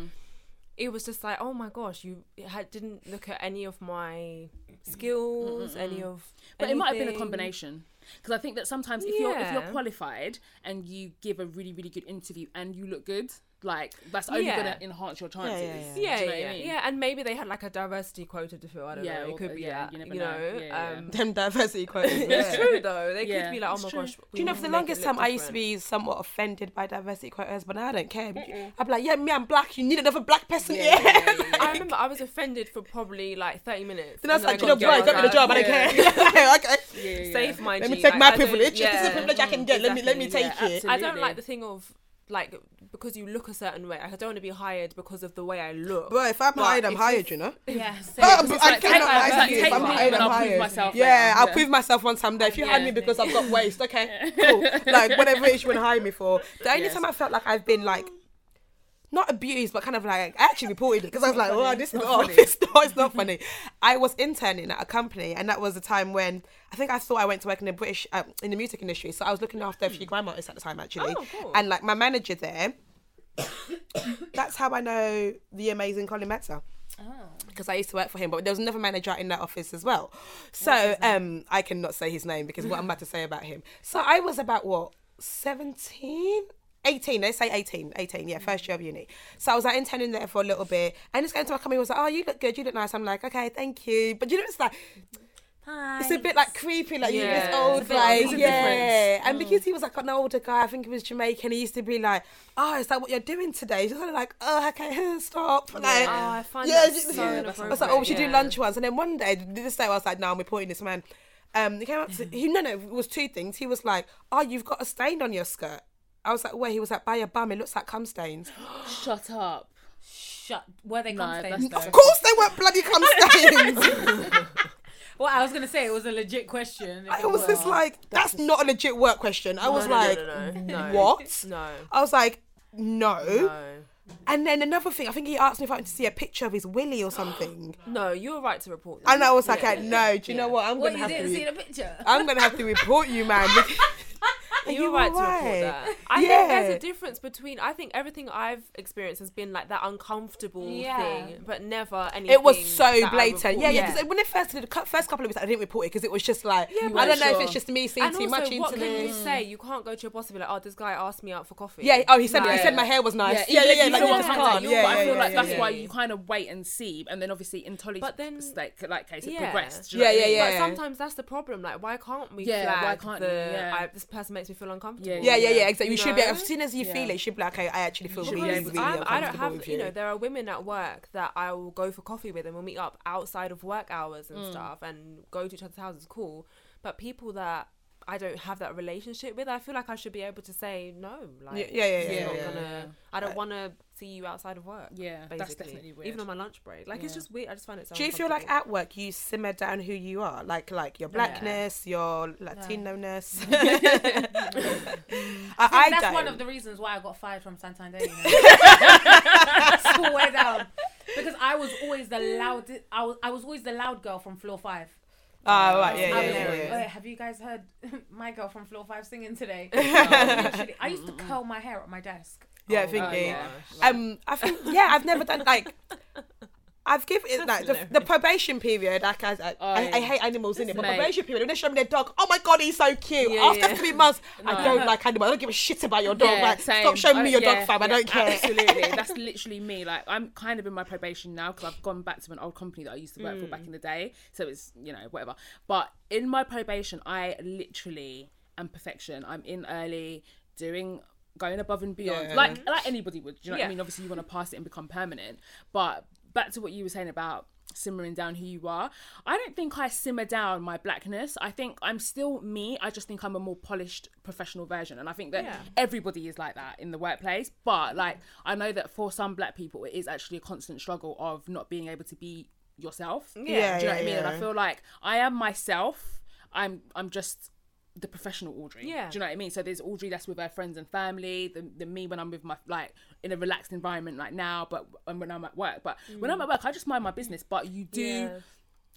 [SPEAKER 4] it was just like, oh my gosh, you had, didn't look at any of my skills, any of.
[SPEAKER 1] But it might have been a
[SPEAKER 4] anything.
[SPEAKER 1] combination because I think that sometimes if you're if
[SPEAKER 4] Yeah.
[SPEAKER 1] you're qualified and you give a really really good interview and you look good, like that's only
[SPEAKER 4] Yeah.
[SPEAKER 1] gonna enhance your chances.
[SPEAKER 2] yeah,
[SPEAKER 1] Do you
[SPEAKER 4] Yeah,
[SPEAKER 1] know what I
[SPEAKER 4] yeah,
[SPEAKER 1] mean?
[SPEAKER 4] yeah, and maybe they had like a diversity quota to fill. I don't
[SPEAKER 1] Yeah,
[SPEAKER 4] know. It
[SPEAKER 1] or-
[SPEAKER 4] could be
[SPEAKER 1] yeah,
[SPEAKER 4] that.
[SPEAKER 1] you
[SPEAKER 4] You,
[SPEAKER 1] never know. Yeah,
[SPEAKER 4] know,
[SPEAKER 1] yeah.
[SPEAKER 4] um,
[SPEAKER 2] Them diversity quotas.
[SPEAKER 4] it's true though. They
[SPEAKER 1] Yeah,
[SPEAKER 4] could be like, oh
[SPEAKER 1] it's
[SPEAKER 4] my
[SPEAKER 1] true.
[SPEAKER 4] gosh.
[SPEAKER 1] Do
[SPEAKER 2] Do you know, for the longest time, I used to be somewhat offended by diversity quotas, but now I don't care. I'd be like, yeah, me, I'm black. You need another black person here.
[SPEAKER 4] I remember I was offended for probably like thirty minutes.
[SPEAKER 2] Then I was like, you know
[SPEAKER 1] the
[SPEAKER 4] got
[SPEAKER 2] what? Got me the
[SPEAKER 4] job.
[SPEAKER 2] job. I don't
[SPEAKER 1] Yeah.
[SPEAKER 2] care. okay.
[SPEAKER 1] yeah, yeah.
[SPEAKER 4] Save my.
[SPEAKER 2] Let me take
[SPEAKER 4] G, like, I
[SPEAKER 2] my
[SPEAKER 4] don't-
[SPEAKER 2] privilege. If this is a
[SPEAKER 4] yeah.
[SPEAKER 2] privilege I can get, let me let me
[SPEAKER 4] Exactly,
[SPEAKER 1] yeah,
[SPEAKER 2] take it.
[SPEAKER 1] absolutely.
[SPEAKER 4] I don't like the thing of like because you look a certain way. I don't want to be hired because of the way I look.
[SPEAKER 2] Bro, if I'm
[SPEAKER 4] But
[SPEAKER 2] hired, I'm
[SPEAKER 4] if
[SPEAKER 2] hired. You know.
[SPEAKER 5] Yeah,
[SPEAKER 2] Oh,
[SPEAKER 5] so
[SPEAKER 2] but
[SPEAKER 1] it's
[SPEAKER 2] I
[SPEAKER 1] like,
[SPEAKER 2] cannot
[SPEAKER 1] take my-
[SPEAKER 2] lie to you.
[SPEAKER 1] it's
[SPEAKER 2] If
[SPEAKER 1] like,
[SPEAKER 2] I'm
[SPEAKER 1] take me
[SPEAKER 2] hired,
[SPEAKER 1] and
[SPEAKER 2] I'm
[SPEAKER 1] I'll prove
[SPEAKER 2] hired.
[SPEAKER 1] myself
[SPEAKER 2] yeah,
[SPEAKER 1] later.
[SPEAKER 2] I'll
[SPEAKER 1] Yeah.
[SPEAKER 2] prove myself one someday. If you hire me
[SPEAKER 1] Yeah.
[SPEAKER 2] because I've got waist, okay, cool. Like whatever it is you want to hire me for. The only
[SPEAKER 1] Yes.
[SPEAKER 2] time I felt like I've been like. Not abused, but kind of like I actually reported it because I was like, "Oh, this is off. It's not, it's not funny." I was interning at a company, and that was the time when I think I thought I went to work in the British uh, in the music industry. So I was looking after a
[SPEAKER 1] Mm.
[SPEAKER 2] few grime artists at the time, actually,
[SPEAKER 4] Oh, cool.
[SPEAKER 2] and like my manager there. that's how I know the amazing Colin Metzer because I used to work for him, but there was another manager in that office as well. So um, I cannot say his name because what I'm about to say about him. So I was about what 17. 18, let's say 18, 18, yeah, first year of uni. So I was like intending there for a little bit. And this guy into my company was like, Oh, you look good, you look nice. I'm like, Okay, thank you. But you know, it's like, it's a bit like creepy, like you
[SPEAKER 4] Yeah.
[SPEAKER 2] this old,
[SPEAKER 4] It's a bit-
[SPEAKER 2] like
[SPEAKER 4] there's a Mm.
[SPEAKER 2] yeah. And because he was like an older guy, I think he was Jamaican. He used to be like, "Oh, is that what you're doing today?" She's kind of like, "Oh, okay, stop." Like,
[SPEAKER 4] Oh, I find
[SPEAKER 2] yeah,
[SPEAKER 4] that
[SPEAKER 2] she-
[SPEAKER 4] so
[SPEAKER 1] yeah, that's-
[SPEAKER 4] inappropriate.
[SPEAKER 2] I was like, "Oh, we should do
[SPEAKER 4] yeah.
[SPEAKER 2] lunch once." And then one day, this day, I was like, "No, I'm reporting this man." Um, he came up to he no no, it was two things. He was like, "Oh, you've got a stain on your skirt." I was like, "Where?" He was like, "By your bum, it looks like cum stains."
[SPEAKER 1] Shut up.
[SPEAKER 5] shut. Were they
[SPEAKER 1] No,
[SPEAKER 5] constantly?
[SPEAKER 1] that's
[SPEAKER 2] Of course, they weren't bloody cum stains.
[SPEAKER 5] Well, I was gonna say it was a legit question. if
[SPEAKER 2] I
[SPEAKER 5] it
[SPEAKER 2] was just
[SPEAKER 5] were.
[SPEAKER 2] like, "That's not a legit work question." I was
[SPEAKER 4] No, no,
[SPEAKER 2] like,
[SPEAKER 4] no, no, no, no.
[SPEAKER 2] "What?"
[SPEAKER 4] No.
[SPEAKER 2] I was like, no.
[SPEAKER 4] No.
[SPEAKER 2] And then another thing, I think he asked me if I wanted to see a picture of his willy or something.
[SPEAKER 4] No, you're right to report. That.
[SPEAKER 2] and I was like,
[SPEAKER 4] Yeah,
[SPEAKER 2] "Uh, no, do you know
[SPEAKER 4] yeah.
[SPEAKER 2] what? I'm
[SPEAKER 5] What
[SPEAKER 2] gonna
[SPEAKER 5] you
[SPEAKER 2] have
[SPEAKER 5] didn't
[SPEAKER 2] to.
[SPEAKER 5] see the picture?
[SPEAKER 2] I'm gonna have to report you, man. because- Are
[SPEAKER 4] You're
[SPEAKER 2] you
[SPEAKER 4] right to
[SPEAKER 2] alright?
[SPEAKER 4] report that. I
[SPEAKER 2] Yeah.
[SPEAKER 4] think there's a difference between. I think everything I've experienced has been like that uncomfortable
[SPEAKER 5] Yeah.
[SPEAKER 4] thing, but never anything.
[SPEAKER 2] It was
[SPEAKER 4] that
[SPEAKER 2] so
[SPEAKER 4] I
[SPEAKER 2] blatant.
[SPEAKER 4] report-
[SPEAKER 2] Yeah, yeah. Because when it first did, the cu- first couple of weeks, I didn't report it because it was just like
[SPEAKER 4] Yeah,
[SPEAKER 2] I
[SPEAKER 4] but-
[SPEAKER 2] don't know if
[SPEAKER 1] Sure.
[SPEAKER 2] it's just me seeing
[SPEAKER 4] And
[SPEAKER 2] too
[SPEAKER 4] also,
[SPEAKER 2] much
[SPEAKER 4] what
[SPEAKER 2] into
[SPEAKER 4] can you
[SPEAKER 2] this.
[SPEAKER 4] say? You can't go to your boss and be like, "Oh, this guy asked me out for coffee."
[SPEAKER 2] Yeah. Oh, he said he
[SPEAKER 4] Like-
[SPEAKER 2] said my hair was nice.
[SPEAKER 1] even
[SPEAKER 2] Yeah,
[SPEAKER 1] if
[SPEAKER 2] yeah, yeah.
[SPEAKER 1] you
[SPEAKER 2] Like
[SPEAKER 1] don't
[SPEAKER 2] it
[SPEAKER 1] want
[SPEAKER 2] was
[SPEAKER 1] to
[SPEAKER 2] calm.
[SPEAKER 1] contact
[SPEAKER 2] Yeah,
[SPEAKER 1] you,
[SPEAKER 2] yeah,
[SPEAKER 1] but I feel
[SPEAKER 2] yeah,
[SPEAKER 1] like
[SPEAKER 2] yeah,
[SPEAKER 1] that's
[SPEAKER 2] yeah.
[SPEAKER 1] why you kind of wait and see, and then obviously in Tolly's
[SPEAKER 4] But then-
[SPEAKER 1] like like case it
[SPEAKER 4] Yeah.
[SPEAKER 1] progressed. do you know
[SPEAKER 2] Yeah,
[SPEAKER 1] what I mean?
[SPEAKER 2] yeah,
[SPEAKER 4] But
[SPEAKER 2] yeah.
[SPEAKER 4] sometimes that's the problem. Like, why can't we
[SPEAKER 1] Yeah, why
[SPEAKER 4] flag
[SPEAKER 1] can't
[SPEAKER 4] the,
[SPEAKER 1] you? Yeah.
[SPEAKER 4] I, this person makes me feel uncomfortable?
[SPEAKER 1] Yeah,
[SPEAKER 2] Yeah, yeah, yeah. Exactly. You,
[SPEAKER 4] You
[SPEAKER 2] should be
[SPEAKER 4] know?
[SPEAKER 2] as soon as you feel
[SPEAKER 1] Yeah.
[SPEAKER 2] it, you should be like, okay, I actually feel
[SPEAKER 1] should
[SPEAKER 2] really,
[SPEAKER 1] be
[SPEAKER 2] really
[SPEAKER 1] able
[SPEAKER 4] Because
[SPEAKER 1] to-
[SPEAKER 4] I'm- I don't
[SPEAKER 2] uncomfortable
[SPEAKER 4] have,
[SPEAKER 2] with
[SPEAKER 4] you know, there are women at work that I will go for coffee with and we'll meet up
[SPEAKER 1] Mm.
[SPEAKER 4] outside of work hours and stuff and go to each other's houses, cool. But people that I don't have that relationship with. I feel like I should be able to say no. Like,
[SPEAKER 2] yeah, yeah,
[SPEAKER 4] it's
[SPEAKER 2] yeah,
[SPEAKER 4] not
[SPEAKER 2] yeah, Uh,
[SPEAKER 4] gonna,
[SPEAKER 1] yeah.
[SPEAKER 4] I don't
[SPEAKER 2] Like-
[SPEAKER 4] want to see you outside of work.
[SPEAKER 1] Yeah,
[SPEAKER 4] basically.
[SPEAKER 1] that's definitely weird.
[SPEAKER 4] Even on my lunch break, like it's
[SPEAKER 1] Yeah.
[SPEAKER 4] just weird. I just find it so.
[SPEAKER 2] Do you feel like
[SPEAKER 4] uncomfortable.
[SPEAKER 2] at work you simmer down who you are, like like your blackness, your Latino-ness? I,
[SPEAKER 5] I
[SPEAKER 2] I
[SPEAKER 5] think that's
[SPEAKER 2] don't.
[SPEAKER 5] one of the reasons why I got fired from Santander. You know? School way down. Because I was always the loud. I was I was always the loud girl from floor five.
[SPEAKER 2] oh right, yeah,
[SPEAKER 5] I
[SPEAKER 2] yeah,
[SPEAKER 5] was
[SPEAKER 2] yeah,
[SPEAKER 5] like,
[SPEAKER 2] yeah.
[SPEAKER 5] "Oh, have you guys heard my girl from floor five singing today? Literally, I used to curl my hair at my desk.
[SPEAKER 2] Yeah, I
[SPEAKER 4] Oh
[SPEAKER 2] think.
[SPEAKER 4] my
[SPEAKER 2] yeah.
[SPEAKER 4] gosh.
[SPEAKER 2] Um, I think yeah, I've never done like. I've given it like the, the probation period. Like I,
[SPEAKER 1] Oh,
[SPEAKER 2] I, I, I hate animals in it, but
[SPEAKER 1] Mate.
[SPEAKER 2] probation period when they show me their dog. Oh my god, he's so cute.
[SPEAKER 4] Yeah,
[SPEAKER 2] After
[SPEAKER 4] yeah.
[SPEAKER 2] three months,
[SPEAKER 1] No.
[SPEAKER 2] I don't like animals. I don't give a shit about your dog.
[SPEAKER 1] Yeah,
[SPEAKER 2] like,
[SPEAKER 1] same.
[SPEAKER 2] stop showing me
[SPEAKER 1] I-
[SPEAKER 2] your
[SPEAKER 1] yeah,
[SPEAKER 2] dog, fam. I
[SPEAKER 1] yeah,
[SPEAKER 2] don't care.
[SPEAKER 1] Absolutely, that's literally me. Like I'm kind of in my probation now because I've gone back to an old company that I used to work for
[SPEAKER 2] Mm.
[SPEAKER 1] back in the day. So it's you know whatever. But in my probation, I literally am perfection. I'm in early, doing going above and beyond,
[SPEAKER 2] Yeah.
[SPEAKER 1] like like anybody would. Do you know what I
[SPEAKER 4] Yeah.
[SPEAKER 1] mean? Obviously, you want to pass it and become permanent. But back to what you were saying about simmering down who you are i don't think i simmer down my blackness i think i'm still me i just think i'm a more polished professional version and i think that
[SPEAKER 4] Yeah.
[SPEAKER 1] everybody is like that in the workplace but like i know that for some black people it is actually a constant struggle of not being able to be yourself
[SPEAKER 4] Yeah.
[SPEAKER 1] do you
[SPEAKER 2] Yeah,
[SPEAKER 1] know
[SPEAKER 2] yeah,
[SPEAKER 1] what i mean and i
[SPEAKER 2] yeah.
[SPEAKER 1] feel like i am myself i'm i'm just the professional Audrey.
[SPEAKER 4] Yeah.
[SPEAKER 1] Do you know what I mean? So there's Audrey that's with her friends and family, the, the me when I'm with my like in a relaxed environment like now, but and when I'm at work. But when I'm at work, I just mind my business. But you do
[SPEAKER 4] Mm. Yeah.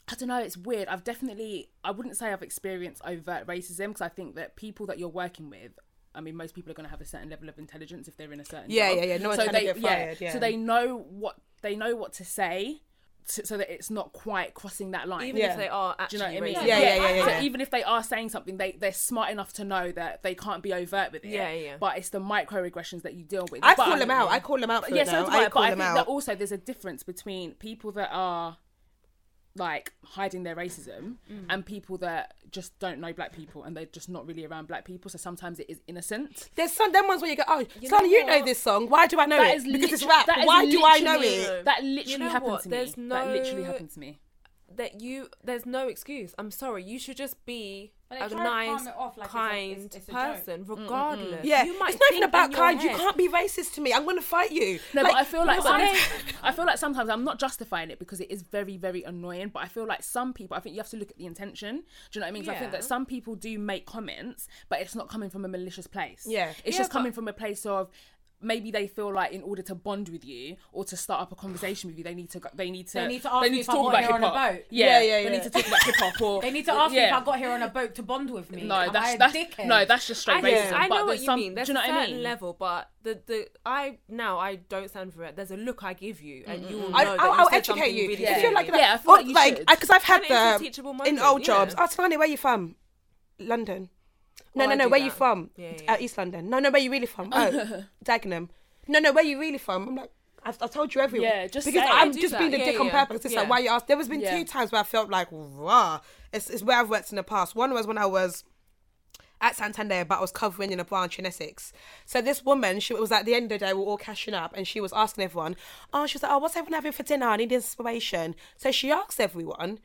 [SPEAKER 1] I don't know. It's weird. I've definitely, I wouldn't say I've experienced overt racism because I think that people that you're working with, I mean, most people are going to have a certain level of intelligence if they're in a certain
[SPEAKER 2] Yeah,
[SPEAKER 1] job.
[SPEAKER 2] yeah, yeah. No one's trying to
[SPEAKER 1] they,
[SPEAKER 2] get fired, yeah.
[SPEAKER 1] So they know what they know what to say, to, so that it's not quite crossing that line.
[SPEAKER 4] even
[SPEAKER 2] Yeah.
[SPEAKER 4] if they are
[SPEAKER 1] Do
[SPEAKER 4] actually
[SPEAKER 1] you know what I mean?
[SPEAKER 4] racist.
[SPEAKER 2] Yeah, yeah, yeah,
[SPEAKER 1] So
[SPEAKER 2] yeah.
[SPEAKER 1] even if they are saying something, they they're smart enough to know that they can't be overt with it.
[SPEAKER 4] Yeah, yeah.
[SPEAKER 1] But it's the microaggressions that you deal with.
[SPEAKER 2] I
[SPEAKER 1] But
[SPEAKER 2] call
[SPEAKER 1] I-
[SPEAKER 2] them out. I call them out. For
[SPEAKER 1] yeah,
[SPEAKER 2] it
[SPEAKER 1] so
[SPEAKER 2] now.
[SPEAKER 1] do
[SPEAKER 2] I
[SPEAKER 1] I, but
[SPEAKER 2] call
[SPEAKER 1] I
[SPEAKER 2] them
[SPEAKER 1] think
[SPEAKER 2] out.
[SPEAKER 1] that also there's a difference between people that are like hiding their racism
[SPEAKER 2] Mm.
[SPEAKER 1] and people that just don't know black people and they're just not really around black people. So sometimes it is innocent.
[SPEAKER 2] There's some them ones where you go, oh, you
[SPEAKER 4] know
[SPEAKER 2] you know
[SPEAKER 4] what?
[SPEAKER 2] this song. Why do I know
[SPEAKER 1] That
[SPEAKER 2] it?
[SPEAKER 1] is
[SPEAKER 2] Because it's
[SPEAKER 1] literally-
[SPEAKER 2] rap.
[SPEAKER 1] that is
[SPEAKER 2] Why do I know
[SPEAKER 1] literally-
[SPEAKER 2] it?
[SPEAKER 1] That literally
[SPEAKER 4] know
[SPEAKER 1] happened
[SPEAKER 4] what?
[SPEAKER 1] to
[SPEAKER 4] There's
[SPEAKER 1] me. That literally
[SPEAKER 4] no-
[SPEAKER 1] happened to me.
[SPEAKER 4] that you there's no excuse. I'm sorry. You should just be
[SPEAKER 5] But they try
[SPEAKER 4] a
[SPEAKER 5] to palm
[SPEAKER 4] nice,
[SPEAKER 5] it off like it's a-
[SPEAKER 4] kind
[SPEAKER 5] it's- it's a joke.
[SPEAKER 4] person, regardless.
[SPEAKER 2] Yeah,
[SPEAKER 4] you might
[SPEAKER 2] it's not
[SPEAKER 4] think
[SPEAKER 2] even about
[SPEAKER 4] in your
[SPEAKER 2] kind. You
[SPEAKER 4] head-
[SPEAKER 2] can't be racist to me. I'm going to fight you.
[SPEAKER 1] No, but I feel like
[SPEAKER 4] no, but
[SPEAKER 1] sometimes,
[SPEAKER 4] I-
[SPEAKER 1] I feel like sometimes I'm not justifying it because it is very, very annoying. But I feel like some people, I think you have to look at the intention. Do you know what I mean? 'Cause I think
[SPEAKER 4] Yeah.
[SPEAKER 1] that some people do make comments, but it's not coming from a malicious place.
[SPEAKER 2] Yeah.
[SPEAKER 1] it's
[SPEAKER 4] Yeah,
[SPEAKER 1] just
[SPEAKER 4] but-
[SPEAKER 1] coming from a place of maybe they feel like in order to bond with you or to start up a conversation with you, they need to go- they need to
[SPEAKER 5] They need to ask you if I
[SPEAKER 1] talk
[SPEAKER 5] want
[SPEAKER 1] about
[SPEAKER 5] her
[SPEAKER 1] hip
[SPEAKER 5] on a
[SPEAKER 1] hop.
[SPEAKER 5] boat.
[SPEAKER 1] Yeah, yeah,
[SPEAKER 2] Yeah, yeah,
[SPEAKER 1] They need
[SPEAKER 2] yeah.
[SPEAKER 1] to talk about hip hop or
[SPEAKER 5] They need to ask me if
[SPEAKER 1] yeah.
[SPEAKER 5] I got here on a boat to bond with me.
[SPEAKER 1] No,
[SPEAKER 5] Am I
[SPEAKER 1] that's
[SPEAKER 5] a
[SPEAKER 1] that's
[SPEAKER 5] dickhead?
[SPEAKER 1] no, that's just straight
[SPEAKER 4] I know,
[SPEAKER 1] racism. but
[SPEAKER 4] I know what
[SPEAKER 1] there's
[SPEAKER 4] you
[SPEAKER 1] some-
[SPEAKER 4] mean. There's
[SPEAKER 1] do you know
[SPEAKER 4] a
[SPEAKER 1] what
[SPEAKER 4] certain
[SPEAKER 1] I mean?
[SPEAKER 4] level, but the, the I now I don't stand for it. There's a look I give you, and you will know
[SPEAKER 2] I,
[SPEAKER 4] that
[SPEAKER 2] I'll,
[SPEAKER 4] you
[SPEAKER 2] I'll
[SPEAKER 4] said
[SPEAKER 2] educate
[SPEAKER 4] something
[SPEAKER 2] you.
[SPEAKER 4] Really
[SPEAKER 2] If
[SPEAKER 1] Yeah.
[SPEAKER 2] you're
[SPEAKER 4] silly.
[SPEAKER 2] like that,
[SPEAKER 1] Yeah, I feel
[SPEAKER 2] or,
[SPEAKER 1] like you
[SPEAKER 2] like
[SPEAKER 1] should.
[SPEAKER 2] because I've had
[SPEAKER 4] And it's a
[SPEAKER 2] the
[SPEAKER 4] teachable
[SPEAKER 2] in
[SPEAKER 4] moment,
[SPEAKER 2] old
[SPEAKER 4] yeah.
[SPEAKER 2] jobs. Oh, Tanani, where you from? London. No,
[SPEAKER 4] Oh,
[SPEAKER 2] no,
[SPEAKER 4] I
[SPEAKER 2] no.
[SPEAKER 4] do
[SPEAKER 2] Where you
[SPEAKER 4] that.
[SPEAKER 2] from?
[SPEAKER 4] Yeah,
[SPEAKER 2] D-
[SPEAKER 4] yeah.
[SPEAKER 2] Uh, East London. No, no. Where you really from? Oh, Dagenham. No, no. Where you really from? I'm like. I've, I've told you everyone.
[SPEAKER 1] Yeah, just
[SPEAKER 2] because
[SPEAKER 1] say it.
[SPEAKER 2] I'm
[SPEAKER 4] Do
[SPEAKER 2] just
[SPEAKER 4] that.
[SPEAKER 2] being a
[SPEAKER 4] Yeah,
[SPEAKER 2] dick on
[SPEAKER 4] yeah.
[SPEAKER 2] purpose. It's
[SPEAKER 4] Yeah.
[SPEAKER 2] like why you asked. There has been
[SPEAKER 1] Yeah.
[SPEAKER 2] two times where I felt like rah. It's, it's where I've worked in the past. One was when I was at Santander, but I was covering in a branch in Essex. So this woman, she it was at the end of the day, we were all cashing up, and she was asking everyone, "Oh, she was like, oh, what's everyone having for dinner? I need inspiration." So she asked everyone,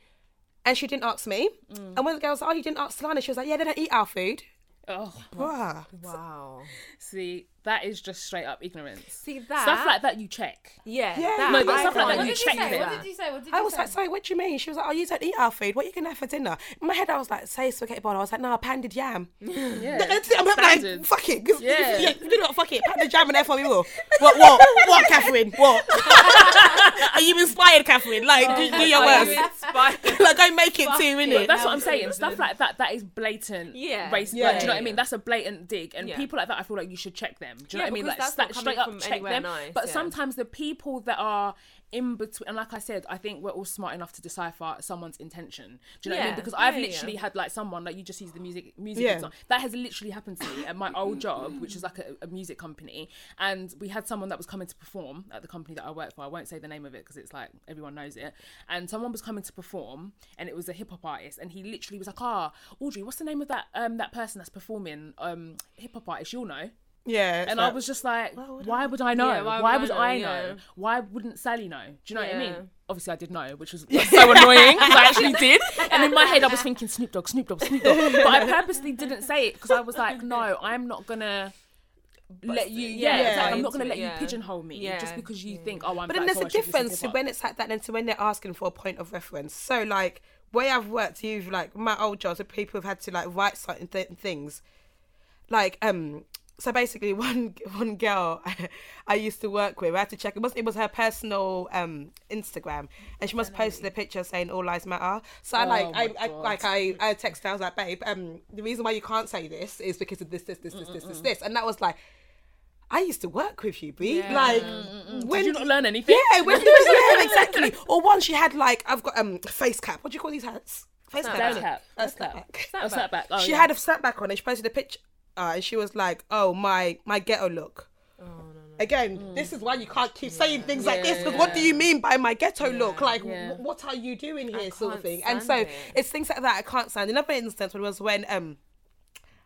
[SPEAKER 2] and she didn't ask me. And one of the girls, oh, you didn't ask Solana. She was like, yeah, they don't eat our food.
[SPEAKER 1] Oh,
[SPEAKER 2] Bruh.
[SPEAKER 4] Wow.
[SPEAKER 1] see, that is just straight up ignorance.
[SPEAKER 4] See that
[SPEAKER 1] stuff like that you check.
[SPEAKER 4] Yeah.
[SPEAKER 2] Yeah.
[SPEAKER 4] that
[SPEAKER 2] No,
[SPEAKER 1] but
[SPEAKER 4] I
[SPEAKER 1] stuff like that
[SPEAKER 5] What
[SPEAKER 4] can't.
[SPEAKER 1] you
[SPEAKER 5] did you
[SPEAKER 1] check
[SPEAKER 5] say?
[SPEAKER 1] it.
[SPEAKER 5] What did you say? What did you
[SPEAKER 2] I was
[SPEAKER 5] say?
[SPEAKER 2] like, sorry, what do you mean? She was like, oh, you don't eat our food. What are you going to have for dinner? In my head, I was like, say spaghetti bolo. I was like, no, pounded yam.
[SPEAKER 1] Yeah.
[SPEAKER 2] That's it. I'm like,
[SPEAKER 1] Standards.
[SPEAKER 2] fuck it. 'cause-
[SPEAKER 1] Yeah.
[SPEAKER 2] yeah, you know what, fuck it. Pack the jam and therefore we will. What, what, what, Catherine? What? Are you inspired, Catherine? Like, do, do your
[SPEAKER 4] Are
[SPEAKER 2] worst.
[SPEAKER 4] you inspired?
[SPEAKER 2] like, go make it too,
[SPEAKER 1] But
[SPEAKER 2] innit?
[SPEAKER 1] that's what I'm saying. Stuff like that, that is blatant
[SPEAKER 4] Yeah.
[SPEAKER 1] race.
[SPEAKER 2] Yeah,
[SPEAKER 1] like, do you know what I
[SPEAKER 4] yeah.
[SPEAKER 1] mean? That's a blatant dig. And
[SPEAKER 4] Yeah.
[SPEAKER 1] people like that, I feel like you should check them. Do you know
[SPEAKER 4] Yeah,
[SPEAKER 1] what I mean? Like
[SPEAKER 4] because that's
[SPEAKER 1] sta-
[SPEAKER 4] not
[SPEAKER 1] straight
[SPEAKER 4] coming
[SPEAKER 1] up
[SPEAKER 4] from
[SPEAKER 1] check
[SPEAKER 4] anywhere
[SPEAKER 1] them.
[SPEAKER 4] nice,
[SPEAKER 1] but
[SPEAKER 4] yeah.
[SPEAKER 1] sometimes the people that are in between, and like I said, I think we're all smart enough to decipher someone's intention. Do you know what I mean?
[SPEAKER 4] Yeah.
[SPEAKER 1] Because
[SPEAKER 4] Yeah,
[SPEAKER 1] I've
[SPEAKER 4] yeah.
[SPEAKER 1] literally had like someone like you just use the music music
[SPEAKER 2] Yeah.
[SPEAKER 1] example. that has literally happened to me at my old job, which is like a, a music company, and we had someone that was coming to perform at the company that I work for. I won't say the name of it because it's like everyone knows it. And someone was coming to perform, and it was a hip hop artist, and he literally was like, "Ah, Audrey, what's the name of that um that person that's performing um hip hop artist? You'll know."
[SPEAKER 2] Yeah. it's
[SPEAKER 1] And I
[SPEAKER 2] like-
[SPEAKER 1] was just like, why
[SPEAKER 2] would
[SPEAKER 1] would,
[SPEAKER 2] I-
[SPEAKER 1] I know?
[SPEAKER 4] Yeah,
[SPEAKER 1] why,
[SPEAKER 4] why
[SPEAKER 1] would
[SPEAKER 4] would
[SPEAKER 1] I,
[SPEAKER 4] I
[SPEAKER 1] know?
[SPEAKER 4] know?
[SPEAKER 1] Why wouldn't Sally know? Do you know what I
[SPEAKER 4] Yeah.
[SPEAKER 1] mean? Obviously, I did know, which was was so annoying 'cause I actually did. And in my head, I was thinking Snoop Dogg, Snoop Dogg, Snoop Dogg. But I purposely didn't say it because I was like, no, I'm not gonna let you.
[SPEAKER 4] Yeah,
[SPEAKER 1] Yeah, it's like, I'm
[SPEAKER 4] yeah.
[SPEAKER 1] not gonna let
[SPEAKER 4] Yeah.
[SPEAKER 1] you pigeonhole me just
[SPEAKER 4] Yeah.
[SPEAKER 1] because you think, oh, I'm.
[SPEAKER 2] But
[SPEAKER 1] black,
[SPEAKER 2] then there's
[SPEAKER 1] so
[SPEAKER 2] a
[SPEAKER 1] I should listen to
[SPEAKER 2] difference to
[SPEAKER 1] hip-hop."
[SPEAKER 2] when it's like that and to when they're asking for a point of reference. So like where I've worked, you've like my old jobs, where people have had to like write certain th- things, like um. So basically, one one girl I, used to work with, I had to check. It was it was her personal um Instagram, and she must post the picture saying "All Lives Matter." So I
[SPEAKER 1] Oh
[SPEAKER 2] like I,
[SPEAKER 1] my
[SPEAKER 2] I
[SPEAKER 1] God.
[SPEAKER 2] like I I texted her, I was like, "Babe, um, the reason why you can't say this is because of this, this, this, this, this, this, this," and that was like, I used to work with you, B.
[SPEAKER 4] Yeah.
[SPEAKER 2] Like, when
[SPEAKER 1] Did you not learn anything?
[SPEAKER 2] yeah, when there was yeah, exactly. Or one she had like I've got um face cap. What do you call these hats? Face cap.
[SPEAKER 1] Snapback.
[SPEAKER 2] innit?
[SPEAKER 1] Snapback.
[SPEAKER 2] A
[SPEAKER 1] Snapback.
[SPEAKER 2] snapback.
[SPEAKER 1] Oh, snapback. Oh,
[SPEAKER 2] she
[SPEAKER 1] yeah.
[SPEAKER 2] had a snapback on and she posted a picture uh, and she was like, Oh my my ghetto look.
[SPEAKER 1] Oh,
[SPEAKER 2] Again,
[SPEAKER 1] Mm.
[SPEAKER 2] this is why you can't keep saying things like this. Because what do you mean by my ghetto look? Like,
[SPEAKER 1] Yeah.
[SPEAKER 2] wh- what are you doing here, sort of
[SPEAKER 4] can't
[SPEAKER 2] thing. And so
[SPEAKER 4] stand it.
[SPEAKER 2] it's things like that I can't stand. Another instance was when um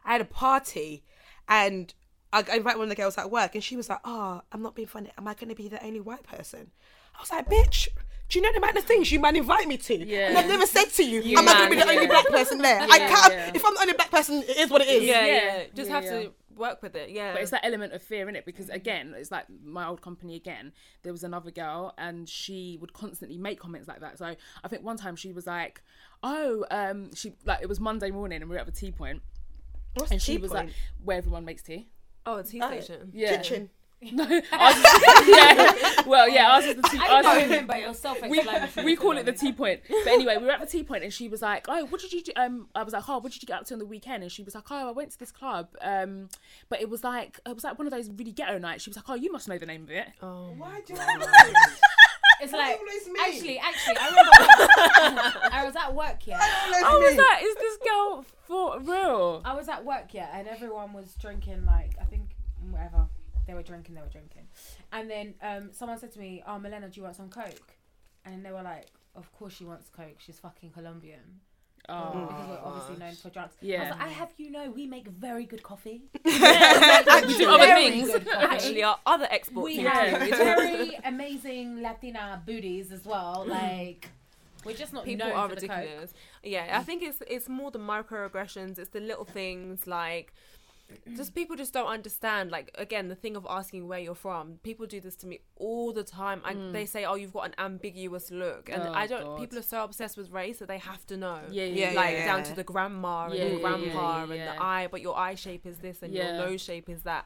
[SPEAKER 2] I had a party and I I invited one of the girls at work and she was like, Oh, I'm not being funny. Am I going to be the only white person? I was like, Bitch, do you know the amount of things you man invite me to?
[SPEAKER 1] Yeah.
[SPEAKER 2] And I've never said to you, Am I going to be the
[SPEAKER 1] man,
[SPEAKER 2] only
[SPEAKER 1] yeah.
[SPEAKER 2] black person there? I can't.
[SPEAKER 1] yeah.
[SPEAKER 2] If I'm the only black person, it is what it is.
[SPEAKER 4] Yeah, yeah.
[SPEAKER 1] Yeah.
[SPEAKER 4] Just
[SPEAKER 1] Yeah,
[SPEAKER 4] have
[SPEAKER 1] yeah.
[SPEAKER 4] to work with it. Yeah.
[SPEAKER 1] But it's that element of fear in it because again, it's like my old company again. There was another girl, and she would constantly make comments like that. So I think one time she was like, "Oh, um, she like it was Monday morning, and we were at the tea point,
[SPEAKER 2] What's
[SPEAKER 1] and she
[SPEAKER 2] tea
[SPEAKER 1] was
[SPEAKER 2] point?
[SPEAKER 1] like, where everyone makes tea."
[SPEAKER 4] oh, a tea station.
[SPEAKER 1] Yeah.
[SPEAKER 2] kitchen.
[SPEAKER 1] yeah. Well, yeah. Ours is the tea.
[SPEAKER 5] I
[SPEAKER 1] Ours
[SPEAKER 5] don't
[SPEAKER 1] is-
[SPEAKER 5] remember yourself.
[SPEAKER 1] we, we call it the tea point. But anyway, we were at the tea point and she was like, Oh, what did you do? Um, I was like, Oh, what did you get up to on the weekend? And she was like, Oh, I went to this club. Um, but it was like it was like one of those really ghetto nights. She was like, Oh, you must know the name of it.
[SPEAKER 2] Why do I
[SPEAKER 5] It's like
[SPEAKER 2] always me.
[SPEAKER 5] actually, actually, I remember. I was at work yeah.
[SPEAKER 1] I was like, Is this girl for real?
[SPEAKER 5] I was at work, yeah, and everyone was drinking, like, I think, whatever. They were drinking, they were drinking. And then um, someone said to me, Oh, Milena, do you want some Coke? And they were like, Of course she wants Coke. She's fucking Colombian.
[SPEAKER 1] Oh.
[SPEAKER 5] Because we're obviously known for drugs. I
[SPEAKER 1] Yeah.
[SPEAKER 5] was like, I have you know, we make very good coffee.
[SPEAKER 1] we do other
[SPEAKER 5] Very
[SPEAKER 1] things.
[SPEAKER 5] good coffee.
[SPEAKER 4] Actually, our other exports.
[SPEAKER 5] we
[SPEAKER 4] need to
[SPEAKER 5] have
[SPEAKER 4] do.
[SPEAKER 5] very amazing Latina booties as well. Like, we're just not
[SPEAKER 4] people
[SPEAKER 5] known
[SPEAKER 4] are
[SPEAKER 5] for the Coke.
[SPEAKER 4] ridiculous. Yeah, I think it's it's more the microaggressions. It's the little things like just people just don't understand. Like again, the thing of asking where you're from. People do this to me all the time. I, They say, "Oh, you've got an ambiguous look," and
[SPEAKER 1] Mm. Oh,
[SPEAKER 4] I don't.
[SPEAKER 1] God.
[SPEAKER 4] People are so obsessed with race that they have to know.
[SPEAKER 1] Yeah,
[SPEAKER 2] Yeah,
[SPEAKER 1] yeah,
[SPEAKER 4] Like
[SPEAKER 2] yeah.
[SPEAKER 4] down to the grandma and
[SPEAKER 1] Yeah,
[SPEAKER 4] your
[SPEAKER 1] yeah, yeah,
[SPEAKER 4] grandpa
[SPEAKER 1] yeah,
[SPEAKER 4] and
[SPEAKER 1] yeah.
[SPEAKER 4] the eye, but your eye shape is this and
[SPEAKER 1] Yeah.
[SPEAKER 4] your nose shape is that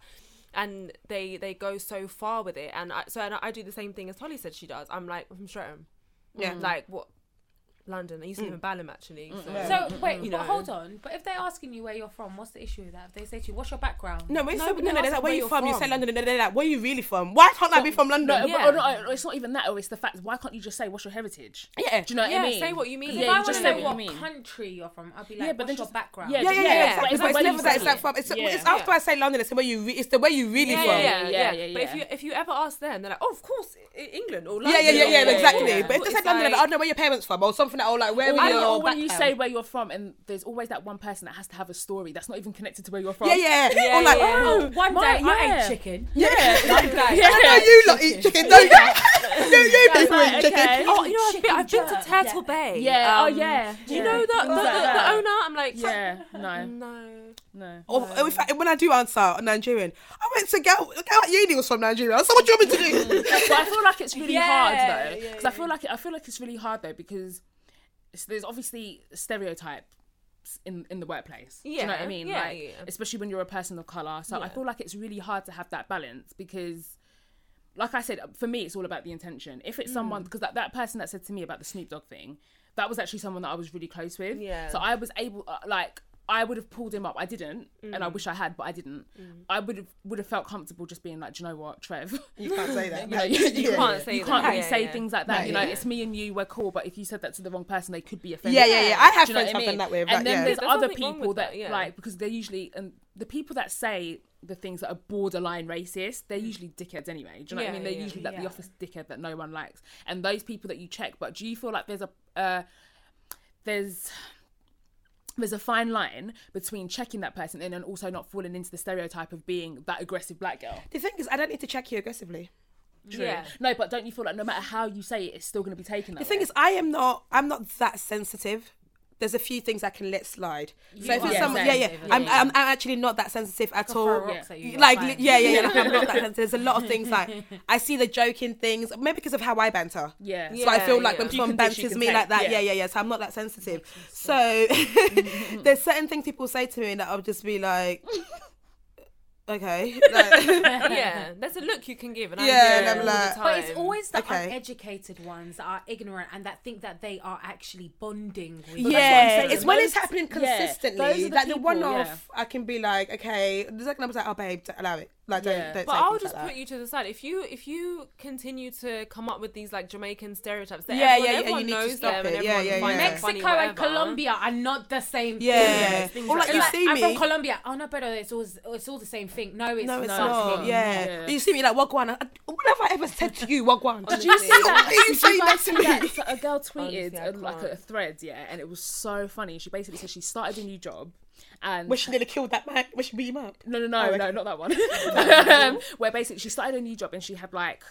[SPEAKER 4] and they they go so far with it and I, so and I do the same thing as Holly said she does I'm like I'm from Streatham
[SPEAKER 2] Yeah.
[SPEAKER 4] like what London I used
[SPEAKER 2] Mm.
[SPEAKER 4] to live in Balham actually so,
[SPEAKER 5] So wait,
[SPEAKER 4] You
[SPEAKER 5] but
[SPEAKER 4] know.
[SPEAKER 5] hold on. But if they're asking you where you're from, what's the issue with that? If they say to you, "What's your background?"
[SPEAKER 2] No, when
[SPEAKER 4] No,
[SPEAKER 2] so,
[SPEAKER 4] but
[SPEAKER 2] no,
[SPEAKER 4] they
[SPEAKER 2] no, they're
[SPEAKER 4] ask
[SPEAKER 2] like, where
[SPEAKER 4] where
[SPEAKER 2] you
[SPEAKER 4] you're
[SPEAKER 2] from? You
[SPEAKER 4] from.
[SPEAKER 2] say London, and they're like, where you really from? Why can't I be from London?
[SPEAKER 1] No,
[SPEAKER 4] Yeah.
[SPEAKER 1] but, or not, it's not even that. Or it's the fact. Why can't you just say what's your heritage?
[SPEAKER 2] Yeah.
[SPEAKER 1] Do you know what
[SPEAKER 4] Yeah,
[SPEAKER 1] I mean?
[SPEAKER 4] say what you mean.
[SPEAKER 5] If
[SPEAKER 4] Yeah,
[SPEAKER 5] I
[SPEAKER 4] you
[SPEAKER 5] want
[SPEAKER 4] just
[SPEAKER 5] to
[SPEAKER 4] say
[SPEAKER 5] know
[SPEAKER 4] what
[SPEAKER 5] what country you're from, I'd be like,
[SPEAKER 1] Yeah, but
[SPEAKER 5] "What's
[SPEAKER 1] then
[SPEAKER 5] your
[SPEAKER 1] just-
[SPEAKER 5] background?"
[SPEAKER 1] yeah,
[SPEAKER 2] yeah, yeah, yeah,
[SPEAKER 4] Yeah,
[SPEAKER 2] exactly.
[SPEAKER 4] because
[SPEAKER 2] But it's
[SPEAKER 1] when you
[SPEAKER 2] never that. It's
[SPEAKER 1] settle
[SPEAKER 2] like
[SPEAKER 1] it.
[SPEAKER 2] from. It's,
[SPEAKER 1] Yeah.
[SPEAKER 2] it's after I say London, it's where you. Re- it's the where you really
[SPEAKER 4] yeah,
[SPEAKER 2] from.
[SPEAKER 4] yeah,
[SPEAKER 1] yeah,
[SPEAKER 4] yeah,
[SPEAKER 1] yeah, yeah,
[SPEAKER 4] but if
[SPEAKER 1] yeah.
[SPEAKER 4] you if you ever ask them they're like oh of course E- England or London
[SPEAKER 2] Yeah, yeah, yeah,
[SPEAKER 4] or
[SPEAKER 2] yeah,
[SPEAKER 1] yeah,
[SPEAKER 2] exactly.
[SPEAKER 1] yeah.
[SPEAKER 2] But if they
[SPEAKER 4] It's
[SPEAKER 2] said London,
[SPEAKER 4] like-
[SPEAKER 2] I don't know where your parents from or something like, or like where
[SPEAKER 1] Or
[SPEAKER 2] were
[SPEAKER 1] when,
[SPEAKER 2] your
[SPEAKER 1] or when you say
[SPEAKER 2] background?
[SPEAKER 1] where you're from, and there's always that one person that has to have a story that's not even connected to where you're from.
[SPEAKER 2] yeah, yeah,
[SPEAKER 4] Yeah,
[SPEAKER 2] or like,
[SPEAKER 4] yeah.
[SPEAKER 2] oh,
[SPEAKER 5] One
[SPEAKER 1] My-
[SPEAKER 5] day I
[SPEAKER 1] yeah.
[SPEAKER 5] ate chicken.
[SPEAKER 2] yeah.
[SPEAKER 5] One day.
[SPEAKER 1] Yeah.
[SPEAKER 2] I know you lot eat chicken, don't you? you, you
[SPEAKER 1] it's
[SPEAKER 2] people eat
[SPEAKER 1] like,
[SPEAKER 2] chicken.
[SPEAKER 1] okay.
[SPEAKER 4] oh you know I've been,
[SPEAKER 5] Chicken
[SPEAKER 4] I've been to
[SPEAKER 5] jerk,
[SPEAKER 4] Turtle
[SPEAKER 5] yeah.
[SPEAKER 4] Bay
[SPEAKER 1] Yeah. oh
[SPEAKER 4] um,
[SPEAKER 1] yeah.
[SPEAKER 4] do you know the, the, the, the owner I'm like
[SPEAKER 1] Yeah. No.
[SPEAKER 4] no
[SPEAKER 1] No.
[SPEAKER 2] Or, or if I, when I do answer Nigerian, I went to go. A girl at uni was from Nigeria. So what do you want me to do?
[SPEAKER 1] But I feel like it's really
[SPEAKER 5] Yeah,
[SPEAKER 1] hard though,
[SPEAKER 5] yeah,
[SPEAKER 1] because I feel like I feel like it's really hard though because it's- there's obviously stereotypes in in the workplace. Do you know what I
[SPEAKER 4] Yeah,
[SPEAKER 1] mean?
[SPEAKER 4] yeah,
[SPEAKER 1] like,
[SPEAKER 4] yeah.
[SPEAKER 1] Especially when you're a person of color. So I
[SPEAKER 4] Yeah.
[SPEAKER 1] feel like it's really hard to have that balance because. Like I said, for me, it's all about the intention. If it's someone,
[SPEAKER 4] Mm.
[SPEAKER 1] because that, that person that said to me about the Snoop Dogg thing, that was actually someone that I was really close with.
[SPEAKER 4] Yeah.
[SPEAKER 1] So I was able, uh, like, I would have pulled him up. I didn't, and
[SPEAKER 4] Mm.
[SPEAKER 1] I wish I had, but I didn't. I would have would have felt comfortable just being like, do you know what, Trev?
[SPEAKER 2] You can't say that.
[SPEAKER 1] you know, you, you can't
[SPEAKER 4] yeah. can't
[SPEAKER 1] say
[SPEAKER 4] say
[SPEAKER 1] you can't
[SPEAKER 4] that.
[SPEAKER 1] really
[SPEAKER 4] Yeah,
[SPEAKER 1] say
[SPEAKER 4] yeah.
[SPEAKER 1] things like that. you know,
[SPEAKER 2] yeah.
[SPEAKER 1] it's me and you. We're cool, but if you said that to the wrong person, they could be offended.
[SPEAKER 2] Yeah, yeah, yeah. I have
[SPEAKER 1] Do you know
[SPEAKER 2] friends
[SPEAKER 1] what
[SPEAKER 2] I've done
[SPEAKER 1] mean?
[SPEAKER 2] that with.
[SPEAKER 1] And
[SPEAKER 2] like,
[SPEAKER 1] then
[SPEAKER 2] yeah.
[SPEAKER 1] there's
[SPEAKER 4] There's
[SPEAKER 1] other
[SPEAKER 4] nothing wrong
[SPEAKER 1] people
[SPEAKER 4] with
[SPEAKER 1] that,
[SPEAKER 4] that, yeah.
[SPEAKER 1] like because they're usually and the people that say the things that are borderline racist, they're usually dickheads anyway. Do you know what I
[SPEAKER 4] Yeah,
[SPEAKER 1] mean? They're
[SPEAKER 4] yeah,
[SPEAKER 1] usually like the
[SPEAKER 5] yeah.
[SPEAKER 1] office dickhead that no one likes, and those people that you check. But do you feel like there's a uh, there's there's a fine line between checking that person in and also not falling into the stereotype of being that aggressive black girl.
[SPEAKER 2] The thing is, I don't need to check you aggressively.
[SPEAKER 1] True.
[SPEAKER 4] Yeah.
[SPEAKER 1] No, but don't you feel like no matter how you say it, it's still going to be taken that
[SPEAKER 2] The thing
[SPEAKER 1] way?
[SPEAKER 2] is, I am not. I'm not that sensitive. There's a few things I can let slide. so if
[SPEAKER 1] are
[SPEAKER 2] it's someone, yeah, yeah,
[SPEAKER 5] sensitive,
[SPEAKER 2] I'm,
[SPEAKER 5] yeah, yeah.
[SPEAKER 2] I'm, I'm actually not that sensitive at all.
[SPEAKER 5] throw rocks at you,
[SPEAKER 2] Like,
[SPEAKER 5] that's
[SPEAKER 2] li-
[SPEAKER 5] fine.
[SPEAKER 2] yeah, yeah, yeah. Like, I'm not that sensitive. There's a lot of things like I see the joking things, maybe because of how I banter.
[SPEAKER 1] Yeah.
[SPEAKER 2] So I feel
[SPEAKER 4] Yeah,
[SPEAKER 2] like
[SPEAKER 4] yeah.
[SPEAKER 2] when
[SPEAKER 4] You
[SPEAKER 2] someone
[SPEAKER 1] can dish, you
[SPEAKER 2] banters
[SPEAKER 1] can
[SPEAKER 2] me
[SPEAKER 1] take.
[SPEAKER 2] like that, yeah.
[SPEAKER 1] Yeah.
[SPEAKER 2] yeah, yeah, So I'm not that sensitive. So there's certain things people say to me that I'll just be like, okay, like,
[SPEAKER 4] yeah, there's a look you can give, and I
[SPEAKER 2] Yeah,
[SPEAKER 4] yeah,
[SPEAKER 2] and I'm
[SPEAKER 4] all
[SPEAKER 2] like-
[SPEAKER 4] the time.
[SPEAKER 5] But it's always the
[SPEAKER 2] Okay.
[SPEAKER 5] uneducated ones that are ignorant and that think that they are actually bonding with.
[SPEAKER 2] yeah,
[SPEAKER 1] saying.
[SPEAKER 2] it's when it's
[SPEAKER 1] Those-
[SPEAKER 2] happening
[SPEAKER 1] yeah,
[SPEAKER 2] consistently.
[SPEAKER 1] those are the
[SPEAKER 2] like the
[SPEAKER 1] people,
[SPEAKER 2] one off, I can be like, okay. The second I was like, oh babe, don't allow it. Like don't,
[SPEAKER 1] Yeah.
[SPEAKER 2] don't
[SPEAKER 4] But
[SPEAKER 2] say
[SPEAKER 4] I'll
[SPEAKER 2] things
[SPEAKER 4] just
[SPEAKER 2] like
[SPEAKER 4] put
[SPEAKER 2] that.
[SPEAKER 4] you to the side. If you if you continue to come up with these like Jamaican stereotypes, that
[SPEAKER 2] Yeah,
[SPEAKER 4] everyone,
[SPEAKER 2] yeah, yeah,
[SPEAKER 4] everyone
[SPEAKER 2] you need to
[SPEAKER 4] knows
[SPEAKER 2] stop
[SPEAKER 4] them
[SPEAKER 2] it.
[SPEAKER 4] and
[SPEAKER 2] Yeah,
[SPEAKER 4] everyone
[SPEAKER 2] yeah,
[SPEAKER 4] finds
[SPEAKER 2] yeah.
[SPEAKER 4] them funny,
[SPEAKER 5] Mexico and
[SPEAKER 4] whatever.
[SPEAKER 5] Colombia are not the same
[SPEAKER 2] Yeah.
[SPEAKER 5] thing.
[SPEAKER 2] Things
[SPEAKER 1] Or like
[SPEAKER 2] like you see
[SPEAKER 5] I'm
[SPEAKER 2] me.
[SPEAKER 5] from Colombia. Oh no, but it's all it's all the same thing. No, it's,
[SPEAKER 2] No, it's
[SPEAKER 5] not.
[SPEAKER 2] not. Yeah.
[SPEAKER 1] Yeah.
[SPEAKER 2] You see me like Wagwan. I- What have I ever said to you, Wagwan?
[SPEAKER 1] Did you see that?
[SPEAKER 2] Why are you
[SPEAKER 1] Did
[SPEAKER 2] saying
[SPEAKER 1] you
[SPEAKER 2] that
[SPEAKER 1] guys
[SPEAKER 2] to
[SPEAKER 1] see
[SPEAKER 2] me?
[SPEAKER 1] that? So a girl tweeted
[SPEAKER 4] Honestly, I
[SPEAKER 1] a, like
[SPEAKER 4] can't.
[SPEAKER 1] a thread, yeah, and it was so funny. She basically said she started a new job and
[SPEAKER 2] Wish she nearly killed that man. Wish she beat him up.
[SPEAKER 1] no, no, no,
[SPEAKER 2] Oh, okay.
[SPEAKER 1] no, not that one. um, where basically she started a new job and she had like,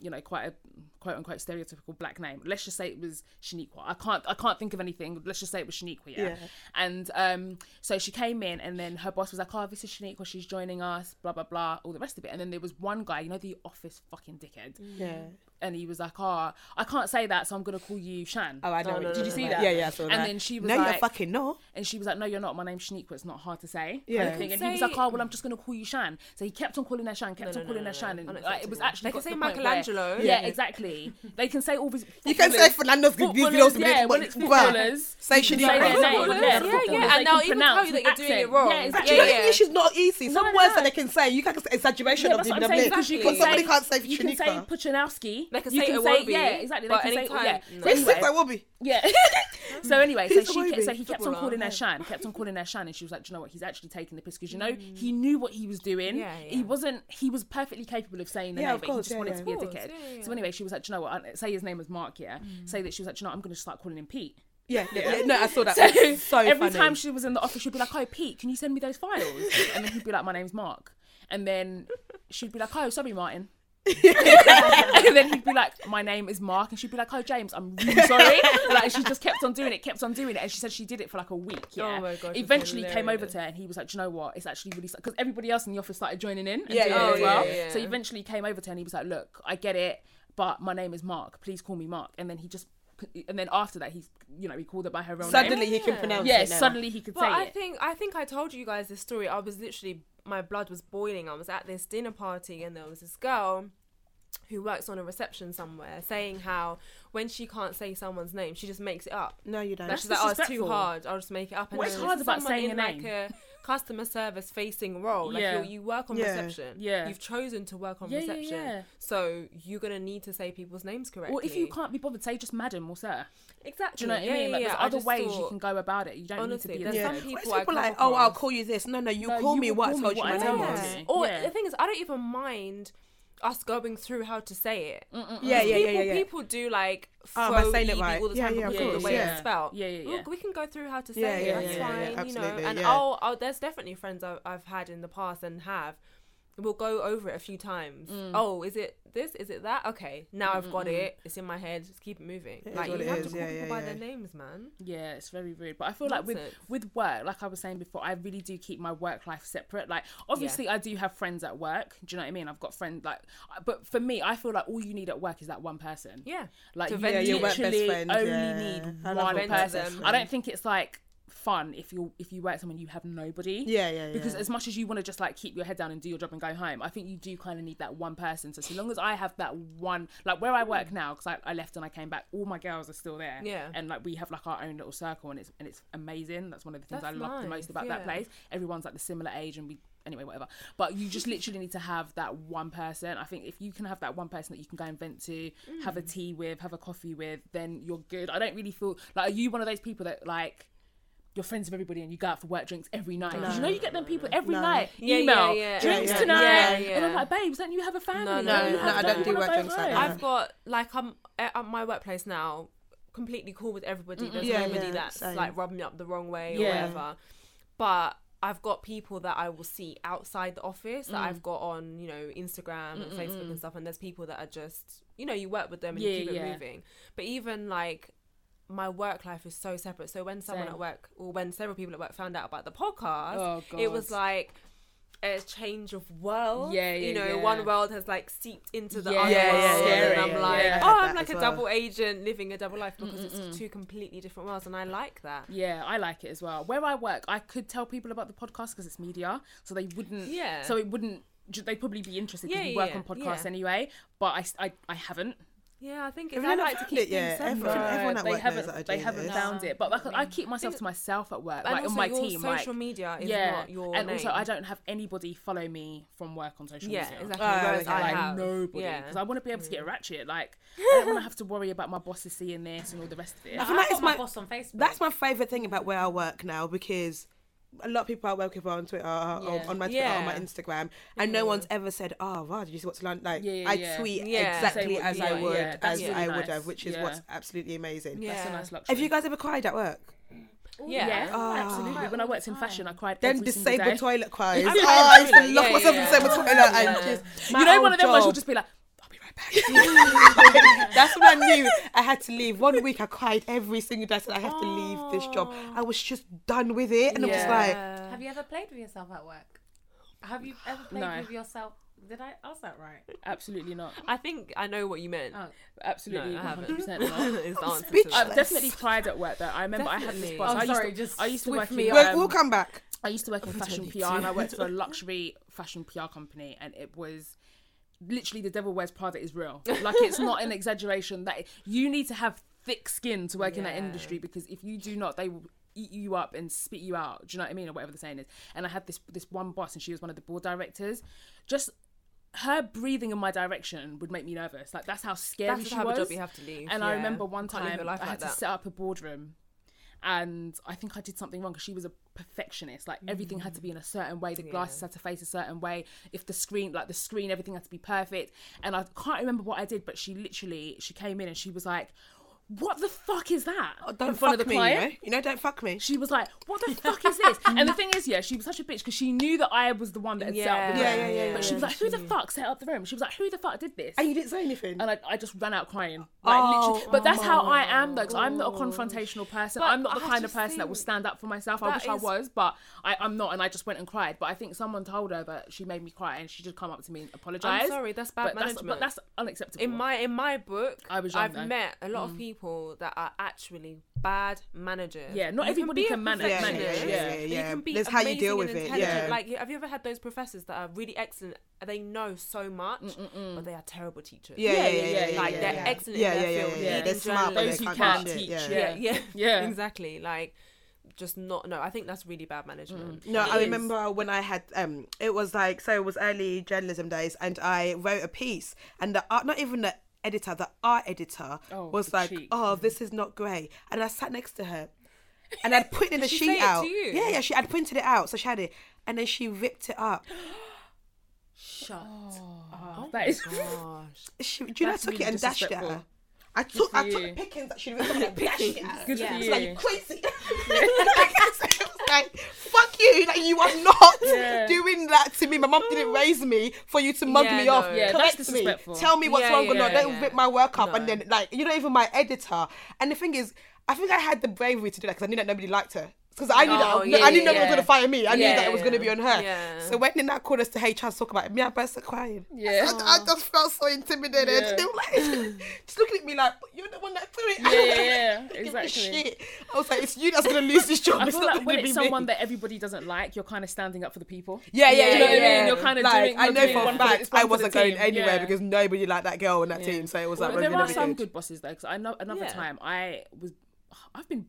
[SPEAKER 1] you know, quite a quote unquote stereotypical black name. Let's just say it was Shaniqua. I can't, I can't think of anything. Let's just say it was Shaniqua. Yeah.
[SPEAKER 2] Yeah.
[SPEAKER 1] And um, so she came in and then her boss was like, "Oh, this is Shaniqua. She's joining us. Blah blah blah. All the rest of it." And then there was one guy, you know, the office fucking dickhead.
[SPEAKER 2] Yeah.
[SPEAKER 1] And he was like, "Oh, I can't say that, so I'm gonna call you Shan."
[SPEAKER 2] Oh, I know.
[SPEAKER 4] No,
[SPEAKER 2] what
[SPEAKER 4] no,
[SPEAKER 2] you mean.
[SPEAKER 4] no, no, no.
[SPEAKER 1] that?
[SPEAKER 2] Yeah, yeah. I saw
[SPEAKER 1] And
[SPEAKER 2] that.
[SPEAKER 1] then she was
[SPEAKER 2] no,
[SPEAKER 1] like-
[SPEAKER 2] you're fucking no.
[SPEAKER 1] And she was like, "No, you're not. My name's Shaniqua. It's not hard to say."
[SPEAKER 2] Yeah.
[SPEAKER 1] Yeah. Kind of thing. And he was like,
[SPEAKER 4] Say-
[SPEAKER 1] "Oh, well, I'm just going to call you Shan." So he kept on calling her Shan, kept
[SPEAKER 4] No,
[SPEAKER 1] on
[SPEAKER 4] no,
[SPEAKER 1] calling
[SPEAKER 4] no,
[SPEAKER 1] her
[SPEAKER 4] no,
[SPEAKER 1] Shan,
[SPEAKER 4] no.
[SPEAKER 1] and like, it was
[SPEAKER 4] Unacceptable.
[SPEAKER 1] actually
[SPEAKER 4] They can
[SPEAKER 1] got to
[SPEAKER 4] say
[SPEAKER 1] the point
[SPEAKER 4] Michelangelo.
[SPEAKER 1] Where, yeah,
[SPEAKER 2] Yeah.
[SPEAKER 1] exactly. They can say all these.
[SPEAKER 2] You can say Fernando's with these
[SPEAKER 1] Footballers,
[SPEAKER 2] videos.
[SPEAKER 1] yeah, when it's footballers,
[SPEAKER 2] Say
[SPEAKER 1] you can say
[SPEAKER 2] Shaniqua.
[SPEAKER 1] their name,
[SPEAKER 4] Footballers,
[SPEAKER 1] yeah,
[SPEAKER 4] yeah,
[SPEAKER 1] footballers.
[SPEAKER 4] yeah,
[SPEAKER 1] They
[SPEAKER 4] and
[SPEAKER 1] can
[SPEAKER 4] they'll even
[SPEAKER 1] pronounce
[SPEAKER 4] tell you that you're
[SPEAKER 1] the
[SPEAKER 4] doing it
[SPEAKER 1] accent.
[SPEAKER 4] wrong.
[SPEAKER 1] Yeah, exactly.
[SPEAKER 2] Actually,
[SPEAKER 4] Yeah,
[SPEAKER 2] yeah,
[SPEAKER 4] yeah.
[SPEAKER 2] English is not easy. Some
[SPEAKER 1] No, no,
[SPEAKER 2] words
[SPEAKER 1] no.
[SPEAKER 2] that they can say, you can say exaggeration
[SPEAKER 1] Yeah,
[SPEAKER 2] of
[SPEAKER 1] that's
[SPEAKER 2] the
[SPEAKER 1] what I'm saying.
[SPEAKER 2] name.
[SPEAKER 1] Because you can
[SPEAKER 4] Exactly.
[SPEAKER 2] Because somebody
[SPEAKER 1] say,
[SPEAKER 2] can't say
[SPEAKER 1] you can say
[SPEAKER 2] Shaniqua.
[SPEAKER 1] Puchanowski.
[SPEAKER 4] They can
[SPEAKER 1] you
[SPEAKER 4] say
[SPEAKER 1] can
[SPEAKER 4] Iwobi,
[SPEAKER 1] yeah, exactly. They
[SPEAKER 4] but
[SPEAKER 1] can say,
[SPEAKER 4] anytime-
[SPEAKER 1] yeah.
[SPEAKER 4] no.
[SPEAKER 1] So
[SPEAKER 2] They
[SPEAKER 1] anyway,
[SPEAKER 2] said that will be.
[SPEAKER 1] Yeah. so anyway, so
[SPEAKER 2] He's
[SPEAKER 1] she
[SPEAKER 2] the
[SPEAKER 1] kept, so
[SPEAKER 2] wavy
[SPEAKER 1] he kept on
[SPEAKER 4] footballer.
[SPEAKER 1] calling her Shan, kept on calling her Shan, and she was like, "Do you know what? He's actually taking the piss because you know he knew what he was doing.
[SPEAKER 4] Mm. Yeah,
[SPEAKER 1] He
[SPEAKER 4] yeah.
[SPEAKER 1] wasn't. He was perfectly capable of saying the
[SPEAKER 2] Yeah,
[SPEAKER 1] name,
[SPEAKER 2] of
[SPEAKER 1] but he
[SPEAKER 2] course,
[SPEAKER 1] just
[SPEAKER 2] yeah,
[SPEAKER 1] wanted
[SPEAKER 2] yeah.
[SPEAKER 1] to be a
[SPEAKER 4] Of course,
[SPEAKER 1] dickhead.
[SPEAKER 4] yeah, yeah. Mm.
[SPEAKER 1] So anyway, she was like, "Do you know what? I- Say his name was Mark, yeah. Say that she was like, "Do you know, what? I'm going to start calling him Pete.
[SPEAKER 2] Yeah, yeah, no, I saw that.
[SPEAKER 1] So,
[SPEAKER 2] That's so
[SPEAKER 1] every
[SPEAKER 2] funny.
[SPEAKER 1] time she was in the office, she'd be like, "Oh, Pete, can you send me those files?" And then he'd be like, "My name's Mark," and then she'd be like, "Oh, sorry, Martin." and then he'd be like, "My name is Mark," and she'd be like, "Oh, James, I'm really sorry." like she just kept on doing it, kept on doing it, and she said she did it for like a week. Yeah.
[SPEAKER 4] Oh my gosh, that's
[SPEAKER 1] Eventually, came over
[SPEAKER 4] hilarious.
[SPEAKER 1] to her, and he was like, "Do you know what? It's actually really because everybody else in the office started joining in and
[SPEAKER 2] Yeah,
[SPEAKER 1] doing
[SPEAKER 2] yeah,
[SPEAKER 1] it as
[SPEAKER 2] yeah,
[SPEAKER 1] well."
[SPEAKER 4] yeah, yeah.
[SPEAKER 1] So eventually, he came over to her, and he was like, "Look, I get it, but my name is Mark. Please call me Mark." And then he just. And then after that, he's, you know, he called her by her real name.
[SPEAKER 2] Suddenly he can
[SPEAKER 4] Yeah.
[SPEAKER 2] pronounce
[SPEAKER 1] Yeah,
[SPEAKER 2] it. now.
[SPEAKER 1] suddenly he could
[SPEAKER 4] But
[SPEAKER 1] say
[SPEAKER 4] I
[SPEAKER 1] it.
[SPEAKER 4] think I think I told you guys this story. I was literally my blood was boiling. I was at this dinner party and there was this girl who works on a reception somewhere saying how when she can't say someone's name, she just makes it up.
[SPEAKER 2] No, you don't.
[SPEAKER 4] Like she's like, oh, it's too
[SPEAKER 1] disrespectful.
[SPEAKER 4] hard. I'll just make it up. And
[SPEAKER 1] What is
[SPEAKER 4] then
[SPEAKER 1] hard
[SPEAKER 4] this
[SPEAKER 1] about
[SPEAKER 4] someone
[SPEAKER 1] saying
[SPEAKER 4] in
[SPEAKER 1] a
[SPEAKER 4] like
[SPEAKER 1] name?
[SPEAKER 4] a customer service facing role? Like
[SPEAKER 1] Yeah.
[SPEAKER 4] you you work on
[SPEAKER 2] Yeah.
[SPEAKER 4] reception.
[SPEAKER 1] Yeah.
[SPEAKER 4] You've chosen to work on
[SPEAKER 1] Yeah, yeah,
[SPEAKER 4] reception.
[SPEAKER 1] yeah.
[SPEAKER 4] So you're gonna need to say people's names correctly.
[SPEAKER 1] Or if you can't be bothered, say just madam or sir.
[SPEAKER 4] exactly.
[SPEAKER 1] Do you know what
[SPEAKER 4] yeah,
[SPEAKER 1] I mean?
[SPEAKER 4] yeah,
[SPEAKER 1] Like,
[SPEAKER 4] yeah.
[SPEAKER 1] there's
[SPEAKER 4] I
[SPEAKER 1] other
[SPEAKER 4] just
[SPEAKER 1] ways you
[SPEAKER 4] thought-
[SPEAKER 1] can go about it. You don't
[SPEAKER 4] honestly,
[SPEAKER 1] need to
[SPEAKER 4] there's
[SPEAKER 1] be a
[SPEAKER 2] yeah.
[SPEAKER 4] some
[SPEAKER 1] dick.
[SPEAKER 4] people
[SPEAKER 2] Whereas
[SPEAKER 4] I
[SPEAKER 2] people
[SPEAKER 4] come
[SPEAKER 2] like, oh, I'll
[SPEAKER 4] across-
[SPEAKER 2] call you this. No, no, you
[SPEAKER 1] No,
[SPEAKER 2] call
[SPEAKER 1] you
[SPEAKER 2] me
[SPEAKER 1] will
[SPEAKER 2] what I
[SPEAKER 1] call me
[SPEAKER 2] told you
[SPEAKER 1] what
[SPEAKER 2] my
[SPEAKER 1] I
[SPEAKER 2] name
[SPEAKER 1] told
[SPEAKER 2] was.
[SPEAKER 1] you.
[SPEAKER 4] Yeah. Or
[SPEAKER 1] Yeah.
[SPEAKER 4] the thing is, I don't even mind us going through how to say it.
[SPEAKER 2] Yeah, yeah, yeah,
[SPEAKER 4] people,
[SPEAKER 2] yeah, yeah.
[SPEAKER 4] people do like
[SPEAKER 2] Oh, am
[SPEAKER 4] faux
[SPEAKER 2] I saying it
[SPEAKER 4] ED
[SPEAKER 2] right?
[SPEAKER 4] all the
[SPEAKER 2] Yeah,
[SPEAKER 4] time
[SPEAKER 2] yeah,
[SPEAKER 1] of
[SPEAKER 4] because of the
[SPEAKER 1] course,
[SPEAKER 4] way
[SPEAKER 1] yeah.
[SPEAKER 4] it's spelled.
[SPEAKER 1] Yeah, yeah,
[SPEAKER 4] Look,
[SPEAKER 1] yeah.
[SPEAKER 4] We can go through how to say
[SPEAKER 2] Yeah,
[SPEAKER 4] it.
[SPEAKER 2] yeah,
[SPEAKER 4] that's
[SPEAKER 1] yeah,
[SPEAKER 2] yeah,
[SPEAKER 4] fine, you know.
[SPEAKER 2] absolutely,
[SPEAKER 4] And
[SPEAKER 2] yeah.
[SPEAKER 4] I'll, I'll, there's definitely friends I've, I've had in the past and have. We'll go over it a few times.
[SPEAKER 1] Mm.
[SPEAKER 4] Oh, is it this? Is it that? Okay, now I've got it. It's in my head. Just keep it moving.
[SPEAKER 2] is
[SPEAKER 4] like you
[SPEAKER 2] what it
[SPEAKER 4] have to
[SPEAKER 2] is,
[SPEAKER 4] call
[SPEAKER 2] yeah,
[SPEAKER 4] people
[SPEAKER 2] yeah,
[SPEAKER 4] by
[SPEAKER 2] yeah.
[SPEAKER 4] their names, man.
[SPEAKER 1] Yeah, it's very rude. But I feel like with
[SPEAKER 4] Nonsense.
[SPEAKER 1] with work, like I was saying before, I really do keep my work life separate. Like obviously, I do have friends at work. Do you know what I mean? I've got friends like, but for me, I feel like all you need at work is that one person.
[SPEAKER 4] Yeah.
[SPEAKER 1] Like
[SPEAKER 4] To
[SPEAKER 1] you
[SPEAKER 4] vent
[SPEAKER 2] to. Yeah, your work best
[SPEAKER 1] literally
[SPEAKER 2] friend,
[SPEAKER 1] only
[SPEAKER 2] yeah.
[SPEAKER 1] need
[SPEAKER 2] I love
[SPEAKER 1] one
[SPEAKER 4] vent to
[SPEAKER 1] person.
[SPEAKER 4] them.
[SPEAKER 1] I don't think it's like fun if you if you work somewhere and you have nobody.
[SPEAKER 2] Yeah, yeah, yeah.
[SPEAKER 1] Because as much as you want to just like keep your head down and do your job and go home, I think you do kind of need that one person. So so long as I have that one, like where I work now, because I, I left and I came back, all my girls are still there.
[SPEAKER 4] Yeah.
[SPEAKER 1] And like we have like our own little circle and it's and it's amazing. That's one of the things
[SPEAKER 4] That's
[SPEAKER 1] I love the
[SPEAKER 4] nice,
[SPEAKER 1] most about that
[SPEAKER 4] yeah.
[SPEAKER 1] place. Everyone's like the similar age and we anyway whatever. But you just literally need to have that one person. I think if you can have that one person that you can go and vent to, have
[SPEAKER 4] Mm.
[SPEAKER 1] a tea with, have a coffee with, then you're good. I don't really feel like are you one of those people that like you're friends with everybody and you go out for work drinks every night. 'Cause you know you get them people every
[SPEAKER 2] No.
[SPEAKER 1] night.
[SPEAKER 4] Yeah,
[SPEAKER 1] email,
[SPEAKER 4] yeah, yeah.
[SPEAKER 1] drinks
[SPEAKER 2] Yeah, yeah.
[SPEAKER 1] tonight.
[SPEAKER 4] Yeah, yeah.
[SPEAKER 1] And I'm like, babes, don't you have a family?
[SPEAKER 4] No, no,
[SPEAKER 1] Don't you
[SPEAKER 4] no,
[SPEAKER 1] have-
[SPEAKER 4] I don't do
[SPEAKER 1] you wanna
[SPEAKER 2] work
[SPEAKER 1] go
[SPEAKER 2] drinks like
[SPEAKER 1] home?"
[SPEAKER 2] that.
[SPEAKER 4] I've got like I'm at at my workplace now. completely cool with everybody. There's
[SPEAKER 1] Mm-hmm.
[SPEAKER 2] Yeah,
[SPEAKER 4] nobody
[SPEAKER 2] yeah,
[SPEAKER 4] that's
[SPEAKER 2] same.
[SPEAKER 4] like rubbing me up the wrong way
[SPEAKER 1] Yeah.
[SPEAKER 4] or whatever. But I've got people that I will see outside the office
[SPEAKER 1] Mm.
[SPEAKER 4] that I've got on, you know, Instagram and Facebook and stuff. And there's people that are just, you know, you work with them and
[SPEAKER 1] Yeah,
[SPEAKER 4] you keep
[SPEAKER 1] yeah.
[SPEAKER 4] it moving. But even like my work life is so separate. So when someone
[SPEAKER 1] Same.
[SPEAKER 4] at work or when several people at work found out about the podcast,
[SPEAKER 1] Oh,
[SPEAKER 4] it was
[SPEAKER 1] God.
[SPEAKER 4] like a change of world.
[SPEAKER 1] Yeah,
[SPEAKER 4] You
[SPEAKER 1] yeah,
[SPEAKER 4] know,
[SPEAKER 1] yeah.
[SPEAKER 4] one world has like seeped into the
[SPEAKER 1] Yeah,
[SPEAKER 4] other
[SPEAKER 1] yeah,
[SPEAKER 4] world.
[SPEAKER 1] yeah,
[SPEAKER 4] and
[SPEAKER 1] yeah,
[SPEAKER 4] I'm
[SPEAKER 1] yeah,
[SPEAKER 4] like,
[SPEAKER 1] yeah.
[SPEAKER 4] oh,
[SPEAKER 2] I had
[SPEAKER 4] I'm
[SPEAKER 2] that
[SPEAKER 4] like
[SPEAKER 2] as
[SPEAKER 4] a
[SPEAKER 2] well.
[SPEAKER 4] double agent living a double life
[SPEAKER 1] Mm,
[SPEAKER 4] because it's two completely different worlds. And I like that.
[SPEAKER 1] Yeah, I like it as well. Where I work, I could tell people about the podcast because it's media, so they wouldn't.
[SPEAKER 4] Yeah.
[SPEAKER 1] So it wouldn't. ju- They'd probably be interested because
[SPEAKER 4] Yeah,
[SPEAKER 1] we
[SPEAKER 4] yeah,
[SPEAKER 1] work
[SPEAKER 4] yeah,
[SPEAKER 1] on podcasts
[SPEAKER 4] yeah.
[SPEAKER 1] anyway. But I, s- I, I haven't.
[SPEAKER 4] Yeah, I think
[SPEAKER 2] Have
[SPEAKER 4] it's,
[SPEAKER 2] you
[SPEAKER 4] I
[SPEAKER 2] not
[SPEAKER 4] like to
[SPEAKER 2] found
[SPEAKER 4] keep
[SPEAKER 2] it yet?
[SPEAKER 4] things separate.
[SPEAKER 2] Everyone- everyone at
[SPEAKER 1] they
[SPEAKER 2] work knows
[SPEAKER 1] haven't.
[SPEAKER 2] that I
[SPEAKER 1] they
[SPEAKER 2] do
[SPEAKER 1] haven't
[SPEAKER 2] this.
[SPEAKER 1] found it. But like, I keep myself to myself at work,
[SPEAKER 4] And
[SPEAKER 1] like on
[SPEAKER 4] also
[SPEAKER 1] my
[SPEAKER 4] your
[SPEAKER 1] team. like,
[SPEAKER 4] social media is
[SPEAKER 1] yeah,
[SPEAKER 4] not your
[SPEAKER 1] and
[SPEAKER 4] name.
[SPEAKER 1] also I don't have anybody follow me from work on social
[SPEAKER 4] Yeah,
[SPEAKER 1] media.
[SPEAKER 4] exactly.
[SPEAKER 2] Oh,
[SPEAKER 4] Whereas
[SPEAKER 2] okay.
[SPEAKER 4] I
[SPEAKER 1] like
[SPEAKER 4] have.
[SPEAKER 1] nobody
[SPEAKER 4] Yeah.
[SPEAKER 1] because I want to be able to get ratchet. Like I don't want to have to worry about my bosses seeing this and all the rest of it.
[SPEAKER 2] feel like
[SPEAKER 5] I've
[SPEAKER 2] it's
[SPEAKER 5] got my
[SPEAKER 2] my-
[SPEAKER 5] boss on Facebook.
[SPEAKER 2] That's my favorite thing about where I work now because a lot of people I work with are on Twitter, are
[SPEAKER 1] Yeah.
[SPEAKER 2] on, on my Twitter,
[SPEAKER 4] Yeah.
[SPEAKER 2] on my Instagram, and no one's ever said, "Oh, wow, did you see what's London?" Like
[SPEAKER 1] Yeah, yeah,
[SPEAKER 2] I
[SPEAKER 1] yeah.
[SPEAKER 2] tweet
[SPEAKER 4] Yeah.
[SPEAKER 1] Say
[SPEAKER 2] exactly
[SPEAKER 1] what
[SPEAKER 2] as
[SPEAKER 1] you
[SPEAKER 2] I
[SPEAKER 1] like.
[SPEAKER 2] would,
[SPEAKER 1] Yeah, that's
[SPEAKER 2] as
[SPEAKER 1] really
[SPEAKER 2] I
[SPEAKER 1] nice.
[SPEAKER 2] would have, which is
[SPEAKER 1] Yeah.
[SPEAKER 2] what's absolutely amazing.
[SPEAKER 1] That's a
[SPEAKER 4] Yeah.
[SPEAKER 1] nice luxury.
[SPEAKER 2] Have you guys ever cried at work?
[SPEAKER 1] Yeah,
[SPEAKER 4] Yeah.
[SPEAKER 2] Ah.
[SPEAKER 5] Oh,
[SPEAKER 1] absolutely. When I worked in fashion, I cried
[SPEAKER 2] Then
[SPEAKER 1] every single day.
[SPEAKER 2] disabled toilet cries.
[SPEAKER 1] Yeah,
[SPEAKER 2] oh, I used to
[SPEAKER 4] yeah,
[SPEAKER 2] lock
[SPEAKER 4] yeah,
[SPEAKER 2] myself in
[SPEAKER 4] yeah.
[SPEAKER 2] the disabled toilet and just.
[SPEAKER 1] you
[SPEAKER 2] my
[SPEAKER 1] know, one
[SPEAKER 2] old
[SPEAKER 1] of them ones
[SPEAKER 2] job.
[SPEAKER 1] will just be like, "I'll be right back."
[SPEAKER 2] That's when I knew I had to leave. One week I cried every single day. I said, I have to leave this job. I was just done with it. And I'm just like,
[SPEAKER 5] Have you ever played with yourself at work? Have you ever played
[SPEAKER 1] No.
[SPEAKER 5] with yourself? Did I ask that right?
[SPEAKER 1] absolutely not.
[SPEAKER 4] I think I know what you meant.
[SPEAKER 5] Oh.
[SPEAKER 1] Absolutely,
[SPEAKER 4] No, I
[SPEAKER 1] one
[SPEAKER 4] haven't.
[SPEAKER 1] hundred percent not.
[SPEAKER 4] It's the answer to
[SPEAKER 2] Speechless.
[SPEAKER 4] that.
[SPEAKER 1] I've definitely cried at work though. I remember I had this
[SPEAKER 4] Definitely.
[SPEAKER 1] boss.
[SPEAKER 5] Oh,
[SPEAKER 1] I used
[SPEAKER 5] sorry,
[SPEAKER 1] to,
[SPEAKER 5] just
[SPEAKER 1] I used to
[SPEAKER 5] swift
[SPEAKER 1] work in,
[SPEAKER 5] me
[SPEAKER 2] we'll,
[SPEAKER 1] um,
[SPEAKER 2] we'll come back.
[SPEAKER 1] I used to work in fashion
[SPEAKER 2] need
[SPEAKER 1] PR
[SPEAKER 2] to.
[SPEAKER 1] and I worked for a luxury fashion PR company and it was literally the devil wears Prada is real. Like it's not an exaggeration that you need to have thick skin to work in that
[SPEAKER 4] Yeah.
[SPEAKER 1] industry because if you do not they will eat you up and spit you out. Do you know what I mean or whatever the saying is. And I had this this one boss and she was one of the board directors. Just her breathing in my direction would make me nervous. Like that's how scary
[SPEAKER 4] That's the
[SPEAKER 1] she
[SPEAKER 4] type
[SPEAKER 1] was.
[SPEAKER 4] of job you have to leave.
[SPEAKER 1] And I
[SPEAKER 4] yeah.
[SPEAKER 1] remember one
[SPEAKER 4] Can't live
[SPEAKER 1] time
[SPEAKER 4] your
[SPEAKER 1] I
[SPEAKER 4] life
[SPEAKER 1] had
[SPEAKER 4] like
[SPEAKER 1] to
[SPEAKER 4] that.
[SPEAKER 1] set up a boardroom and I think I did something wrong because she was a perfectionist.
[SPEAKER 4] Mm.
[SPEAKER 1] Like everything had to be in a certain way, the glasses had to face a certain way. If the screen, like the screen, everything had to be perfect. And I can't remember what I did, but she literally she came in and she was like, "What the fuck is that?"
[SPEAKER 4] Oh,
[SPEAKER 1] in
[SPEAKER 2] Don't
[SPEAKER 1] front
[SPEAKER 2] fuck
[SPEAKER 1] of the
[SPEAKER 2] me,
[SPEAKER 1] client.
[SPEAKER 4] eh?
[SPEAKER 2] you know? You know, don't fuck me.
[SPEAKER 1] She was like, "What the fuck is this?" And the thing is, yeah, she was such a bitch because she knew that I was the one that had set up the room.
[SPEAKER 4] Yeah,
[SPEAKER 2] yeah, yeah,
[SPEAKER 1] But she
[SPEAKER 2] yeah.
[SPEAKER 1] was like, "Who the fuck set up the room?" She was like, "Who the fuck did this?"
[SPEAKER 2] And Oh, you didn't say anything.
[SPEAKER 1] and I, I just ran out crying. Like,
[SPEAKER 4] Oh,
[SPEAKER 1] literally. But that's how I am, though, 'cause I'm not a confrontational person.
[SPEAKER 4] But
[SPEAKER 1] I'm not the
[SPEAKER 4] I
[SPEAKER 1] kind of
[SPEAKER 4] just
[SPEAKER 1] person that will
[SPEAKER 4] think
[SPEAKER 1] stand up for myself. I
[SPEAKER 4] that
[SPEAKER 1] wish I
[SPEAKER 4] is-
[SPEAKER 1] was, but I, I'm not, and I just went and cried. But I think someone told her that she made me cry, and she did come up to me and apologize.
[SPEAKER 4] I'm sorry, that's bad
[SPEAKER 1] but That's, but
[SPEAKER 4] management.
[SPEAKER 1] that's unacceptable.
[SPEAKER 4] in my in my book
[SPEAKER 1] I was young Mm.
[SPEAKER 4] i've
[SPEAKER 1] though.
[SPEAKER 4] met a lot of people that are actually bad managers
[SPEAKER 1] Yeah, not everybody
[SPEAKER 4] be a
[SPEAKER 1] can manage.
[SPEAKER 2] Yeah, yeah, yeah,
[SPEAKER 4] perfectionist,
[SPEAKER 2] yeah,
[SPEAKER 4] but
[SPEAKER 2] yeah.
[SPEAKER 4] you can be
[SPEAKER 2] There's how you
[SPEAKER 4] amazing
[SPEAKER 2] deal
[SPEAKER 4] and
[SPEAKER 2] with it,
[SPEAKER 4] intelligent.
[SPEAKER 2] yeah.
[SPEAKER 4] like have you ever had those professors that are really excellent and they know so much but they are terrible teachers
[SPEAKER 2] yeah, yeah, yeah, yeah, yeah,
[SPEAKER 4] like,
[SPEAKER 2] yeah,
[SPEAKER 4] they're
[SPEAKER 2] yeah.
[SPEAKER 4] excellent in
[SPEAKER 2] Yeah, yeah,
[SPEAKER 4] their
[SPEAKER 2] yeah,
[SPEAKER 4] field,
[SPEAKER 2] yeah, yeah.
[SPEAKER 4] in
[SPEAKER 2] They're smart, but
[SPEAKER 1] Those
[SPEAKER 2] they
[SPEAKER 1] who
[SPEAKER 2] can't,
[SPEAKER 1] can
[SPEAKER 2] shit.
[SPEAKER 1] teach,
[SPEAKER 2] Yeah.
[SPEAKER 1] yeah.
[SPEAKER 4] yeah yeah,
[SPEAKER 1] Yeah.
[SPEAKER 4] exactly like just not no i think that's really bad
[SPEAKER 1] Mm.
[SPEAKER 4] management
[SPEAKER 2] No,
[SPEAKER 4] It
[SPEAKER 2] I
[SPEAKER 4] is.
[SPEAKER 2] remember when I had um, it was like so it was early journalism days, and I wrote a piece, and the art, not even the editor, the art editor
[SPEAKER 1] Oh,
[SPEAKER 2] was
[SPEAKER 1] the
[SPEAKER 2] like,
[SPEAKER 1] cheek.
[SPEAKER 2] "Oh, this is not great," and I sat next to her, and I'd printed the
[SPEAKER 4] she
[SPEAKER 2] sheet
[SPEAKER 4] say it to
[SPEAKER 2] out.
[SPEAKER 4] you?
[SPEAKER 2] Yeah, yeah, she I'd printed it out, so she had it, and then she ripped it up.
[SPEAKER 5] Shut.
[SPEAKER 1] that is.
[SPEAKER 4] gosh
[SPEAKER 2] She, do you know I
[SPEAKER 1] That's
[SPEAKER 2] took
[SPEAKER 1] really
[SPEAKER 2] it and dashed it at her.
[SPEAKER 1] disrespectful.
[SPEAKER 2] I took
[SPEAKER 1] for
[SPEAKER 2] I took
[SPEAKER 1] you.
[SPEAKER 2] the pickings that she ripped up and I dashed it at her.
[SPEAKER 1] Good
[SPEAKER 5] Yeah.
[SPEAKER 1] for
[SPEAKER 2] It's
[SPEAKER 1] you.
[SPEAKER 2] like you crazy. It was like, fuck you, like you are not
[SPEAKER 1] Yeah.
[SPEAKER 2] doing that to me. My mum didn't raise me for you to mug
[SPEAKER 4] Yeah,
[SPEAKER 2] me
[SPEAKER 4] no.
[SPEAKER 2] off.
[SPEAKER 1] Yeah, that's
[SPEAKER 2] Correct me.
[SPEAKER 1] disrespectful.
[SPEAKER 2] Tell me what's
[SPEAKER 4] Yeah,
[SPEAKER 2] wrong or not.
[SPEAKER 4] yeah,
[SPEAKER 2] Don't
[SPEAKER 4] yeah.
[SPEAKER 2] rip my work up and
[SPEAKER 4] No.
[SPEAKER 2] then like you're not even my editor. And the thing is, I think I had the bravery to do that because I knew that nobody liked her. Because I knew
[SPEAKER 4] Oh,
[SPEAKER 2] that
[SPEAKER 4] yeah,
[SPEAKER 2] I knew
[SPEAKER 4] yeah,
[SPEAKER 2] no one was
[SPEAKER 1] yeah.
[SPEAKER 2] gonna fire me. I
[SPEAKER 4] Yeah,
[SPEAKER 2] knew that it was
[SPEAKER 4] yeah.
[SPEAKER 2] gonna be on her.
[SPEAKER 4] Yeah.
[SPEAKER 2] So when did that called us to HR to talk about it, me, I burst out crying.
[SPEAKER 1] Yeah.
[SPEAKER 2] I, I just felt so intimidated.
[SPEAKER 1] Yeah.
[SPEAKER 2] They were like, just looking at me like, but you're the one that threw it.
[SPEAKER 1] Yeah, yeah, yeah.
[SPEAKER 2] Give me
[SPEAKER 1] Exactly.
[SPEAKER 2] shit. I was like, it's you that's gonna lose this job.
[SPEAKER 1] I
[SPEAKER 2] It's
[SPEAKER 1] feel
[SPEAKER 2] not
[SPEAKER 1] like when
[SPEAKER 2] gonna be
[SPEAKER 1] it's someone
[SPEAKER 2] me.
[SPEAKER 1] that everybody doesn't like, you're kind of standing up for the people.
[SPEAKER 2] Yeah, yeah,
[SPEAKER 1] Do you know what I mean?
[SPEAKER 2] yeah.
[SPEAKER 1] You're kinda
[SPEAKER 2] like,
[SPEAKER 1] doing-
[SPEAKER 2] I
[SPEAKER 1] you're
[SPEAKER 2] know
[SPEAKER 1] doing
[SPEAKER 2] for
[SPEAKER 1] one
[SPEAKER 2] a
[SPEAKER 1] for the-
[SPEAKER 2] fact
[SPEAKER 1] it's one
[SPEAKER 2] I
[SPEAKER 1] for the
[SPEAKER 2] wasn't going
[SPEAKER 1] team,
[SPEAKER 2] anywhere
[SPEAKER 1] yeah.
[SPEAKER 2] because nobody liked that girl on that team, so it was like
[SPEAKER 1] Well, there
[SPEAKER 2] really
[SPEAKER 1] are some
[SPEAKER 2] good.
[SPEAKER 1] good bosses though, because I know another
[SPEAKER 4] Yeah.
[SPEAKER 1] time I was, I've been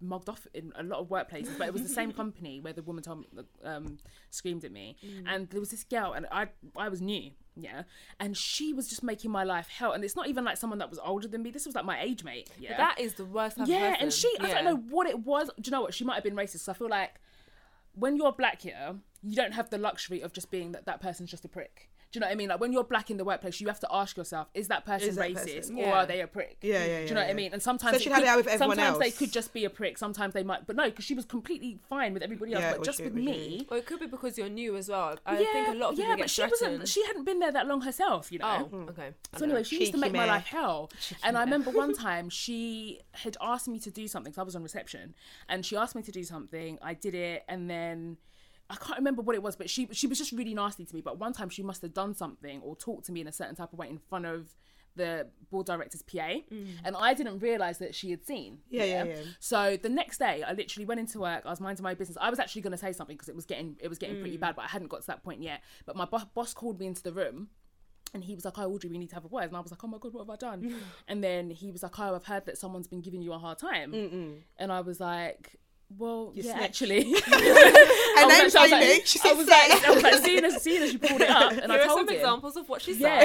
[SPEAKER 1] mugged off in a lot of workplaces, but it was the same company where the woman told me, um, screamed at me,
[SPEAKER 4] Mm.
[SPEAKER 1] and there was this girl, and I, I was new, yeah, and she was just making my life hell, and it's not even like someone that was older than me. This was like my age mate, yeah.
[SPEAKER 4] that is the worst type of
[SPEAKER 1] yeah,
[SPEAKER 4] person.
[SPEAKER 1] and she, I
[SPEAKER 4] Yeah.
[SPEAKER 1] don't know what it was. Do you know what? She might have been racist. So I feel like when you're black here, you don't have the luxury of just being that that person's just a prick. Do you know what I mean? Like when you're black in the workplace, you have to ask yourself, is that person
[SPEAKER 2] Is that
[SPEAKER 1] racist
[SPEAKER 2] person-
[SPEAKER 1] or
[SPEAKER 4] Yeah.
[SPEAKER 1] are they a prick?
[SPEAKER 2] Yeah, yeah,
[SPEAKER 1] Do
[SPEAKER 2] yeah,
[SPEAKER 1] you know what
[SPEAKER 2] yeah.
[SPEAKER 1] I mean? And sometimes
[SPEAKER 2] she
[SPEAKER 1] it
[SPEAKER 2] had it
[SPEAKER 1] could-
[SPEAKER 2] out with everyone
[SPEAKER 1] sometimes they
[SPEAKER 2] else.
[SPEAKER 1] could just be a prick. Sometimes they might, but no, because she was completely fine with everybody else,
[SPEAKER 2] Yeah, it
[SPEAKER 1] but
[SPEAKER 2] was
[SPEAKER 1] just
[SPEAKER 2] you,
[SPEAKER 1] with
[SPEAKER 2] it was you.
[SPEAKER 1] me.
[SPEAKER 4] Well, it could be because you're new as well. I think a lot of people
[SPEAKER 1] yeah,
[SPEAKER 4] get
[SPEAKER 1] but she
[SPEAKER 4] threatened.
[SPEAKER 1] wasn't. She hadn't been there that long herself, you know.
[SPEAKER 4] oh, okay.
[SPEAKER 1] So
[SPEAKER 4] I don't know.
[SPEAKER 1] anyway, she used to
[SPEAKER 2] Cheeky
[SPEAKER 1] make my
[SPEAKER 2] mare.
[SPEAKER 1] life hell. and I remember one time she had asked me to do something. 'cause I was on reception, and she asked me to do something. I did it, and then I can't remember what it was, but she she was just really nasty to me. But one time she must have done something or talked to me in a certain type of way in front of the board director's PA, and I didn't realize that she had seen.
[SPEAKER 2] Mm. Yeah, yeah, yeah.
[SPEAKER 1] So the next day, I literally went into work. I was minding my business. I was actually going to say something because it was getting it was getting pretty
[SPEAKER 2] Mm.
[SPEAKER 1] bad, but I hadn't got to that point yet. But my bo- boss called me into the room. And he was like, "Oh, Audrey, we need to have a word." And I was like, "Oh my god, what have I done?" and then he was like, "Oh, I've heard that someone's been giving you a hard time." And I was like, "Well, yeah,
[SPEAKER 2] snitch.
[SPEAKER 1] actually."
[SPEAKER 2] And
[SPEAKER 1] I
[SPEAKER 2] then
[SPEAKER 1] was like- I was
[SPEAKER 2] finally,
[SPEAKER 1] like-
[SPEAKER 2] she
[SPEAKER 1] I
[SPEAKER 2] said,
[SPEAKER 1] was like, I was like, seeing as seeing as you pulled it up, and I
[SPEAKER 4] Here are
[SPEAKER 1] told
[SPEAKER 4] some
[SPEAKER 1] him.
[SPEAKER 4] examples of what she
[SPEAKER 1] Yeah,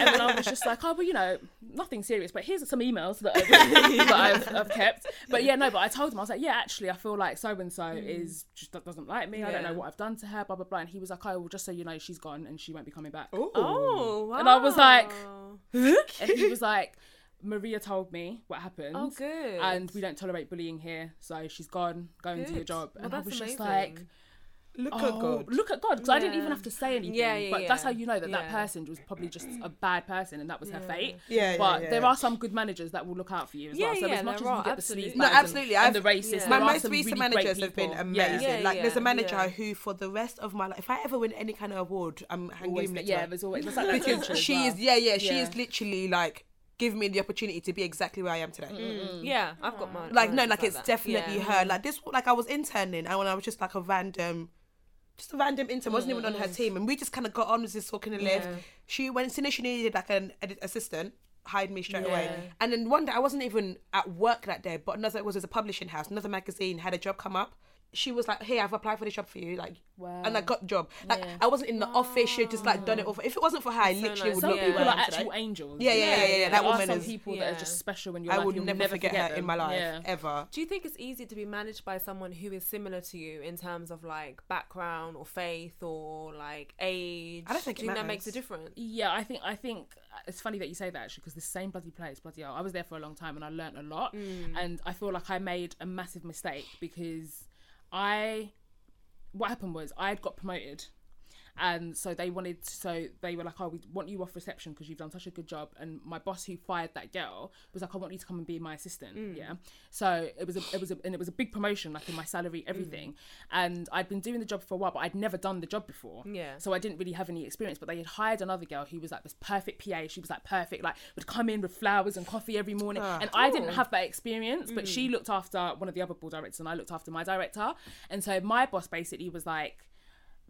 [SPEAKER 1] and then I was just like, oh, well, you know, nothing serious, but here's some emails that I've, that I've, I've kept. But yeah, no, but I told him I was like, yeah, actually, I feel like so and so is just doesn't like me. I don't
[SPEAKER 4] Mm. Yeah.
[SPEAKER 1] know what I've done to her, blah blah blah. And he was like, oh, well, just so you know, she's gone and she won't be coming back.
[SPEAKER 4] Oh, wow.
[SPEAKER 1] Mm. And I was like, And he was like, Maria told me what happened.
[SPEAKER 4] Oh, good.
[SPEAKER 1] And we don't tolerate bullying here, so she's gone. Go and do your
[SPEAKER 4] Good.
[SPEAKER 1] job.
[SPEAKER 4] Well,
[SPEAKER 1] and I
[SPEAKER 4] that's
[SPEAKER 1] was just
[SPEAKER 4] amazing.
[SPEAKER 1] like,
[SPEAKER 2] look
[SPEAKER 1] oh,
[SPEAKER 2] at God.
[SPEAKER 1] look at God, because I didn't
[SPEAKER 4] Yeah.
[SPEAKER 1] even have to say anything.
[SPEAKER 4] Yeah, yeah,
[SPEAKER 1] but that's
[SPEAKER 4] yeah.
[SPEAKER 1] how you know that that
[SPEAKER 4] Yeah.
[SPEAKER 1] person was probably just a bad person, and that was her fate.
[SPEAKER 2] Yeah, yeah,
[SPEAKER 1] but
[SPEAKER 2] yeah.
[SPEAKER 1] there are some good managers that will look out for you as
[SPEAKER 4] Yeah,
[SPEAKER 1] well. So
[SPEAKER 4] yeah,
[SPEAKER 1] as much as
[SPEAKER 4] there
[SPEAKER 1] you
[SPEAKER 4] are,
[SPEAKER 1] get
[SPEAKER 4] absolutely.
[SPEAKER 1] the sleaze
[SPEAKER 4] No,
[SPEAKER 1] bags
[SPEAKER 2] absolutely,
[SPEAKER 1] And,
[SPEAKER 2] I've-
[SPEAKER 1] and the racist.
[SPEAKER 4] yeah.
[SPEAKER 1] there
[SPEAKER 2] My
[SPEAKER 1] are
[SPEAKER 2] most
[SPEAKER 1] some
[SPEAKER 2] recent
[SPEAKER 1] really great
[SPEAKER 2] managers have been
[SPEAKER 1] people.
[SPEAKER 2] amazing.
[SPEAKER 1] Yeah,
[SPEAKER 4] Yeah,
[SPEAKER 2] like, there's a
[SPEAKER 4] yeah,
[SPEAKER 2] manager
[SPEAKER 4] yeah.
[SPEAKER 2] who, for the rest of my life, if I ever win any kind of award, I'm hanging
[SPEAKER 1] always,
[SPEAKER 2] him next
[SPEAKER 1] yeah
[SPEAKER 2] to her.
[SPEAKER 1] there's always that's like that culture
[SPEAKER 2] because
[SPEAKER 1] as
[SPEAKER 2] she
[SPEAKER 1] well.
[SPEAKER 2] is, yeah, yeah, she is
[SPEAKER 1] Yeah.
[SPEAKER 2] literally like giving me the opportunity to be exactly where I am today.
[SPEAKER 4] yeah, I've got mine.
[SPEAKER 2] Mm. Like, no,
[SPEAKER 4] mine's
[SPEAKER 2] like it's
[SPEAKER 4] that.
[SPEAKER 2] definitely
[SPEAKER 4] Yeah.
[SPEAKER 2] her. Like this, like I was interning, and when I was just like a random. Just a random intern, wasn't even on her team, and we just kind of got on, was just talking and left. She, when as soon as she needed like an edit assistant, hired me straight away.
[SPEAKER 4] Yeah.
[SPEAKER 2] And then one day, I wasn't even at work that day, but another it was, it was a publishing house, another magazine had a job come up. She was like, "Hey, I've applied for this job for you," like, and I got the job. Like, I wasn't in the office; she had just like done it all. For, if it wasn't for her, I literally
[SPEAKER 4] nice.
[SPEAKER 2] would
[SPEAKER 4] Some
[SPEAKER 2] not be
[SPEAKER 1] people
[SPEAKER 2] where
[SPEAKER 1] are
[SPEAKER 2] I am today.
[SPEAKER 1] actual angels.
[SPEAKER 2] Yeah, yeah, yeah, yeah, yeah. That
[SPEAKER 1] There are
[SPEAKER 2] woman
[SPEAKER 1] some
[SPEAKER 2] is-
[SPEAKER 1] people that
[SPEAKER 4] yeah.
[SPEAKER 1] are just special in your
[SPEAKER 2] I
[SPEAKER 1] life.
[SPEAKER 2] would
[SPEAKER 1] You'll
[SPEAKER 2] never, forget, her in
[SPEAKER 1] them.
[SPEAKER 2] my life
[SPEAKER 1] Yeah.
[SPEAKER 2] ever.
[SPEAKER 4] Do you think it's easy to be managed by someone who is similar to you in terms of like background or faith or like age?
[SPEAKER 2] I don't think
[SPEAKER 4] Do
[SPEAKER 2] it
[SPEAKER 4] you think that
[SPEAKER 2] matters.
[SPEAKER 4] makes a difference.
[SPEAKER 1] Yeah, I think I think uh, it's funny that you say that actually because the same bloody place, bloody hell. I was there for a long time and I learnt a lot,
[SPEAKER 2] Mm.
[SPEAKER 1] and I feel like I made a massive mistake because I what happened was I had got promoted. And Um, so they wanted, so they were like, "Oh, we want you off reception because you've done such a good job." And my boss, who fired that girl, was like, "I want you to come and be my assistant." Yeah. So it was, a, it was, a, and it was a big promotion, like in my salary, everything. And I'd been doing the job for a while, but I'd never done the job before.
[SPEAKER 4] Yeah.
[SPEAKER 1] So I didn't really have any experience. But they had hired another girl who was like this perfect PA. She was like perfect, like would come in with flowers and coffee every morning. and I didn't have that experience, but she looked after one of the other ball directors, and I looked after my director. And so my boss basically was like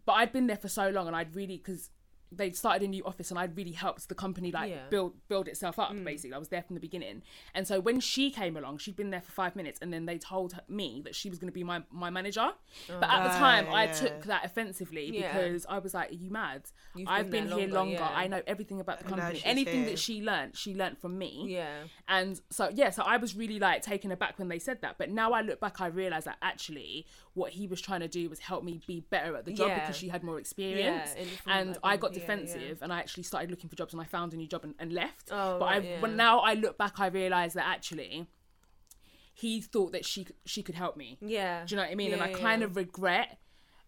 [SPEAKER 1] but I'd been there for so long and I'd really because they'd started a new office and I'd really helped the company like
[SPEAKER 4] Yeah.
[SPEAKER 1] build build itself up basically. I was there from the beginning. And so when she came along, she'd been there for five minutes and then they told her, me that she was gonna be my, my manager. but at the time I
[SPEAKER 2] yeah.
[SPEAKER 1] took that offensively
[SPEAKER 4] Yeah.
[SPEAKER 1] because I was like, Are you mad?
[SPEAKER 4] You've
[SPEAKER 1] I've
[SPEAKER 4] been
[SPEAKER 1] been,
[SPEAKER 4] there
[SPEAKER 1] here
[SPEAKER 4] longer,
[SPEAKER 1] longer.
[SPEAKER 4] yeah.
[SPEAKER 1] I know everything about the
[SPEAKER 2] now
[SPEAKER 1] company.
[SPEAKER 2] she's
[SPEAKER 1] Anything
[SPEAKER 2] here.
[SPEAKER 1] that she learnt, she learnt from me.
[SPEAKER 4] Yeah.
[SPEAKER 1] And so yeah, so I was really like taken aback when they said that. But now I look back, I realize that actually what he was trying to do was help me be better at the job
[SPEAKER 4] Yeah.
[SPEAKER 1] because she had more experience.
[SPEAKER 4] Yeah, and from
[SPEAKER 1] and
[SPEAKER 4] that
[SPEAKER 1] I
[SPEAKER 4] point,
[SPEAKER 1] got
[SPEAKER 4] yeah, yeah.
[SPEAKER 1] defensive and I actually started looking for jobs and I found a new job and, and left.
[SPEAKER 4] Oh,
[SPEAKER 1] but
[SPEAKER 4] right,
[SPEAKER 1] I
[SPEAKER 4] yeah.
[SPEAKER 1] but now I look back, I realize that actually he thought that she she could help me.
[SPEAKER 4] Yeah.
[SPEAKER 1] Do you know what I mean? and
[SPEAKER 4] Yeah,
[SPEAKER 1] I
[SPEAKER 4] yeah. Mm.
[SPEAKER 1] kind of regret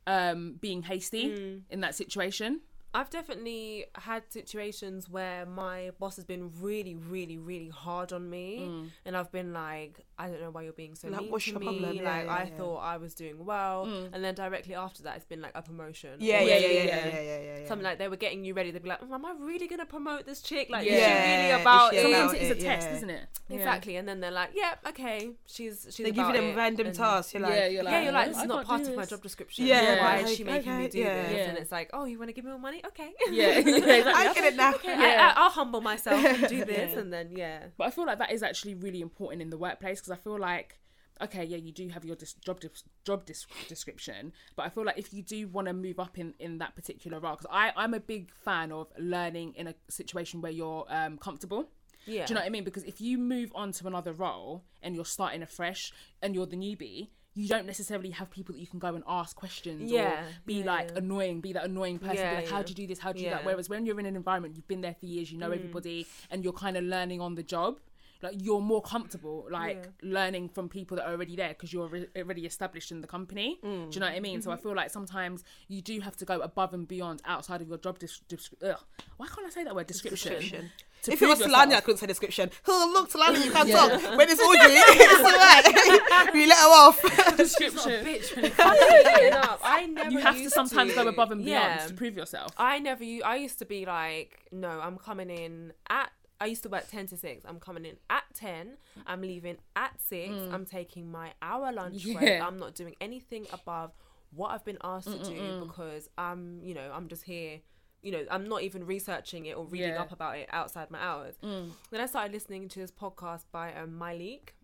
[SPEAKER 1] um being hasty in that situation.
[SPEAKER 4] I've definitely had situations where my boss has been really, really, really hard on me, and I've been like, I don't know why you're being so
[SPEAKER 2] Mm. Like,
[SPEAKER 4] mean
[SPEAKER 2] what's
[SPEAKER 4] to
[SPEAKER 2] your
[SPEAKER 4] me.
[SPEAKER 2] problem?
[SPEAKER 4] Like
[SPEAKER 2] Yeah, yeah,
[SPEAKER 4] I
[SPEAKER 2] yeah. Mm.
[SPEAKER 4] thought I was doing well, and then directly after that, it's been like a promotion.
[SPEAKER 2] Yeah,
[SPEAKER 4] Or
[SPEAKER 2] yeah, yeah,
[SPEAKER 4] it's
[SPEAKER 2] yeah,
[SPEAKER 4] been,
[SPEAKER 2] yeah, yeah, yeah, yeah, yeah.
[SPEAKER 4] Something like they were getting you ready. They'd be like, "Mm, "Am I really gonna promote this chick? Like, is
[SPEAKER 2] Yeah.
[SPEAKER 4] she
[SPEAKER 2] Is
[SPEAKER 4] really
[SPEAKER 2] she
[SPEAKER 4] about it?"
[SPEAKER 2] about
[SPEAKER 1] Sometimes it's a
[SPEAKER 2] it,
[SPEAKER 1] test,
[SPEAKER 2] yeah.
[SPEAKER 1] isn't it? Yeah.
[SPEAKER 4] Exactly, and then they're like, "Yeah, okay, she's she's."
[SPEAKER 2] They give you
[SPEAKER 4] about
[SPEAKER 2] them
[SPEAKER 4] it,"
[SPEAKER 2] random
[SPEAKER 4] and-
[SPEAKER 2] tasks. You're like,
[SPEAKER 1] yeah, you're like,
[SPEAKER 4] yeah, you're like,
[SPEAKER 1] "Oh,
[SPEAKER 4] this
[SPEAKER 1] I
[SPEAKER 4] is not
[SPEAKER 1] can't
[SPEAKER 4] part
[SPEAKER 1] do
[SPEAKER 4] of my
[SPEAKER 1] this."
[SPEAKER 4] job description.
[SPEAKER 2] Yeah,
[SPEAKER 4] why
[SPEAKER 2] like,
[SPEAKER 4] is she making
[SPEAKER 2] okay,
[SPEAKER 4] me do
[SPEAKER 2] yeah.
[SPEAKER 4] this?
[SPEAKER 1] Yeah.
[SPEAKER 4] And it's like, oh, you want to give me more money? Okay.
[SPEAKER 1] Yeah, yeah, exactly.
[SPEAKER 2] I get it now.
[SPEAKER 1] Yeah.
[SPEAKER 4] I, I, I'll humble myself and do this, and then yeah,
[SPEAKER 1] But I feel like that is actually really important in the workplace because I feel like, okay, yeah, you do have your dis- job dis- job dis- description, but I feel like if you do want to move up in in that particular role, because I I'm a big fan of learning in a situation where you're um, comfortable.
[SPEAKER 4] yeah.
[SPEAKER 1] Do you know what I mean? Because if you move on to another role and you're starting afresh and you're the newbie, you don't necessarily have people that you can go and ask questions
[SPEAKER 4] Yeah,
[SPEAKER 1] or be
[SPEAKER 4] yeah,
[SPEAKER 1] like
[SPEAKER 4] yeah.
[SPEAKER 1] annoying, be that annoying person, be
[SPEAKER 4] Yeah,
[SPEAKER 1] like, how
[SPEAKER 4] yeah.
[SPEAKER 1] do you do this, how do you do
[SPEAKER 4] Yeah. Mm.
[SPEAKER 1] that? Whereas when you're in an environment, you've been there for years, you know everybody, and you're kind of learning on the job. Like you're more comfortable, like learning from people that are already there because you're re- already established in the company.
[SPEAKER 4] Mm.
[SPEAKER 1] Do you know what I mean? So I
[SPEAKER 4] Mm-hmm.
[SPEAKER 1] feel like sometimes you do have to go above and beyond outside of your job description. ugh, why can't I say that word? Description. To
[SPEAKER 2] If it
[SPEAKER 1] prove
[SPEAKER 2] was Talani, I
[SPEAKER 1] yourself.
[SPEAKER 2] couldn't say description. Oh, look, Talani, you can't talk. When it's all you, it's all right. we let her off.
[SPEAKER 1] description.
[SPEAKER 4] up. I never
[SPEAKER 1] you have to
[SPEAKER 4] used
[SPEAKER 1] sometimes
[SPEAKER 4] to.
[SPEAKER 1] go above and beyond
[SPEAKER 4] Yeah.
[SPEAKER 1] to prove yourself.
[SPEAKER 4] I never. u- I used to be like, no, I'm coming in at. I used to work ten to six. I'm coming in at ten. I'm leaving at six. I'm taking my hour lunch break.
[SPEAKER 1] Mm. Yeah.
[SPEAKER 4] I'm not doing anything above what I've been asked to do because I'm, you know, I'm just here. You know, I'm not even researching it or reading
[SPEAKER 1] Yeah. Mm.
[SPEAKER 4] up about it outside my hours. Then I started listening to this podcast by um, My Leak.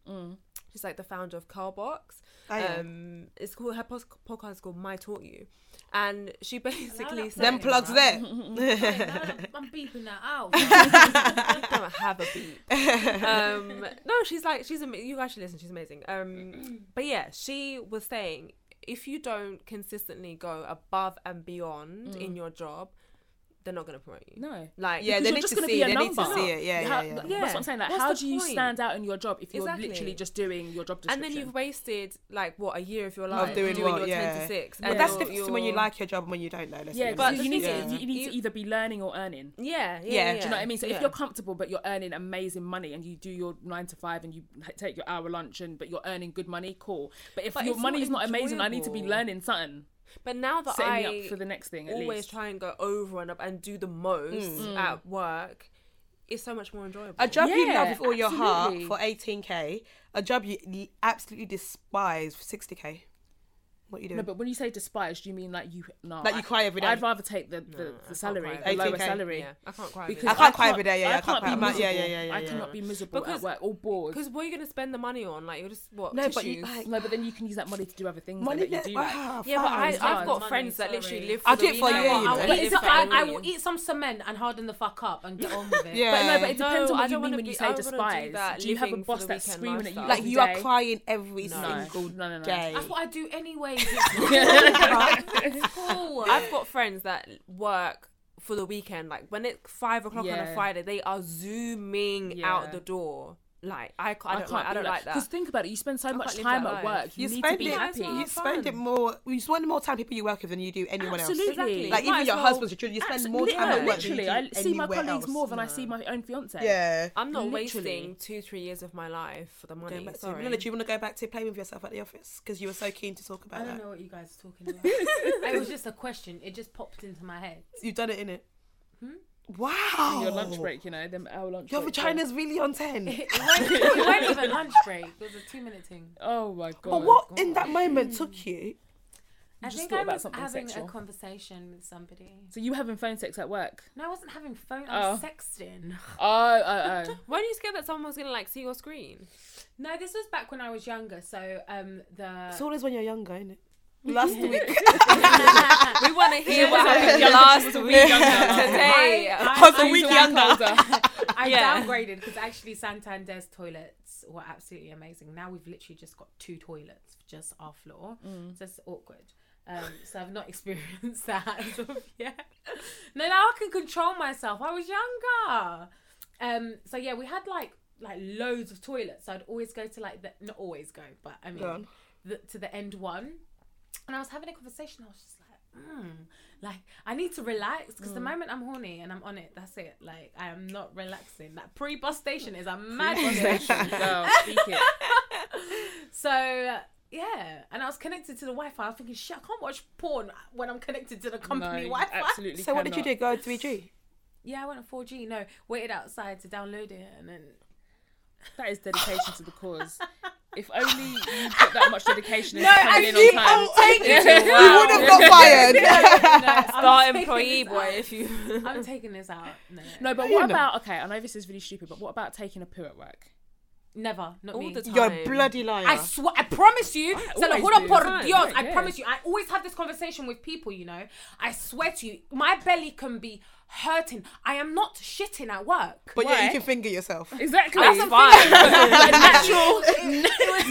[SPEAKER 4] She's like the founder of Carbox.
[SPEAKER 2] Oh, yeah.
[SPEAKER 4] um, it's called her pos- podcast is called My Taught You, and she basically said,
[SPEAKER 2] Them plugs there.
[SPEAKER 5] I'm, I'm beeping that out.
[SPEAKER 4] I don't have a beep. Um, no, she's like she's ama- you guys should listen. She's amazing. Um, but yeah, she was saying if you don't consistently go above and beyond in your job, they're not going to promote you.
[SPEAKER 1] no.
[SPEAKER 4] Like
[SPEAKER 2] Mm.
[SPEAKER 1] Because
[SPEAKER 2] Yeah, they
[SPEAKER 1] you're
[SPEAKER 2] need
[SPEAKER 1] just
[SPEAKER 2] to
[SPEAKER 1] gonna
[SPEAKER 2] see
[SPEAKER 1] be
[SPEAKER 2] it.
[SPEAKER 1] a
[SPEAKER 2] They need to
[SPEAKER 1] number.
[SPEAKER 2] see it. Yeah,
[SPEAKER 1] How-
[SPEAKER 2] yeah, yeah.
[SPEAKER 1] That's what I'm saying. Like,
[SPEAKER 4] What's
[SPEAKER 1] how
[SPEAKER 4] the
[SPEAKER 1] do you
[SPEAKER 4] point?
[SPEAKER 1] stand out in your job if you're
[SPEAKER 4] Exactly.
[SPEAKER 1] literally just doing your job
[SPEAKER 4] and
[SPEAKER 1] description?
[SPEAKER 4] then you've wasted like what a year of your
[SPEAKER 2] Of
[SPEAKER 4] life
[SPEAKER 2] doing what?
[SPEAKER 4] your
[SPEAKER 2] yeah.
[SPEAKER 4] ten to six.
[SPEAKER 2] But
[SPEAKER 4] and
[SPEAKER 2] that's the
[SPEAKER 4] your-
[SPEAKER 2] difference between when you
[SPEAKER 4] your-
[SPEAKER 2] like your job and when you don't know. Let's
[SPEAKER 1] yeah,
[SPEAKER 2] be
[SPEAKER 1] but
[SPEAKER 2] honest.
[SPEAKER 4] the
[SPEAKER 1] you need,
[SPEAKER 4] thing
[SPEAKER 1] to,
[SPEAKER 4] is-
[SPEAKER 1] you need
[SPEAKER 4] you-
[SPEAKER 1] to either be learning or earning.
[SPEAKER 4] Yeah,
[SPEAKER 2] Yeah.
[SPEAKER 4] yeah,
[SPEAKER 1] Do you know what I mean? So
[SPEAKER 4] yeah.
[SPEAKER 1] if you're comfortable but you're earning amazing money and you do your nine to five and you h- take your hour lunch and but you're earning good money, cool. But if
[SPEAKER 4] But
[SPEAKER 1] your
[SPEAKER 4] it's not
[SPEAKER 1] money is not amazing, I need to be
[SPEAKER 4] enjoyable.
[SPEAKER 1] learning something,
[SPEAKER 4] But now that
[SPEAKER 1] setting
[SPEAKER 4] I
[SPEAKER 1] me up for the next thing. At
[SPEAKER 4] always
[SPEAKER 1] least.
[SPEAKER 4] try and go over and up and do the most at work, it's so much more enjoyable.
[SPEAKER 2] A job you love
[SPEAKER 1] Yeah,
[SPEAKER 2] with all your heart
[SPEAKER 1] absolutely.
[SPEAKER 2] for 18k, a job you l- absolutely despise for 60k. What are you doing?
[SPEAKER 1] No, but when you say despise, do you mean like you no?
[SPEAKER 2] Like you
[SPEAKER 1] I-
[SPEAKER 2] cry every day?
[SPEAKER 1] I'd rather take the the, the salary,
[SPEAKER 4] cry
[SPEAKER 1] the
[SPEAKER 2] every
[SPEAKER 1] lower
[SPEAKER 2] day.
[SPEAKER 1] salary.
[SPEAKER 4] yeah, I can't cry.
[SPEAKER 1] Because
[SPEAKER 2] I can't cry every day, yeah, yeah, I can't cry.
[SPEAKER 1] be
[SPEAKER 2] I'm like, yeah, yeah,
[SPEAKER 1] miserable.
[SPEAKER 2] yeah, yeah,
[SPEAKER 1] I
[SPEAKER 2] yeah.
[SPEAKER 1] cannot be miserable
[SPEAKER 4] Because-
[SPEAKER 1] at work or bored.
[SPEAKER 4] Because what are you going to spend the money on? Like, you're just, what?
[SPEAKER 2] No, but you-
[SPEAKER 4] tissues?
[SPEAKER 2] I-
[SPEAKER 1] No, but then you can use that money to do other things.
[SPEAKER 2] Money
[SPEAKER 1] Money that
[SPEAKER 2] that-
[SPEAKER 1] you do. like.
[SPEAKER 2] wow,
[SPEAKER 4] yeah, but I,
[SPEAKER 2] fine.
[SPEAKER 4] I've got
[SPEAKER 5] Money,
[SPEAKER 4] friends that
[SPEAKER 5] sorry.
[SPEAKER 4] literally live for
[SPEAKER 2] I'll
[SPEAKER 4] the
[SPEAKER 2] do it for
[SPEAKER 4] weekend.
[SPEAKER 2] you, you
[SPEAKER 5] I,
[SPEAKER 2] know.
[SPEAKER 5] will
[SPEAKER 4] live
[SPEAKER 5] eat
[SPEAKER 4] for
[SPEAKER 5] some, I,
[SPEAKER 4] the
[SPEAKER 5] I will
[SPEAKER 4] weekend.
[SPEAKER 5] eat some cement and harden the fuck up and get on with it.
[SPEAKER 2] Yeah.
[SPEAKER 1] But no, but it depends
[SPEAKER 4] No,
[SPEAKER 1] on
[SPEAKER 4] I
[SPEAKER 1] what you mean
[SPEAKER 4] don't wanna
[SPEAKER 1] when
[SPEAKER 4] be-
[SPEAKER 1] you
[SPEAKER 4] I
[SPEAKER 1] say
[SPEAKER 4] wouldn't do
[SPEAKER 1] despise.
[SPEAKER 4] that
[SPEAKER 1] Do you have a
[SPEAKER 4] living for
[SPEAKER 1] boss
[SPEAKER 4] the
[SPEAKER 1] that's
[SPEAKER 4] weekend
[SPEAKER 1] screaming at you?
[SPEAKER 4] lifestyle.
[SPEAKER 2] like
[SPEAKER 1] every
[SPEAKER 2] you are
[SPEAKER 1] day?
[SPEAKER 2] crying every
[SPEAKER 4] No.
[SPEAKER 2] single
[SPEAKER 1] No, no, no.
[SPEAKER 2] day.
[SPEAKER 5] That's what I do anyway. cool.
[SPEAKER 4] I've got friends that work for the weekend. Like, when it's five o'clock on a
[SPEAKER 1] Yeah.
[SPEAKER 4] Friday, they are zooming out
[SPEAKER 1] Yeah
[SPEAKER 4] the door. Like, I, ca- I don't, like, I don't like
[SPEAKER 1] Because
[SPEAKER 4] that.
[SPEAKER 1] think about it, you spend so much
[SPEAKER 4] can't live
[SPEAKER 1] time
[SPEAKER 4] that
[SPEAKER 1] at
[SPEAKER 4] life.
[SPEAKER 1] work.
[SPEAKER 2] You
[SPEAKER 1] You, need to
[SPEAKER 2] spend
[SPEAKER 1] be
[SPEAKER 2] it-
[SPEAKER 1] happy.
[SPEAKER 4] Might
[SPEAKER 2] You
[SPEAKER 4] as
[SPEAKER 2] spend it
[SPEAKER 4] fun.
[SPEAKER 2] more. You spend more time people you work with than you do anyone else.
[SPEAKER 1] Absolutely.
[SPEAKER 2] Like
[SPEAKER 4] Might
[SPEAKER 2] even
[SPEAKER 4] as
[SPEAKER 2] your
[SPEAKER 4] well-
[SPEAKER 2] husbands, your children, you spend more time at
[SPEAKER 1] Absolutely.
[SPEAKER 2] work. than you
[SPEAKER 1] Literally,
[SPEAKER 2] do
[SPEAKER 1] I see my
[SPEAKER 2] anywhere
[SPEAKER 1] colleagues
[SPEAKER 2] else.
[SPEAKER 1] more than I see my own fiance.
[SPEAKER 2] Yeah.
[SPEAKER 4] I'm not
[SPEAKER 1] Literally.
[SPEAKER 4] wasting two, three years of my life for the money.
[SPEAKER 2] Going back to-
[SPEAKER 4] Sorry.
[SPEAKER 2] Manila, do you want to go back to playing with yourself at the office? Because you were so keen to talk
[SPEAKER 5] I
[SPEAKER 2] about
[SPEAKER 5] don't
[SPEAKER 2] that.
[SPEAKER 5] know what you guys are talking about. it was just a question. It just popped into my head.
[SPEAKER 2] You've done it in it. Hmm? Wow.
[SPEAKER 1] Your lunch break, you know, them hour lunch
[SPEAKER 2] Your
[SPEAKER 1] break.
[SPEAKER 2] vagina's really on ten.
[SPEAKER 5] It wasn't, it wasn't even lunch break. It was a two-minute thing.
[SPEAKER 1] Oh my god.
[SPEAKER 2] But what in that moment took you?
[SPEAKER 5] I
[SPEAKER 1] just
[SPEAKER 5] think
[SPEAKER 1] thought
[SPEAKER 5] I
[SPEAKER 1] about
[SPEAKER 5] was
[SPEAKER 1] something
[SPEAKER 5] having
[SPEAKER 1] sexual.
[SPEAKER 5] a conversation with somebody.
[SPEAKER 1] So you were having phone sex at work?
[SPEAKER 5] No, I wasn't having phone. I was
[SPEAKER 1] Oh.
[SPEAKER 5] sexting.
[SPEAKER 1] Oh, oh, oh.
[SPEAKER 4] Weren't you scared that someone was going to, like, see your screen?
[SPEAKER 5] No, this was back when I was younger. So um, the
[SPEAKER 2] It's always when you're younger, isn't it? Last week,
[SPEAKER 4] we want to hear what
[SPEAKER 1] sorry.
[SPEAKER 4] happened
[SPEAKER 1] Yeah,
[SPEAKER 4] last
[SPEAKER 1] this was a
[SPEAKER 4] week
[SPEAKER 1] week younger.
[SPEAKER 4] today.
[SPEAKER 5] I- I-
[SPEAKER 2] I was a
[SPEAKER 5] I-
[SPEAKER 2] week
[SPEAKER 5] I-
[SPEAKER 2] younger.
[SPEAKER 1] uh,
[SPEAKER 5] I
[SPEAKER 4] Yeah.
[SPEAKER 5] downgraded because actually Santander's toilets were absolutely amazing. Now we've literally just got two toilets, for just our floor. So it's awkward. Um, so I've not experienced that as of yet. No, now I can control myself. I was younger. Um, so yeah, we had like like loads of toilets. So I'd always go to like the not always go, but I
[SPEAKER 2] Go on.
[SPEAKER 5] mean the, to the end one. And I was having a conversation. I was just like, mm, like I need to relax because the moment I'm horny and I'm on it, that's it. Like I am not relaxing. That pre bus station is a mad
[SPEAKER 1] oh. Girl, speak it.
[SPEAKER 5] So yeah, and I was connected to the Wi-Fi. I was thinking, shit, I can't watch porn when I'm connected to the
[SPEAKER 1] No,
[SPEAKER 5] company
[SPEAKER 1] you
[SPEAKER 5] Wi-Fi.
[SPEAKER 1] absolutely
[SPEAKER 2] So what did you
[SPEAKER 1] cannot.
[SPEAKER 2] do? Go three G.
[SPEAKER 5] Yeah, I went on 4G. No, waited outside to download it, and then
[SPEAKER 1] That is dedication to the cause. If only you put that much dedication into
[SPEAKER 5] No,
[SPEAKER 1] coming in
[SPEAKER 2] And
[SPEAKER 1] on
[SPEAKER 2] you,
[SPEAKER 1] time.
[SPEAKER 2] oh, thank you.
[SPEAKER 1] Yeah.
[SPEAKER 2] you would have got fired.
[SPEAKER 4] Star
[SPEAKER 5] I'm taking
[SPEAKER 4] employee
[SPEAKER 5] this
[SPEAKER 4] boy,
[SPEAKER 5] out.
[SPEAKER 4] if you.
[SPEAKER 5] I'm taking this out. No,
[SPEAKER 1] No, but
[SPEAKER 2] You
[SPEAKER 1] what
[SPEAKER 2] know.
[SPEAKER 1] about okay? I know this is really stupid, but what about taking a poo at work?
[SPEAKER 5] never, not
[SPEAKER 4] All
[SPEAKER 5] me.
[SPEAKER 4] the time.
[SPEAKER 2] you're a bloody liar.
[SPEAKER 5] I swear, I promise you. So
[SPEAKER 1] always
[SPEAKER 5] juro
[SPEAKER 1] do.
[SPEAKER 5] por
[SPEAKER 1] Fine,
[SPEAKER 5] Dios,
[SPEAKER 1] right,
[SPEAKER 5] I
[SPEAKER 1] yeah.
[SPEAKER 5] promise you. I always have this conversation with people. You know, I swear to you, my belly can be hurting. I am not shitting at work.
[SPEAKER 2] but yeah, you
[SPEAKER 1] Why?
[SPEAKER 2] can finger yourself.
[SPEAKER 1] Exactly.
[SPEAKER 4] That's fine.
[SPEAKER 1] natural,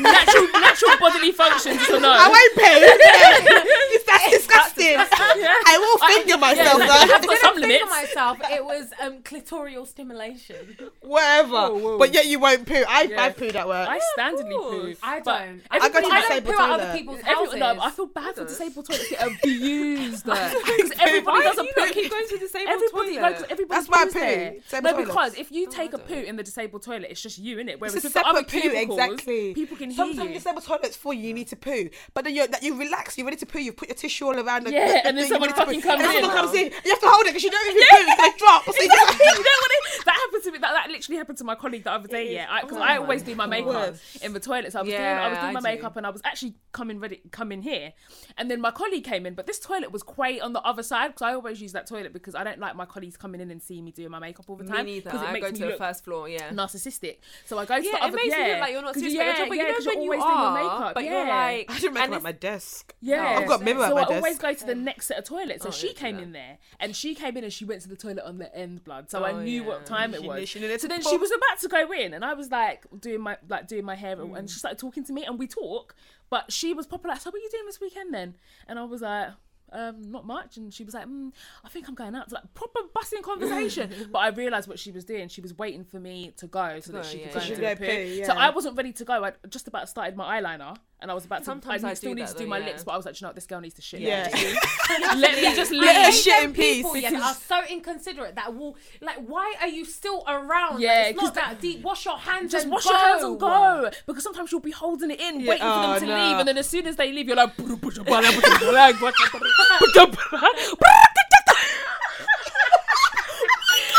[SPEAKER 1] natural, actual bodily functions is a no.
[SPEAKER 2] I won't pay. That's disgusting. I will finger myself.
[SPEAKER 1] yeah,
[SPEAKER 2] though.
[SPEAKER 1] I have got some
[SPEAKER 5] think of
[SPEAKER 1] limits.
[SPEAKER 5] myself, it was um, clitoral stimulation.
[SPEAKER 2] Whatever.
[SPEAKER 1] whoa.
[SPEAKER 2] But yet you won't poo. I,
[SPEAKER 1] Yeah.
[SPEAKER 2] I pooed at work.
[SPEAKER 1] I standardly poo.
[SPEAKER 4] course.
[SPEAKER 5] I
[SPEAKER 1] but
[SPEAKER 5] don't.
[SPEAKER 2] I go to
[SPEAKER 1] everybody-
[SPEAKER 2] the
[SPEAKER 5] I
[SPEAKER 2] disabled
[SPEAKER 5] don't poo at other
[SPEAKER 2] toilet.
[SPEAKER 5] people's houses.
[SPEAKER 1] Every, no, I feel bad for
[SPEAKER 4] Does.
[SPEAKER 1] disabled toilets get abused because everybody
[SPEAKER 4] Why
[SPEAKER 1] does a
[SPEAKER 4] do you not
[SPEAKER 1] poo.
[SPEAKER 4] keep going to disabled
[SPEAKER 1] Everybody, no, 'cause
[SPEAKER 4] toilet?
[SPEAKER 1] everybody
[SPEAKER 2] That's why I
[SPEAKER 1] poos
[SPEAKER 2] poo.
[SPEAKER 1] there.
[SPEAKER 2] Disabled
[SPEAKER 1] No,
[SPEAKER 2] toilets.
[SPEAKER 1] because if you take
[SPEAKER 4] I
[SPEAKER 1] a poo in the disabled toilet, it's just you in it. Whereas
[SPEAKER 2] It's a
[SPEAKER 1] if the other
[SPEAKER 2] separate poo,
[SPEAKER 1] cubicles,
[SPEAKER 2] exactly.
[SPEAKER 1] People can hear
[SPEAKER 2] Sometimes
[SPEAKER 1] you.
[SPEAKER 2] disabled toilets for you, you need to poo. But then you're, that you relax, you're ready to poo, you put your tissue all around. the-
[SPEAKER 1] Yeah,
[SPEAKER 2] the- the
[SPEAKER 1] and then
[SPEAKER 2] thing,
[SPEAKER 1] someone
[SPEAKER 2] you're ready to poo.
[SPEAKER 1] fucking comes
[SPEAKER 2] and then
[SPEAKER 1] in.
[SPEAKER 2] someone comes in. You have to hold it because you know if you poo, it's going to drop. So you
[SPEAKER 1] Exactly. you know what it, that happened to me. That, that literally happened to my colleague the other day. Yeah, because I always do my makeup in the toilet. So I was doing, I was
[SPEAKER 4] Oh Yeah,
[SPEAKER 1] doing my
[SPEAKER 4] I do.
[SPEAKER 1] makeup, and I was actually coming ready, coming here, and then my colleague came in. But this toilet was quite on the other side because I always use that toilet because I don't like my colleagues coming in and seeing me doing my makeup all the
[SPEAKER 4] Me
[SPEAKER 1] time.
[SPEAKER 4] neither.
[SPEAKER 1] 'cause it
[SPEAKER 4] I
[SPEAKER 1] makes
[SPEAKER 4] go
[SPEAKER 1] me
[SPEAKER 4] to the
[SPEAKER 1] look
[SPEAKER 4] first floor. Yeah.
[SPEAKER 1] narcissistic. So I go to
[SPEAKER 4] Yeah,
[SPEAKER 1] the
[SPEAKER 4] it
[SPEAKER 1] other
[SPEAKER 4] makes
[SPEAKER 1] yeah,
[SPEAKER 4] you look like you're not
[SPEAKER 1] 'cause
[SPEAKER 4] serious
[SPEAKER 1] yeah,
[SPEAKER 4] about your job, but
[SPEAKER 1] yeah,
[SPEAKER 4] you
[SPEAKER 1] 'cause
[SPEAKER 4] know when you
[SPEAKER 1] always doing
[SPEAKER 4] are,
[SPEAKER 1] your makeup,
[SPEAKER 4] but
[SPEAKER 1] yeah.
[SPEAKER 4] you're like,
[SPEAKER 2] I do
[SPEAKER 4] and
[SPEAKER 2] makeup at
[SPEAKER 4] it's-
[SPEAKER 2] my desk.
[SPEAKER 1] Yeah,
[SPEAKER 2] I've got mirror at
[SPEAKER 1] so
[SPEAKER 2] my
[SPEAKER 1] I
[SPEAKER 2] desk.
[SPEAKER 1] always go to the next set of toilets. So
[SPEAKER 4] Oh,
[SPEAKER 1] she
[SPEAKER 4] yeah,
[SPEAKER 1] came
[SPEAKER 4] yeah.
[SPEAKER 1] in there, and she came in and she went to the toilet on the end, blood. So
[SPEAKER 4] Oh,
[SPEAKER 1] I knew
[SPEAKER 4] yeah.
[SPEAKER 1] what time it
[SPEAKER 2] She
[SPEAKER 1] was.
[SPEAKER 2] knew- she knew it
[SPEAKER 1] so then
[SPEAKER 2] before.
[SPEAKER 1] she was about to go in, and I was like doing my like doing my hair,
[SPEAKER 4] Mm.
[SPEAKER 1] and she started talking to me, and we talk. But she was proper like, "So what are you doing this weekend then?" And I was like. Um, not much, and she was like, mm, "I think I'm going out." It's like proper busting conversation, but I realised what she was doing. She was waiting for me to go so that
[SPEAKER 4] go,
[SPEAKER 1] she could go and
[SPEAKER 4] Oh, yeah, yeah.
[SPEAKER 1] do
[SPEAKER 2] She'd
[SPEAKER 1] a
[SPEAKER 2] go
[SPEAKER 1] poo.
[SPEAKER 2] poo,
[SPEAKER 1] So
[SPEAKER 2] yeah.
[SPEAKER 1] I wasn't ready to go. I just about started my eyeliner, and I was about to.
[SPEAKER 4] Sometimes
[SPEAKER 1] I,
[SPEAKER 4] I
[SPEAKER 1] still
[SPEAKER 4] do
[SPEAKER 1] need
[SPEAKER 4] that
[SPEAKER 1] to do
[SPEAKER 4] though,
[SPEAKER 1] my
[SPEAKER 4] yeah.
[SPEAKER 1] lips, but I was like, "Do you know what? this girl needs to shit.
[SPEAKER 2] Yeah.
[SPEAKER 1] Let me just
[SPEAKER 5] I
[SPEAKER 2] Let her
[SPEAKER 5] hate
[SPEAKER 1] leave.
[SPEAKER 2] shit
[SPEAKER 5] them
[SPEAKER 2] in peace.
[SPEAKER 5] People, yeah, that are so inconsiderate that will like. Why are you still around? Yeah,
[SPEAKER 1] Yeah,
[SPEAKER 5] like, it's
[SPEAKER 1] 'cause
[SPEAKER 5] not that deep. Wash your hands.
[SPEAKER 1] Just
[SPEAKER 5] and
[SPEAKER 1] wash
[SPEAKER 5] go.
[SPEAKER 1] your hands and go. Because sometimes you'll be holding it in,
[SPEAKER 2] Yeah,
[SPEAKER 1] waiting for
[SPEAKER 2] oh,
[SPEAKER 1] them to
[SPEAKER 2] no.
[SPEAKER 1] leave, and then as soon as they leave, you're like. "Bru- push your bra- push your bra- push your bra- push your bra-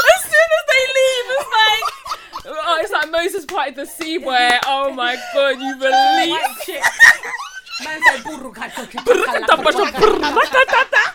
[SPEAKER 1] As soon as they leave, it's like, oh, it's like Moses parted the sea where, oh my god, you
[SPEAKER 5] White
[SPEAKER 1] release.
[SPEAKER 5] chick. Man said, "Buru kaka kaka kala
[SPEAKER 1] Push
[SPEAKER 5] kuru
[SPEAKER 1] your
[SPEAKER 5] kaka."
[SPEAKER 1] bra-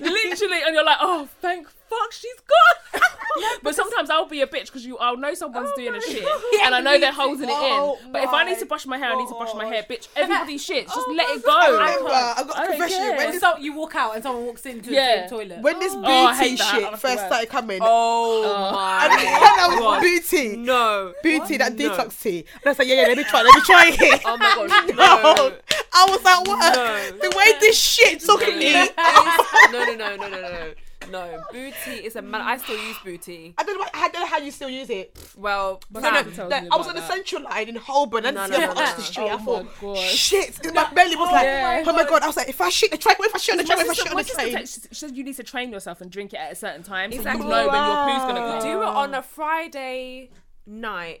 [SPEAKER 1] Literally, and you're like, oh, thank fuck, she's gone. Oh but sometimes I'll be a bitch because you, I'll know someone's doing a shit, and I know they're holding
[SPEAKER 2] Oh
[SPEAKER 1] it in. But if I need to
[SPEAKER 2] my
[SPEAKER 1] brush my hair, I need to brush my hair, bitch. Everybody shits, just
[SPEAKER 4] Oh
[SPEAKER 1] let
[SPEAKER 4] my
[SPEAKER 1] it go.
[SPEAKER 4] God.
[SPEAKER 2] I
[SPEAKER 1] I can't-
[SPEAKER 2] remember, I've got a
[SPEAKER 1] I don't
[SPEAKER 2] confession.
[SPEAKER 1] care.
[SPEAKER 2] When this-
[SPEAKER 5] So you walk out and someone walks into
[SPEAKER 1] Yeah.
[SPEAKER 5] the toilet.
[SPEAKER 2] When this booty
[SPEAKER 1] Oh, I hate that.
[SPEAKER 2] shit
[SPEAKER 1] I
[SPEAKER 2] first
[SPEAKER 1] swear.
[SPEAKER 2] started coming,
[SPEAKER 4] Oh
[SPEAKER 2] and
[SPEAKER 4] my
[SPEAKER 2] that was
[SPEAKER 4] God.
[SPEAKER 2] booty.
[SPEAKER 4] No.
[SPEAKER 2] Booty, that
[SPEAKER 4] No.
[SPEAKER 2] detox tea. And I was like, yeah, yeah, let me try, let me try it.
[SPEAKER 4] Oh my gosh.
[SPEAKER 2] No.
[SPEAKER 4] Oh, No.
[SPEAKER 2] I was like, what?
[SPEAKER 4] No.
[SPEAKER 2] The way this shit took
[SPEAKER 4] no,
[SPEAKER 2] me.
[SPEAKER 4] no, no, no, no, no, no, no. No, booty is a man. I still use booty.
[SPEAKER 2] I don't, know, I don't know how you still use it.
[SPEAKER 4] Well,
[SPEAKER 1] No, no,
[SPEAKER 4] fam,
[SPEAKER 1] Tells
[SPEAKER 2] No,
[SPEAKER 1] me
[SPEAKER 2] I was
[SPEAKER 1] about
[SPEAKER 2] on the
[SPEAKER 1] that.
[SPEAKER 2] central line in Holborn and
[SPEAKER 4] No,
[SPEAKER 2] no,
[SPEAKER 4] no,
[SPEAKER 2] no,
[SPEAKER 4] no,
[SPEAKER 2] across
[SPEAKER 4] no.
[SPEAKER 2] the street. I
[SPEAKER 1] Oh
[SPEAKER 2] thought,
[SPEAKER 1] my God.
[SPEAKER 2] shit. My belly was like,
[SPEAKER 1] yeah.
[SPEAKER 2] oh my god. I was like, if I shit the train, what if I shit on the train, what if
[SPEAKER 1] My
[SPEAKER 2] I
[SPEAKER 1] sister-
[SPEAKER 2] shit on
[SPEAKER 1] my
[SPEAKER 2] the
[SPEAKER 1] sister
[SPEAKER 2] train?
[SPEAKER 1] text- She said you need to train yourself and drink it at a certain time so
[SPEAKER 4] Exactly.
[SPEAKER 1] you know when your poo's gonna
[SPEAKER 2] Wow.
[SPEAKER 1] come.
[SPEAKER 4] do it on a Friday night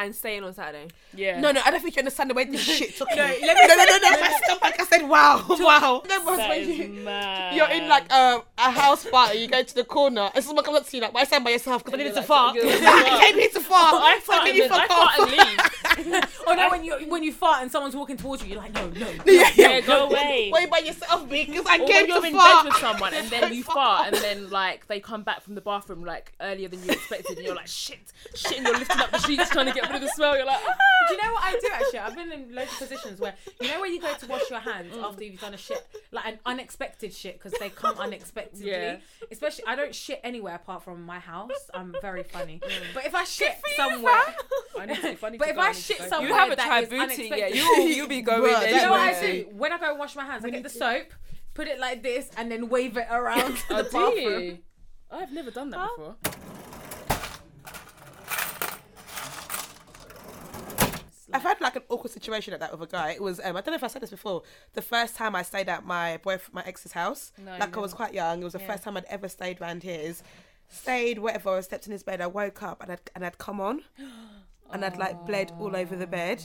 [SPEAKER 4] and stay in on Saturday.
[SPEAKER 1] Yeah.
[SPEAKER 2] No, no, I don't think you understand the way this shit took me. No,
[SPEAKER 5] let me-
[SPEAKER 2] no, no, no. I stopped back. I said, wow, wow. That was
[SPEAKER 1] That
[SPEAKER 2] when
[SPEAKER 1] is
[SPEAKER 2] you.
[SPEAKER 1] mad.
[SPEAKER 2] You're in like
[SPEAKER 1] Um,
[SPEAKER 2] a, a house party, you go to the corner, and someone comes up to you like, why stand by yourself? Because I needed to fart.
[SPEAKER 1] you're like,
[SPEAKER 2] I came here to fart.
[SPEAKER 1] I
[SPEAKER 2] so
[SPEAKER 1] fart
[SPEAKER 2] then
[SPEAKER 1] and
[SPEAKER 2] you
[SPEAKER 1] then- I
[SPEAKER 2] fuck off.
[SPEAKER 1] fart and leave.
[SPEAKER 5] Or Oh, no, when you when you fart and someone's walking towards you, you're like, no, no.
[SPEAKER 2] yeah,
[SPEAKER 1] Yeah, go away.
[SPEAKER 2] Why you by yourself, because I
[SPEAKER 1] Or
[SPEAKER 2] came
[SPEAKER 1] when
[SPEAKER 2] to
[SPEAKER 1] you're in
[SPEAKER 2] fart.
[SPEAKER 1] bed with someone and then you
[SPEAKER 2] Fuck
[SPEAKER 1] fart and then like they come back from the bathroom like earlier than you expected and you're like shit, shit, and you're lifting up the sheets trying to get rid of the smell. You're like, ah.
[SPEAKER 5] Do you know what I do actually? I've been in loads of positions where you know where you go to wash your hands after you've done a shit, like an unexpected shit because they come unexpectedly.
[SPEAKER 1] Yeah.
[SPEAKER 5] Especially, I don't shit anywhere apart from my house. I'm very funny, but if I shit somewhere,
[SPEAKER 1] I need to be funny.
[SPEAKER 5] but
[SPEAKER 1] to
[SPEAKER 5] if
[SPEAKER 1] go,
[SPEAKER 5] I
[SPEAKER 1] need to
[SPEAKER 5] shit
[SPEAKER 1] go.
[SPEAKER 5] somewhere,
[SPEAKER 4] You haven't
[SPEAKER 5] that
[SPEAKER 4] tried
[SPEAKER 5] is
[SPEAKER 4] booty yet.
[SPEAKER 5] unexpected-
[SPEAKER 4] You you'll be going
[SPEAKER 2] Bruh,
[SPEAKER 4] there.
[SPEAKER 5] You know what I
[SPEAKER 2] Yeah.
[SPEAKER 5] do? When I go wash my hands, I get the soap, put it like this, and then wave it around to the
[SPEAKER 1] Oh, do
[SPEAKER 5] bathroom.
[SPEAKER 1] you? I've never done that before.
[SPEAKER 2] I've had like an awkward situation like that with a guy. It was um, I don't know if I said this before. The first time I stayed at my boyfriend, my ex's house,
[SPEAKER 1] No, you
[SPEAKER 2] like I was
[SPEAKER 1] never.
[SPEAKER 2] quite young. It was the first time I'd ever stayed round his. Stayed whatever. I slept in his bed. I woke up and I'd and I'd come on, and I'd like bled all over the bed,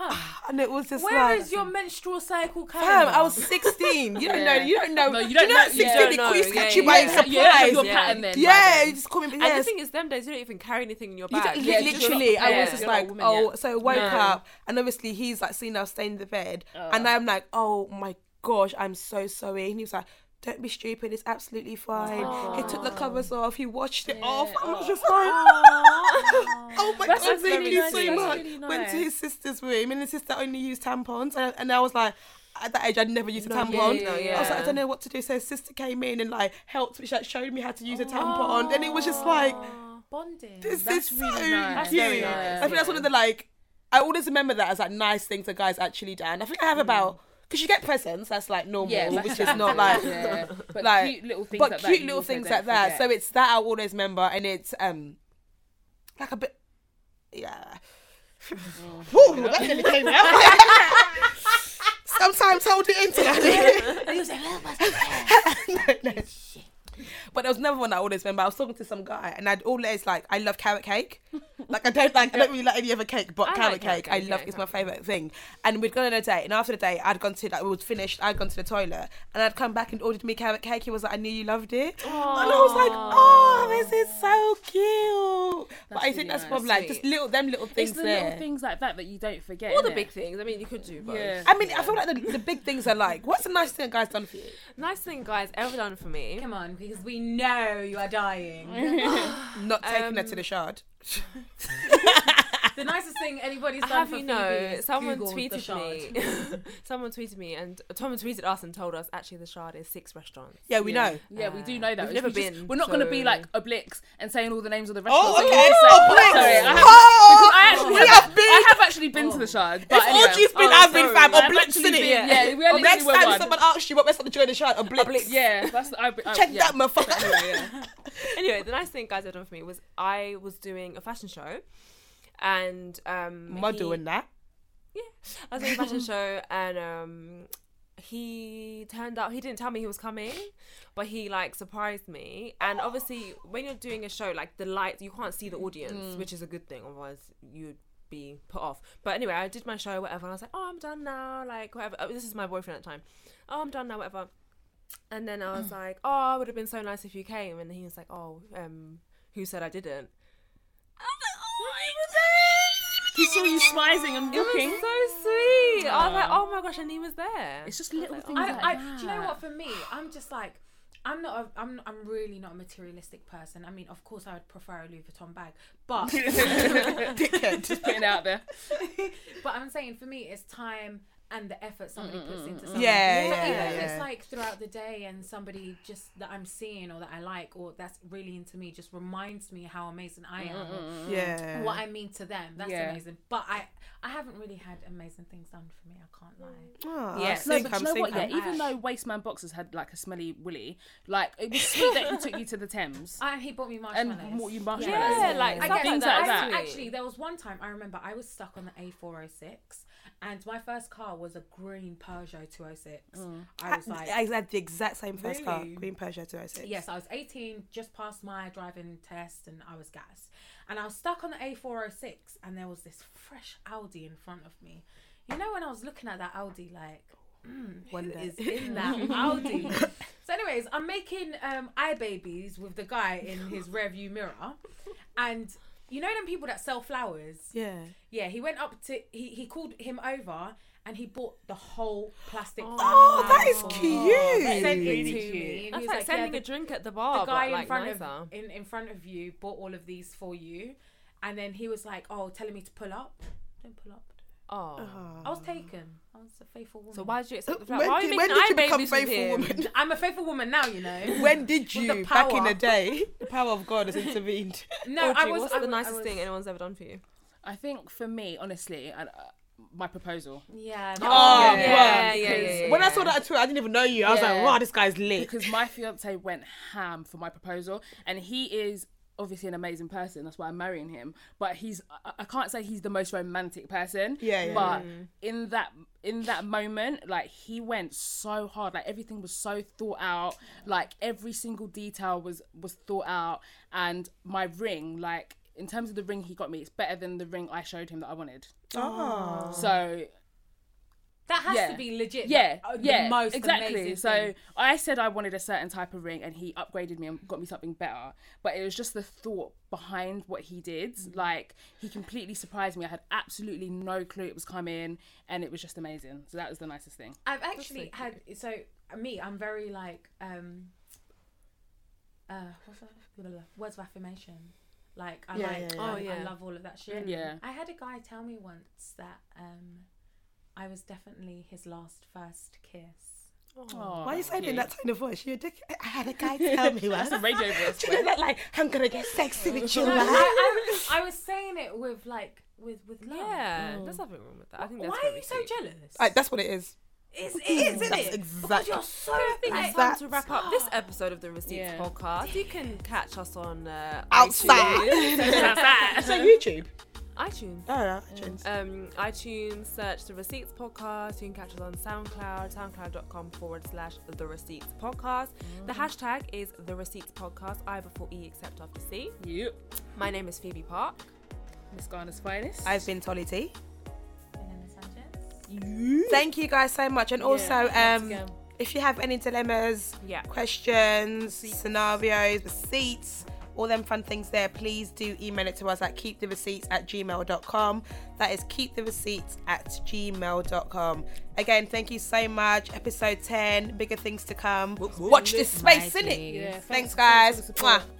[SPEAKER 2] and it was just
[SPEAKER 5] Where
[SPEAKER 2] like.
[SPEAKER 5] is your menstrual cycle
[SPEAKER 2] Damn,
[SPEAKER 5] calendar?
[SPEAKER 2] I was 16. You don't know.
[SPEAKER 1] Yeah.
[SPEAKER 2] You don't know.
[SPEAKER 1] No, you
[SPEAKER 2] Do
[SPEAKER 1] don't
[SPEAKER 2] know.
[SPEAKER 1] know-
[SPEAKER 2] at
[SPEAKER 1] yeah.
[SPEAKER 2] 16,
[SPEAKER 4] You
[SPEAKER 2] they
[SPEAKER 4] don't
[SPEAKER 2] quiz
[SPEAKER 4] know,
[SPEAKER 2] catch
[SPEAKER 4] yeah,
[SPEAKER 2] you by
[SPEAKER 4] yeah.
[SPEAKER 1] You don't have your
[SPEAKER 2] surprise.
[SPEAKER 4] Yeah.
[SPEAKER 1] pattern then. by
[SPEAKER 2] Yeah, you
[SPEAKER 1] then.
[SPEAKER 2] just call me.
[SPEAKER 4] And the
[SPEAKER 2] Yes.
[SPEAKER 4] thing is, them days you don't even carry anything in your
[SPEAKER 2] You
[SPEAKER 4] bag.
[SPEAKER 2] don't-
[SPEAKER 1] Yeah,
[SPEAKER 2] li-
[SPEAKER 1] because you're
[SPEAKER 2] literally,
[SPEAKER 1] not-
[SPEAKER 2] I
[SPEAKER 1] yeah,
[SPEAKER 2] was just
[SPEAKER 1] you're not a
[SPEAKER 2] like,
[SPEAKER 1] woman
[SPEAKER 2] oh,
[SPEAKER 1] yet.
[SPEAKER 2] so I woke
[SPEAKER 4] No.
[SPEAKER 2] up, and obviously he's like seen us staying in the bed, and I'm like, oh my gosh, I'm so sorry. And he was like, don't be stupid, it's absolutely fine. He took the covers off, he washed it off. I was just like, oh my
[SPEAKER 1] That's
[SPEAKER 2] god,
[SPEAKER 1] so
[SPEAKER 2] thank
[SPEAKER 1] really
[SPEAKER 2] you
[SPEAKER 1] nice,
[SPEAKER 2] so
[SPEAKER 1] that's
[SPEAKER 2] much.
[SPEAKER 1] really
[SPEAKER 2] Went
[SPEAKER 1] nice.
[SPEAKER 2] to his sister's room, and his sister only used tampons, and, and I was like. At that age, I'd never used a tampon.
[SPEAKER 4] yeah,
[SPEAKER 2] I was like, I
[SPEAKER 4] yeah.
[SPEAKER 2] don't know what to do. So his sister came in and like helped me, she like, showed me how to use a tampon, and it was just like,
[SPEAKER 5] Ah, bonding.
[SPEAKER 2] this
[SPEAKER 1] That's
[SPEAKER 2] is
[SPEAKER 1] really
[SPEAKER 2] so
[SPEAKER 1] nice. That's
[SPEAKER 2] cute.
[SPEAKER 1] very nice,
[SPEAKER 2] I think that's
[SPEAKER 4] yeah.
[SPEAKER 2] one of the like I always remember that as like nice things that guys actually do. And I think I have about because you get presents that's like normal,
[SPEAKER 1] Mm. Yeah, like-
[SPEAKER 2] which is not like
[SPEAKER 1] yeah. But
[SPEAKER 2] like
[SPEAKER 1] cute little things
[SPEAKER 2] but
[SPEAKER 1] like that
[SPEAKER 2] cute
[SPEAKER 1] you
[SPEAKER 2] little
[SPEAKER 1] also
[SPEAKER 2] things
[SPEAKER 1] don't
[SPEAKER 2] like that. So
[SPEAKER 1] forget.
[SPEAKER 2] it's that I always remember, and it's um like a bit yeah.
[SPEAKER 1] Oh,
[SPEAKER 2] Whew, that nearly came out. Sometimes hold it in tightly. No, no. But there was another one I always remember. I was talking to some guy, and I'd always like, I love carrot cake. Like I don't like, I don't really like any other cake, but
[SPEAKER 4] I
[SPEAKER 2] carrot
[SPEAKER 4] like carrot
[SPEAKER 2] cake, I
[SPEAKER 4] cake,
[SPEAKER 2] love.
[SPEAKER 4] yeah,
[SPEAKER 2] it's my favorite thing. And we'd gone on a date, and after the date, I'd gone to like, we was finished. I'd gone to the toilet, and I'd come back and ordered me carrot cake. He was like, I knew you loved it, and I was like, oh, this is so cute. but I
[SPEAKER 1] That's
[SPEAKER 2] think
[SPEAKER 1] really
[SPEAKER 2] that's
[SPEAKER 1] nice.
[SPEAKER 2] from like just
[SPEAKER 4] Sweet.
[SPEAKER 2] little them little things
[SPEAKER 1] it's the
[SPEAKER 2] there.
[SPEAKER 1] little things like that that you don't forget.
[SPEAKER 4] All the
[SPEAKER 1] innit?
[SPEAKER 4] big things. I mean, you could do both.
[SPEAKER 1] Yeah.
[SPEAKER 2] I mean, I feel like the, the big things are like, what's the nice thing a guy's done for you?
[SPEAKER 4] Nice thing, guys, ever done for me.
[SPEAKER 5] Come on, because we know you are dying.
[SPEAKER 2] Not taking her to the shard.
[SPEAKER 5] the nicest thing anybody's
[SPEAKER 4] I
[SPEAKER 5] done
[SPEAKER 4] have
[SPEAKER 5] for
[SPEAKER 4] you
[SPEAKER 5] Phoebe
[SPEAKER 4] know,
[SPEAKER 5] is
[SPEAKER 4] someone
[SPEAKER 5] Googled the
[SPEAKER 4] tweeted
[SPEAKER 5] shard.
[SPEAKER 4] me. someone tweeted me, and someone tweeted us and told us actually the Shard is six restaurants.
[SPEAKER 2] Yeah, we
[SPEAKER 1] yeah.
[SPEAKER 2] know.
[SPEAKER 1] Yeah, we do know that. It's
[SPEAKER 4] We've never
[SPEAKER 1] just-
[SPEAKER 4] been,
[SPEAKER 1] we're not going to be
[SPEAKER 4] so-
[SPEAKER 1] like Oblix and saying all the names of the
[SPEAKER 2] Oh,
[SPEAKER 1] restaurants. that we
[SPEAKER 2] okay.
[SPEAKER 1] always say.
[SPEAKER 2] Oh, Blix.
[SPEAKER 1] Sorry, I have,
[SPEAKER 2] oh,
[SPEAKER 1] because I actually
[SPEAKER 2] we
[SPEAKER 1] have,
[SPEAKER 2] have been. Oh.
[SPEAKER 1] I have actually been to the Shard. But
[SPEAKER 2] It's
[SPEAKER 1] anyway,
[SPEAKER 2] all she's been.
[SPEAKER 4] Oh,
[SPEAKER 2] I've been
[SPEAKER 4] sorry.
[SPEAKER 2] fam.
[SPEAKER 4] I've
[SPEAKER 2] Oblix,
[SPEAKER 1] actually
[SPEAKER 2] innit?
[SPEAKER 1] been- yeah, we only
[SPEAKER 2] Next
[SPEAKER 1] were
[SPEAKER 2] time
[SPEAKER 1] one.
[SPEAKER 2] someone asks you what restaurant did you go to shard, Oblix. Oblix.
[SPEAKER 1] yeah, that's I, I,
[SPEAKER 2] Check
[SPEAKER 1] yeah.
[SPEAKER 2] that motherfucker.
[SPEAKER 4] anyway, the nice thing guys had done for me was I was doing a fashion show, and um,
[SPEAKER 2] Am I
[SPEAKER 4] he-
[SPEAKER 2] doing that?
[SPEAKER 4] I was doing a fashion show, and um, he turned up. He didn't tell me he was coming, but he like surprised me. And obviously, when you're doing a show, like the lights, you can't see the audience, which is a good thing. Otherwise, you'd be put off. But anyway, I did my show, whatever. And I was like, oh, I'm done now, like whatever. Oh, this is my boyfriend at the time. Oh, I'm done now, whatever. And then I was like, oh, it would have been so nice if you came. And he was like, oh, um, who said I didn't? I was like, oh my God.
[SPEAKER 1] He saw you smizing and
[SPEAKER 4] It was
[SPEAKER 1] looking.
[SPEAKER 4] so sweet. I was like, oh my gosh, and he was there.
[SPEAKER 1] It's just little things like
[SPEAKER 5] I, I,
[SPEAKER 1] that.
[SPEAKER 5] do you know what? For me, I'm just like, I'm not. A, I'm. I'm really not a materialistic person. I mean, of course, I would prefer a Louis Vuitton bag, but
[SPEAKER 1] Just putting it out there.
[SPEAKER 5] but I'm saying for me, it's time and the effort somebody puts into something.
[SPEAKER 2] Yeah, yeah,
[SPEAKER 5] So even
[SPEAKER 2] yeah,
[SPEAKER 5] if
[SPEAKER 2] yeah.
[SPEAKER 5] it's like throughout the day and somebody just that I'm seeing or that I like or that's really into me just reminds me how amazing I am. or
[SPEAKER 2] Yeah.
[SPEAKER 5] What I mean to them, that's
[SPEAKER 1] Yeah.
[SPEAKER 5] amazing. But I, I haven't really had amazing things done for me. I can't lie.
[SPEAKER 2] Oh,
[SPEAKER 1] No,
[SPEAKER 4] Yeah.
[SPEAKER 2] sink
[SPEAKER 1] but
[SPEAKER 2] him,
[SPEAKER 1] you know
[SPEAKER 2] sink
[SPEAKER 1] what? Yeah,
[SPEAKER 2] him.
[SPEAKER 1] even though Wasteman Boxers had like a smelly willy, like it was sweet that he took you to the Thames
[SPEAKER 5] And he bought me marshmallows.
[SPEAKER 1] and what you marshmallows.
[SPEAKER 4] Yeah, like
[SPEAKER 5] I
[SPEAKER 4] stuff
[SPEAKER 5] get
[SPEAKER 1] things
[SPEAKER 5] that.
[SPEAKER 1] like that.
[SPEAKER 5] I- Actually, there was one time I remember I was stuck on the A406, and my first car was a green Peugeot 206.
[SPEAKER 1] Mm.
[SPEAKER 5] I was like,
[SPEAKER 2] I had the exact same first car,
[SPEAKER 5] Really?
[SPEAKER 2] Green Peugeot 206.
[SPEAKER 5] yes, I was 18, just passed my driving test, and I was gassed. And I was stuck on the A406, and there was this fresh Audi in front of me. You know, when I was looking at that Audi, like, mm, who
[SPEAKER 2] Wonder.
[SPEAKER 5] is in that Audi? so, anyways, I'm making um, eye babies with the guy in his rearview mirror, and you know them people that sell flowers.
[SPEAKER 2] Yeah.
[SPEAKER 5] Yeah, he went up to he, he called him over and he bought the whole plastic.
[SPEAKER 2] Oh,
[SPEAKER 5] bag
[SPEAKER 2] that is
[SPEAKER 5] full.
[SPEAKER 2] cute.
[SPEAKER 5] Sent it
[SPEAKER 1] Really
[SPEAKER 5] to
[SPEAKER 1] cute.
[SPEAKER 5] me. And
[SPEAKER 4] That's
[SPEAKER 5] he was
[SPEAKER 4] like,
[SPEAKER 5] yeah,
[SPEAKER 4] sending
[SPEAKER 5] the-
[SPEAKER 4] a drink at the bar.
[SPEAKER 5] the guy
[SPEAKER 4] Oh, but, like,
[SPEAKER 5] in front
[SPEAKER 4] nicer.
[SPEAKER 5] of in, in front of you bought all of these for you, and then he was like, "Oh, telling me to pull up. Don't pull up."
[SPEAKER 4] Oh.
[SPEAKER 5] I was taken. I was a faithful woman.
[SPEAKER 4] So why did you accept the flower?
[SPEAKER 2] Uh-huh. when
[SPEAKER 4] why are
[SPEAKER 2] did,
[SPEAKER 4] you
[SPEAKER 2] when
[SPEAKER 4] making
[SPEAKER 2] did
[SPEAKER 4] eye
[SPEAKER 2] you become
[SPEAKER 4] babies with
[SPEAKER 2] faithful
[SPEAKER 4] him?
[SPEAKER 2] woman?
[SPEAKER 5] I'm a faithful woman now, you know.
[SPEAKER 2] When did
[SPEAKER 5] With the
[SPEAKER 2] you, back in the
[SPEAKER 5] power. Oh,
[SPEAKER 2] day, the power of God has intervened?
[SPEAKER 5] No, I
[SPEAKER 4] Audrey,
[SPEAKER 5] was.
[SPEAKER 4] what's
[SPEAKER 5] I
[SPEAKER 4] the
[SPEAKER 5] was- I
[SPEAKER 4] nicest
[SPEAKER 5] was-
[SPEAKER 4] thing anyone's ever done for you?
[SPEAKER 1] I think for me, honestly, I, uh, my proposal.
[SPEAKER 5] Yeah.
[SPEAKER 1] yeah,
[SPEAKER 2] Oh, bruh.
[SPEAKER 1] yeah, yeah,
[SPEAKER 4] yeah,
[SPEAKER 2] When I
[SPEAKER 4] yeah.
[SPEAKER 2] saw that on Twitter, I didn't even know you. I was
[SPEAKER 1] Yeah.
[SPEAKER 2] like, wow, this guy's lit.
[SPEAKER 1] because my fiance went ham for my proposal, and he is obviously an amazing person. That's why I'm marrying him. But he's I, I can't say he's the most romantic person.
[SPEAKER 2] Yeah, yeah.
[SPEAKER 1] But in that in that moment, like he went so hard. Like everything was so thought out. Like every single detail was was thought out. And my ring, like in terms of the ring he got me, it's better than the ring I showed him that I wanted.
[SPEAKER 2] Oh.
[SPEAKER 1] So
[SPEAKER 5] That has
[SPEAKER 1] Yeah.
[SPEAKER 5] to be legit.
[SPEAKER 1] yeah,
[SPEAKER 5] like, uh, the
[SPEAKER 1] yeah,
[SPEAKER 5] most
[SPEAKER 1] exactly.
[SPEAKER 5] amazing
[SPEAKER 1] so
[SPEAKER 5] thing.
[SPEAKER 1] I said I wanted a certain type of ring, and he upgraded me and got me something better. But it was just the thought behind what he did.
[SPEAKER 2] Mm-hmm.
[SPEAKER 1] Like he completely surprised me. I had absolutely no clue it was coming, and it was just amazing. So that was the nicest thing.
[SPEAKER 5] I've actually had so uh, me. I'm very like um. Uh, what's that? Blah, blah, blah. Words of affirmation. Like I
[SPEAKER 2] Yeah,
[SPEAKER 5] like.
[SPEAKER 2] yeah, yeah.
[SPEAKER 5] I,
[SPEAKER 4] Oh,
[SPEAKER 5] I
[SPEAKER 4] yeah. Mm.
[SPEAKER 5] love all of that shit.
[SPEAKER 1] Yeah.
[SPEAKER 5] I had a guy tell me once that um, I was definitely his last first kiss.
[SPEAKER 1] Oh,
[SPEAKER 2] Why are you saying it in that
[SPEAKER 1] that's
[SPEAKER 2] tone of voice? You're a dick. I had a guy tell me once.
[SPEAKER 1] cute. radio voice?
[SPEAKER 2] Do you know that, like, I'm going to get sexy with you,
[SPEAKER 5] No, I,
[SPEAKER 2] right?
[SPEAKER 5] I, I was saying it with like with with love.
[SPEAKER 4] Yeah, there's nothing wrong with that. I think that's
[SPEAKER 5] Why are
[SPEAKER 4] very
[SPEAKER 5] you so
[SPEAKER 4] cute.
[SPEAKER 5] jealous?
[SPEAKER 2] Like, that's what it is.
[SPEAKER 5] it's, it is, isn't
[SPEAKER 2] That's
[SPEAKER 5] it? Because
[SPEAKER 2] exact-
[SPEAKER 5] you're so
[SPEAKER 4] I think
[SPEAKER 5] like,
[SPEAKER 4] it's time
[SPEAKER 2] That's-
[SPEAKER 4] to wrap up this episode of the Receipts
[SPEAKER 1] Yeah.
[SPEAKER 4] podcast. You can catch us on uh,
[SPEAKER 2] Outside.
[SPEAKER 4] iTunes.
[SPEAKER 2] Is that YouTube?
[SPEAKER 4] iTunes.
[SPEAKER 2] Oh, yeah, iTunes.
[SPEAKER 4] Um, iTunes, search the Receipts Podcast. You can catch us on SoundCloud, soundcloud.com forward slash the Receipts Podcast. The hashtag is the Receipts Podcast, I before E except after C.
[SPEAKER 1] Yep.
[SPEAKER 4] My name is Phoebe Park.
[SPEAKER 1] Miss Garner's finest.
[SPEAKER 2] I've been Tolly T.
[SPEAKER 1] you.
[SPEAKER 2] Thank you guys so much. And also, um,
[SPEAKER 1] again.
[SPEAKER 2] if you have any dilemmas,
[SPEAKER 4] Yeah.
[SPEAKER 2] questions, scenarios, receipts, all them fun things there, please do email it to us at keepthereceipts at gmail.com. That is keepthereceipts at gmail.com. Again, thank you so much. Episode 10, bigger things to come. Watch this space,
[SPEAKER 5] Mikey.
[SPEAKER 2] innit?
[SPEAKER 1] Yeah, thanks-
[SPEAKER 2] Thanks,
[SPEAKER 1] thanks for
[SPEAKER 2] guys.
[SPEAKER 1] the
[SPEAKER 2] Mwah.
[SPEAKER 1] support.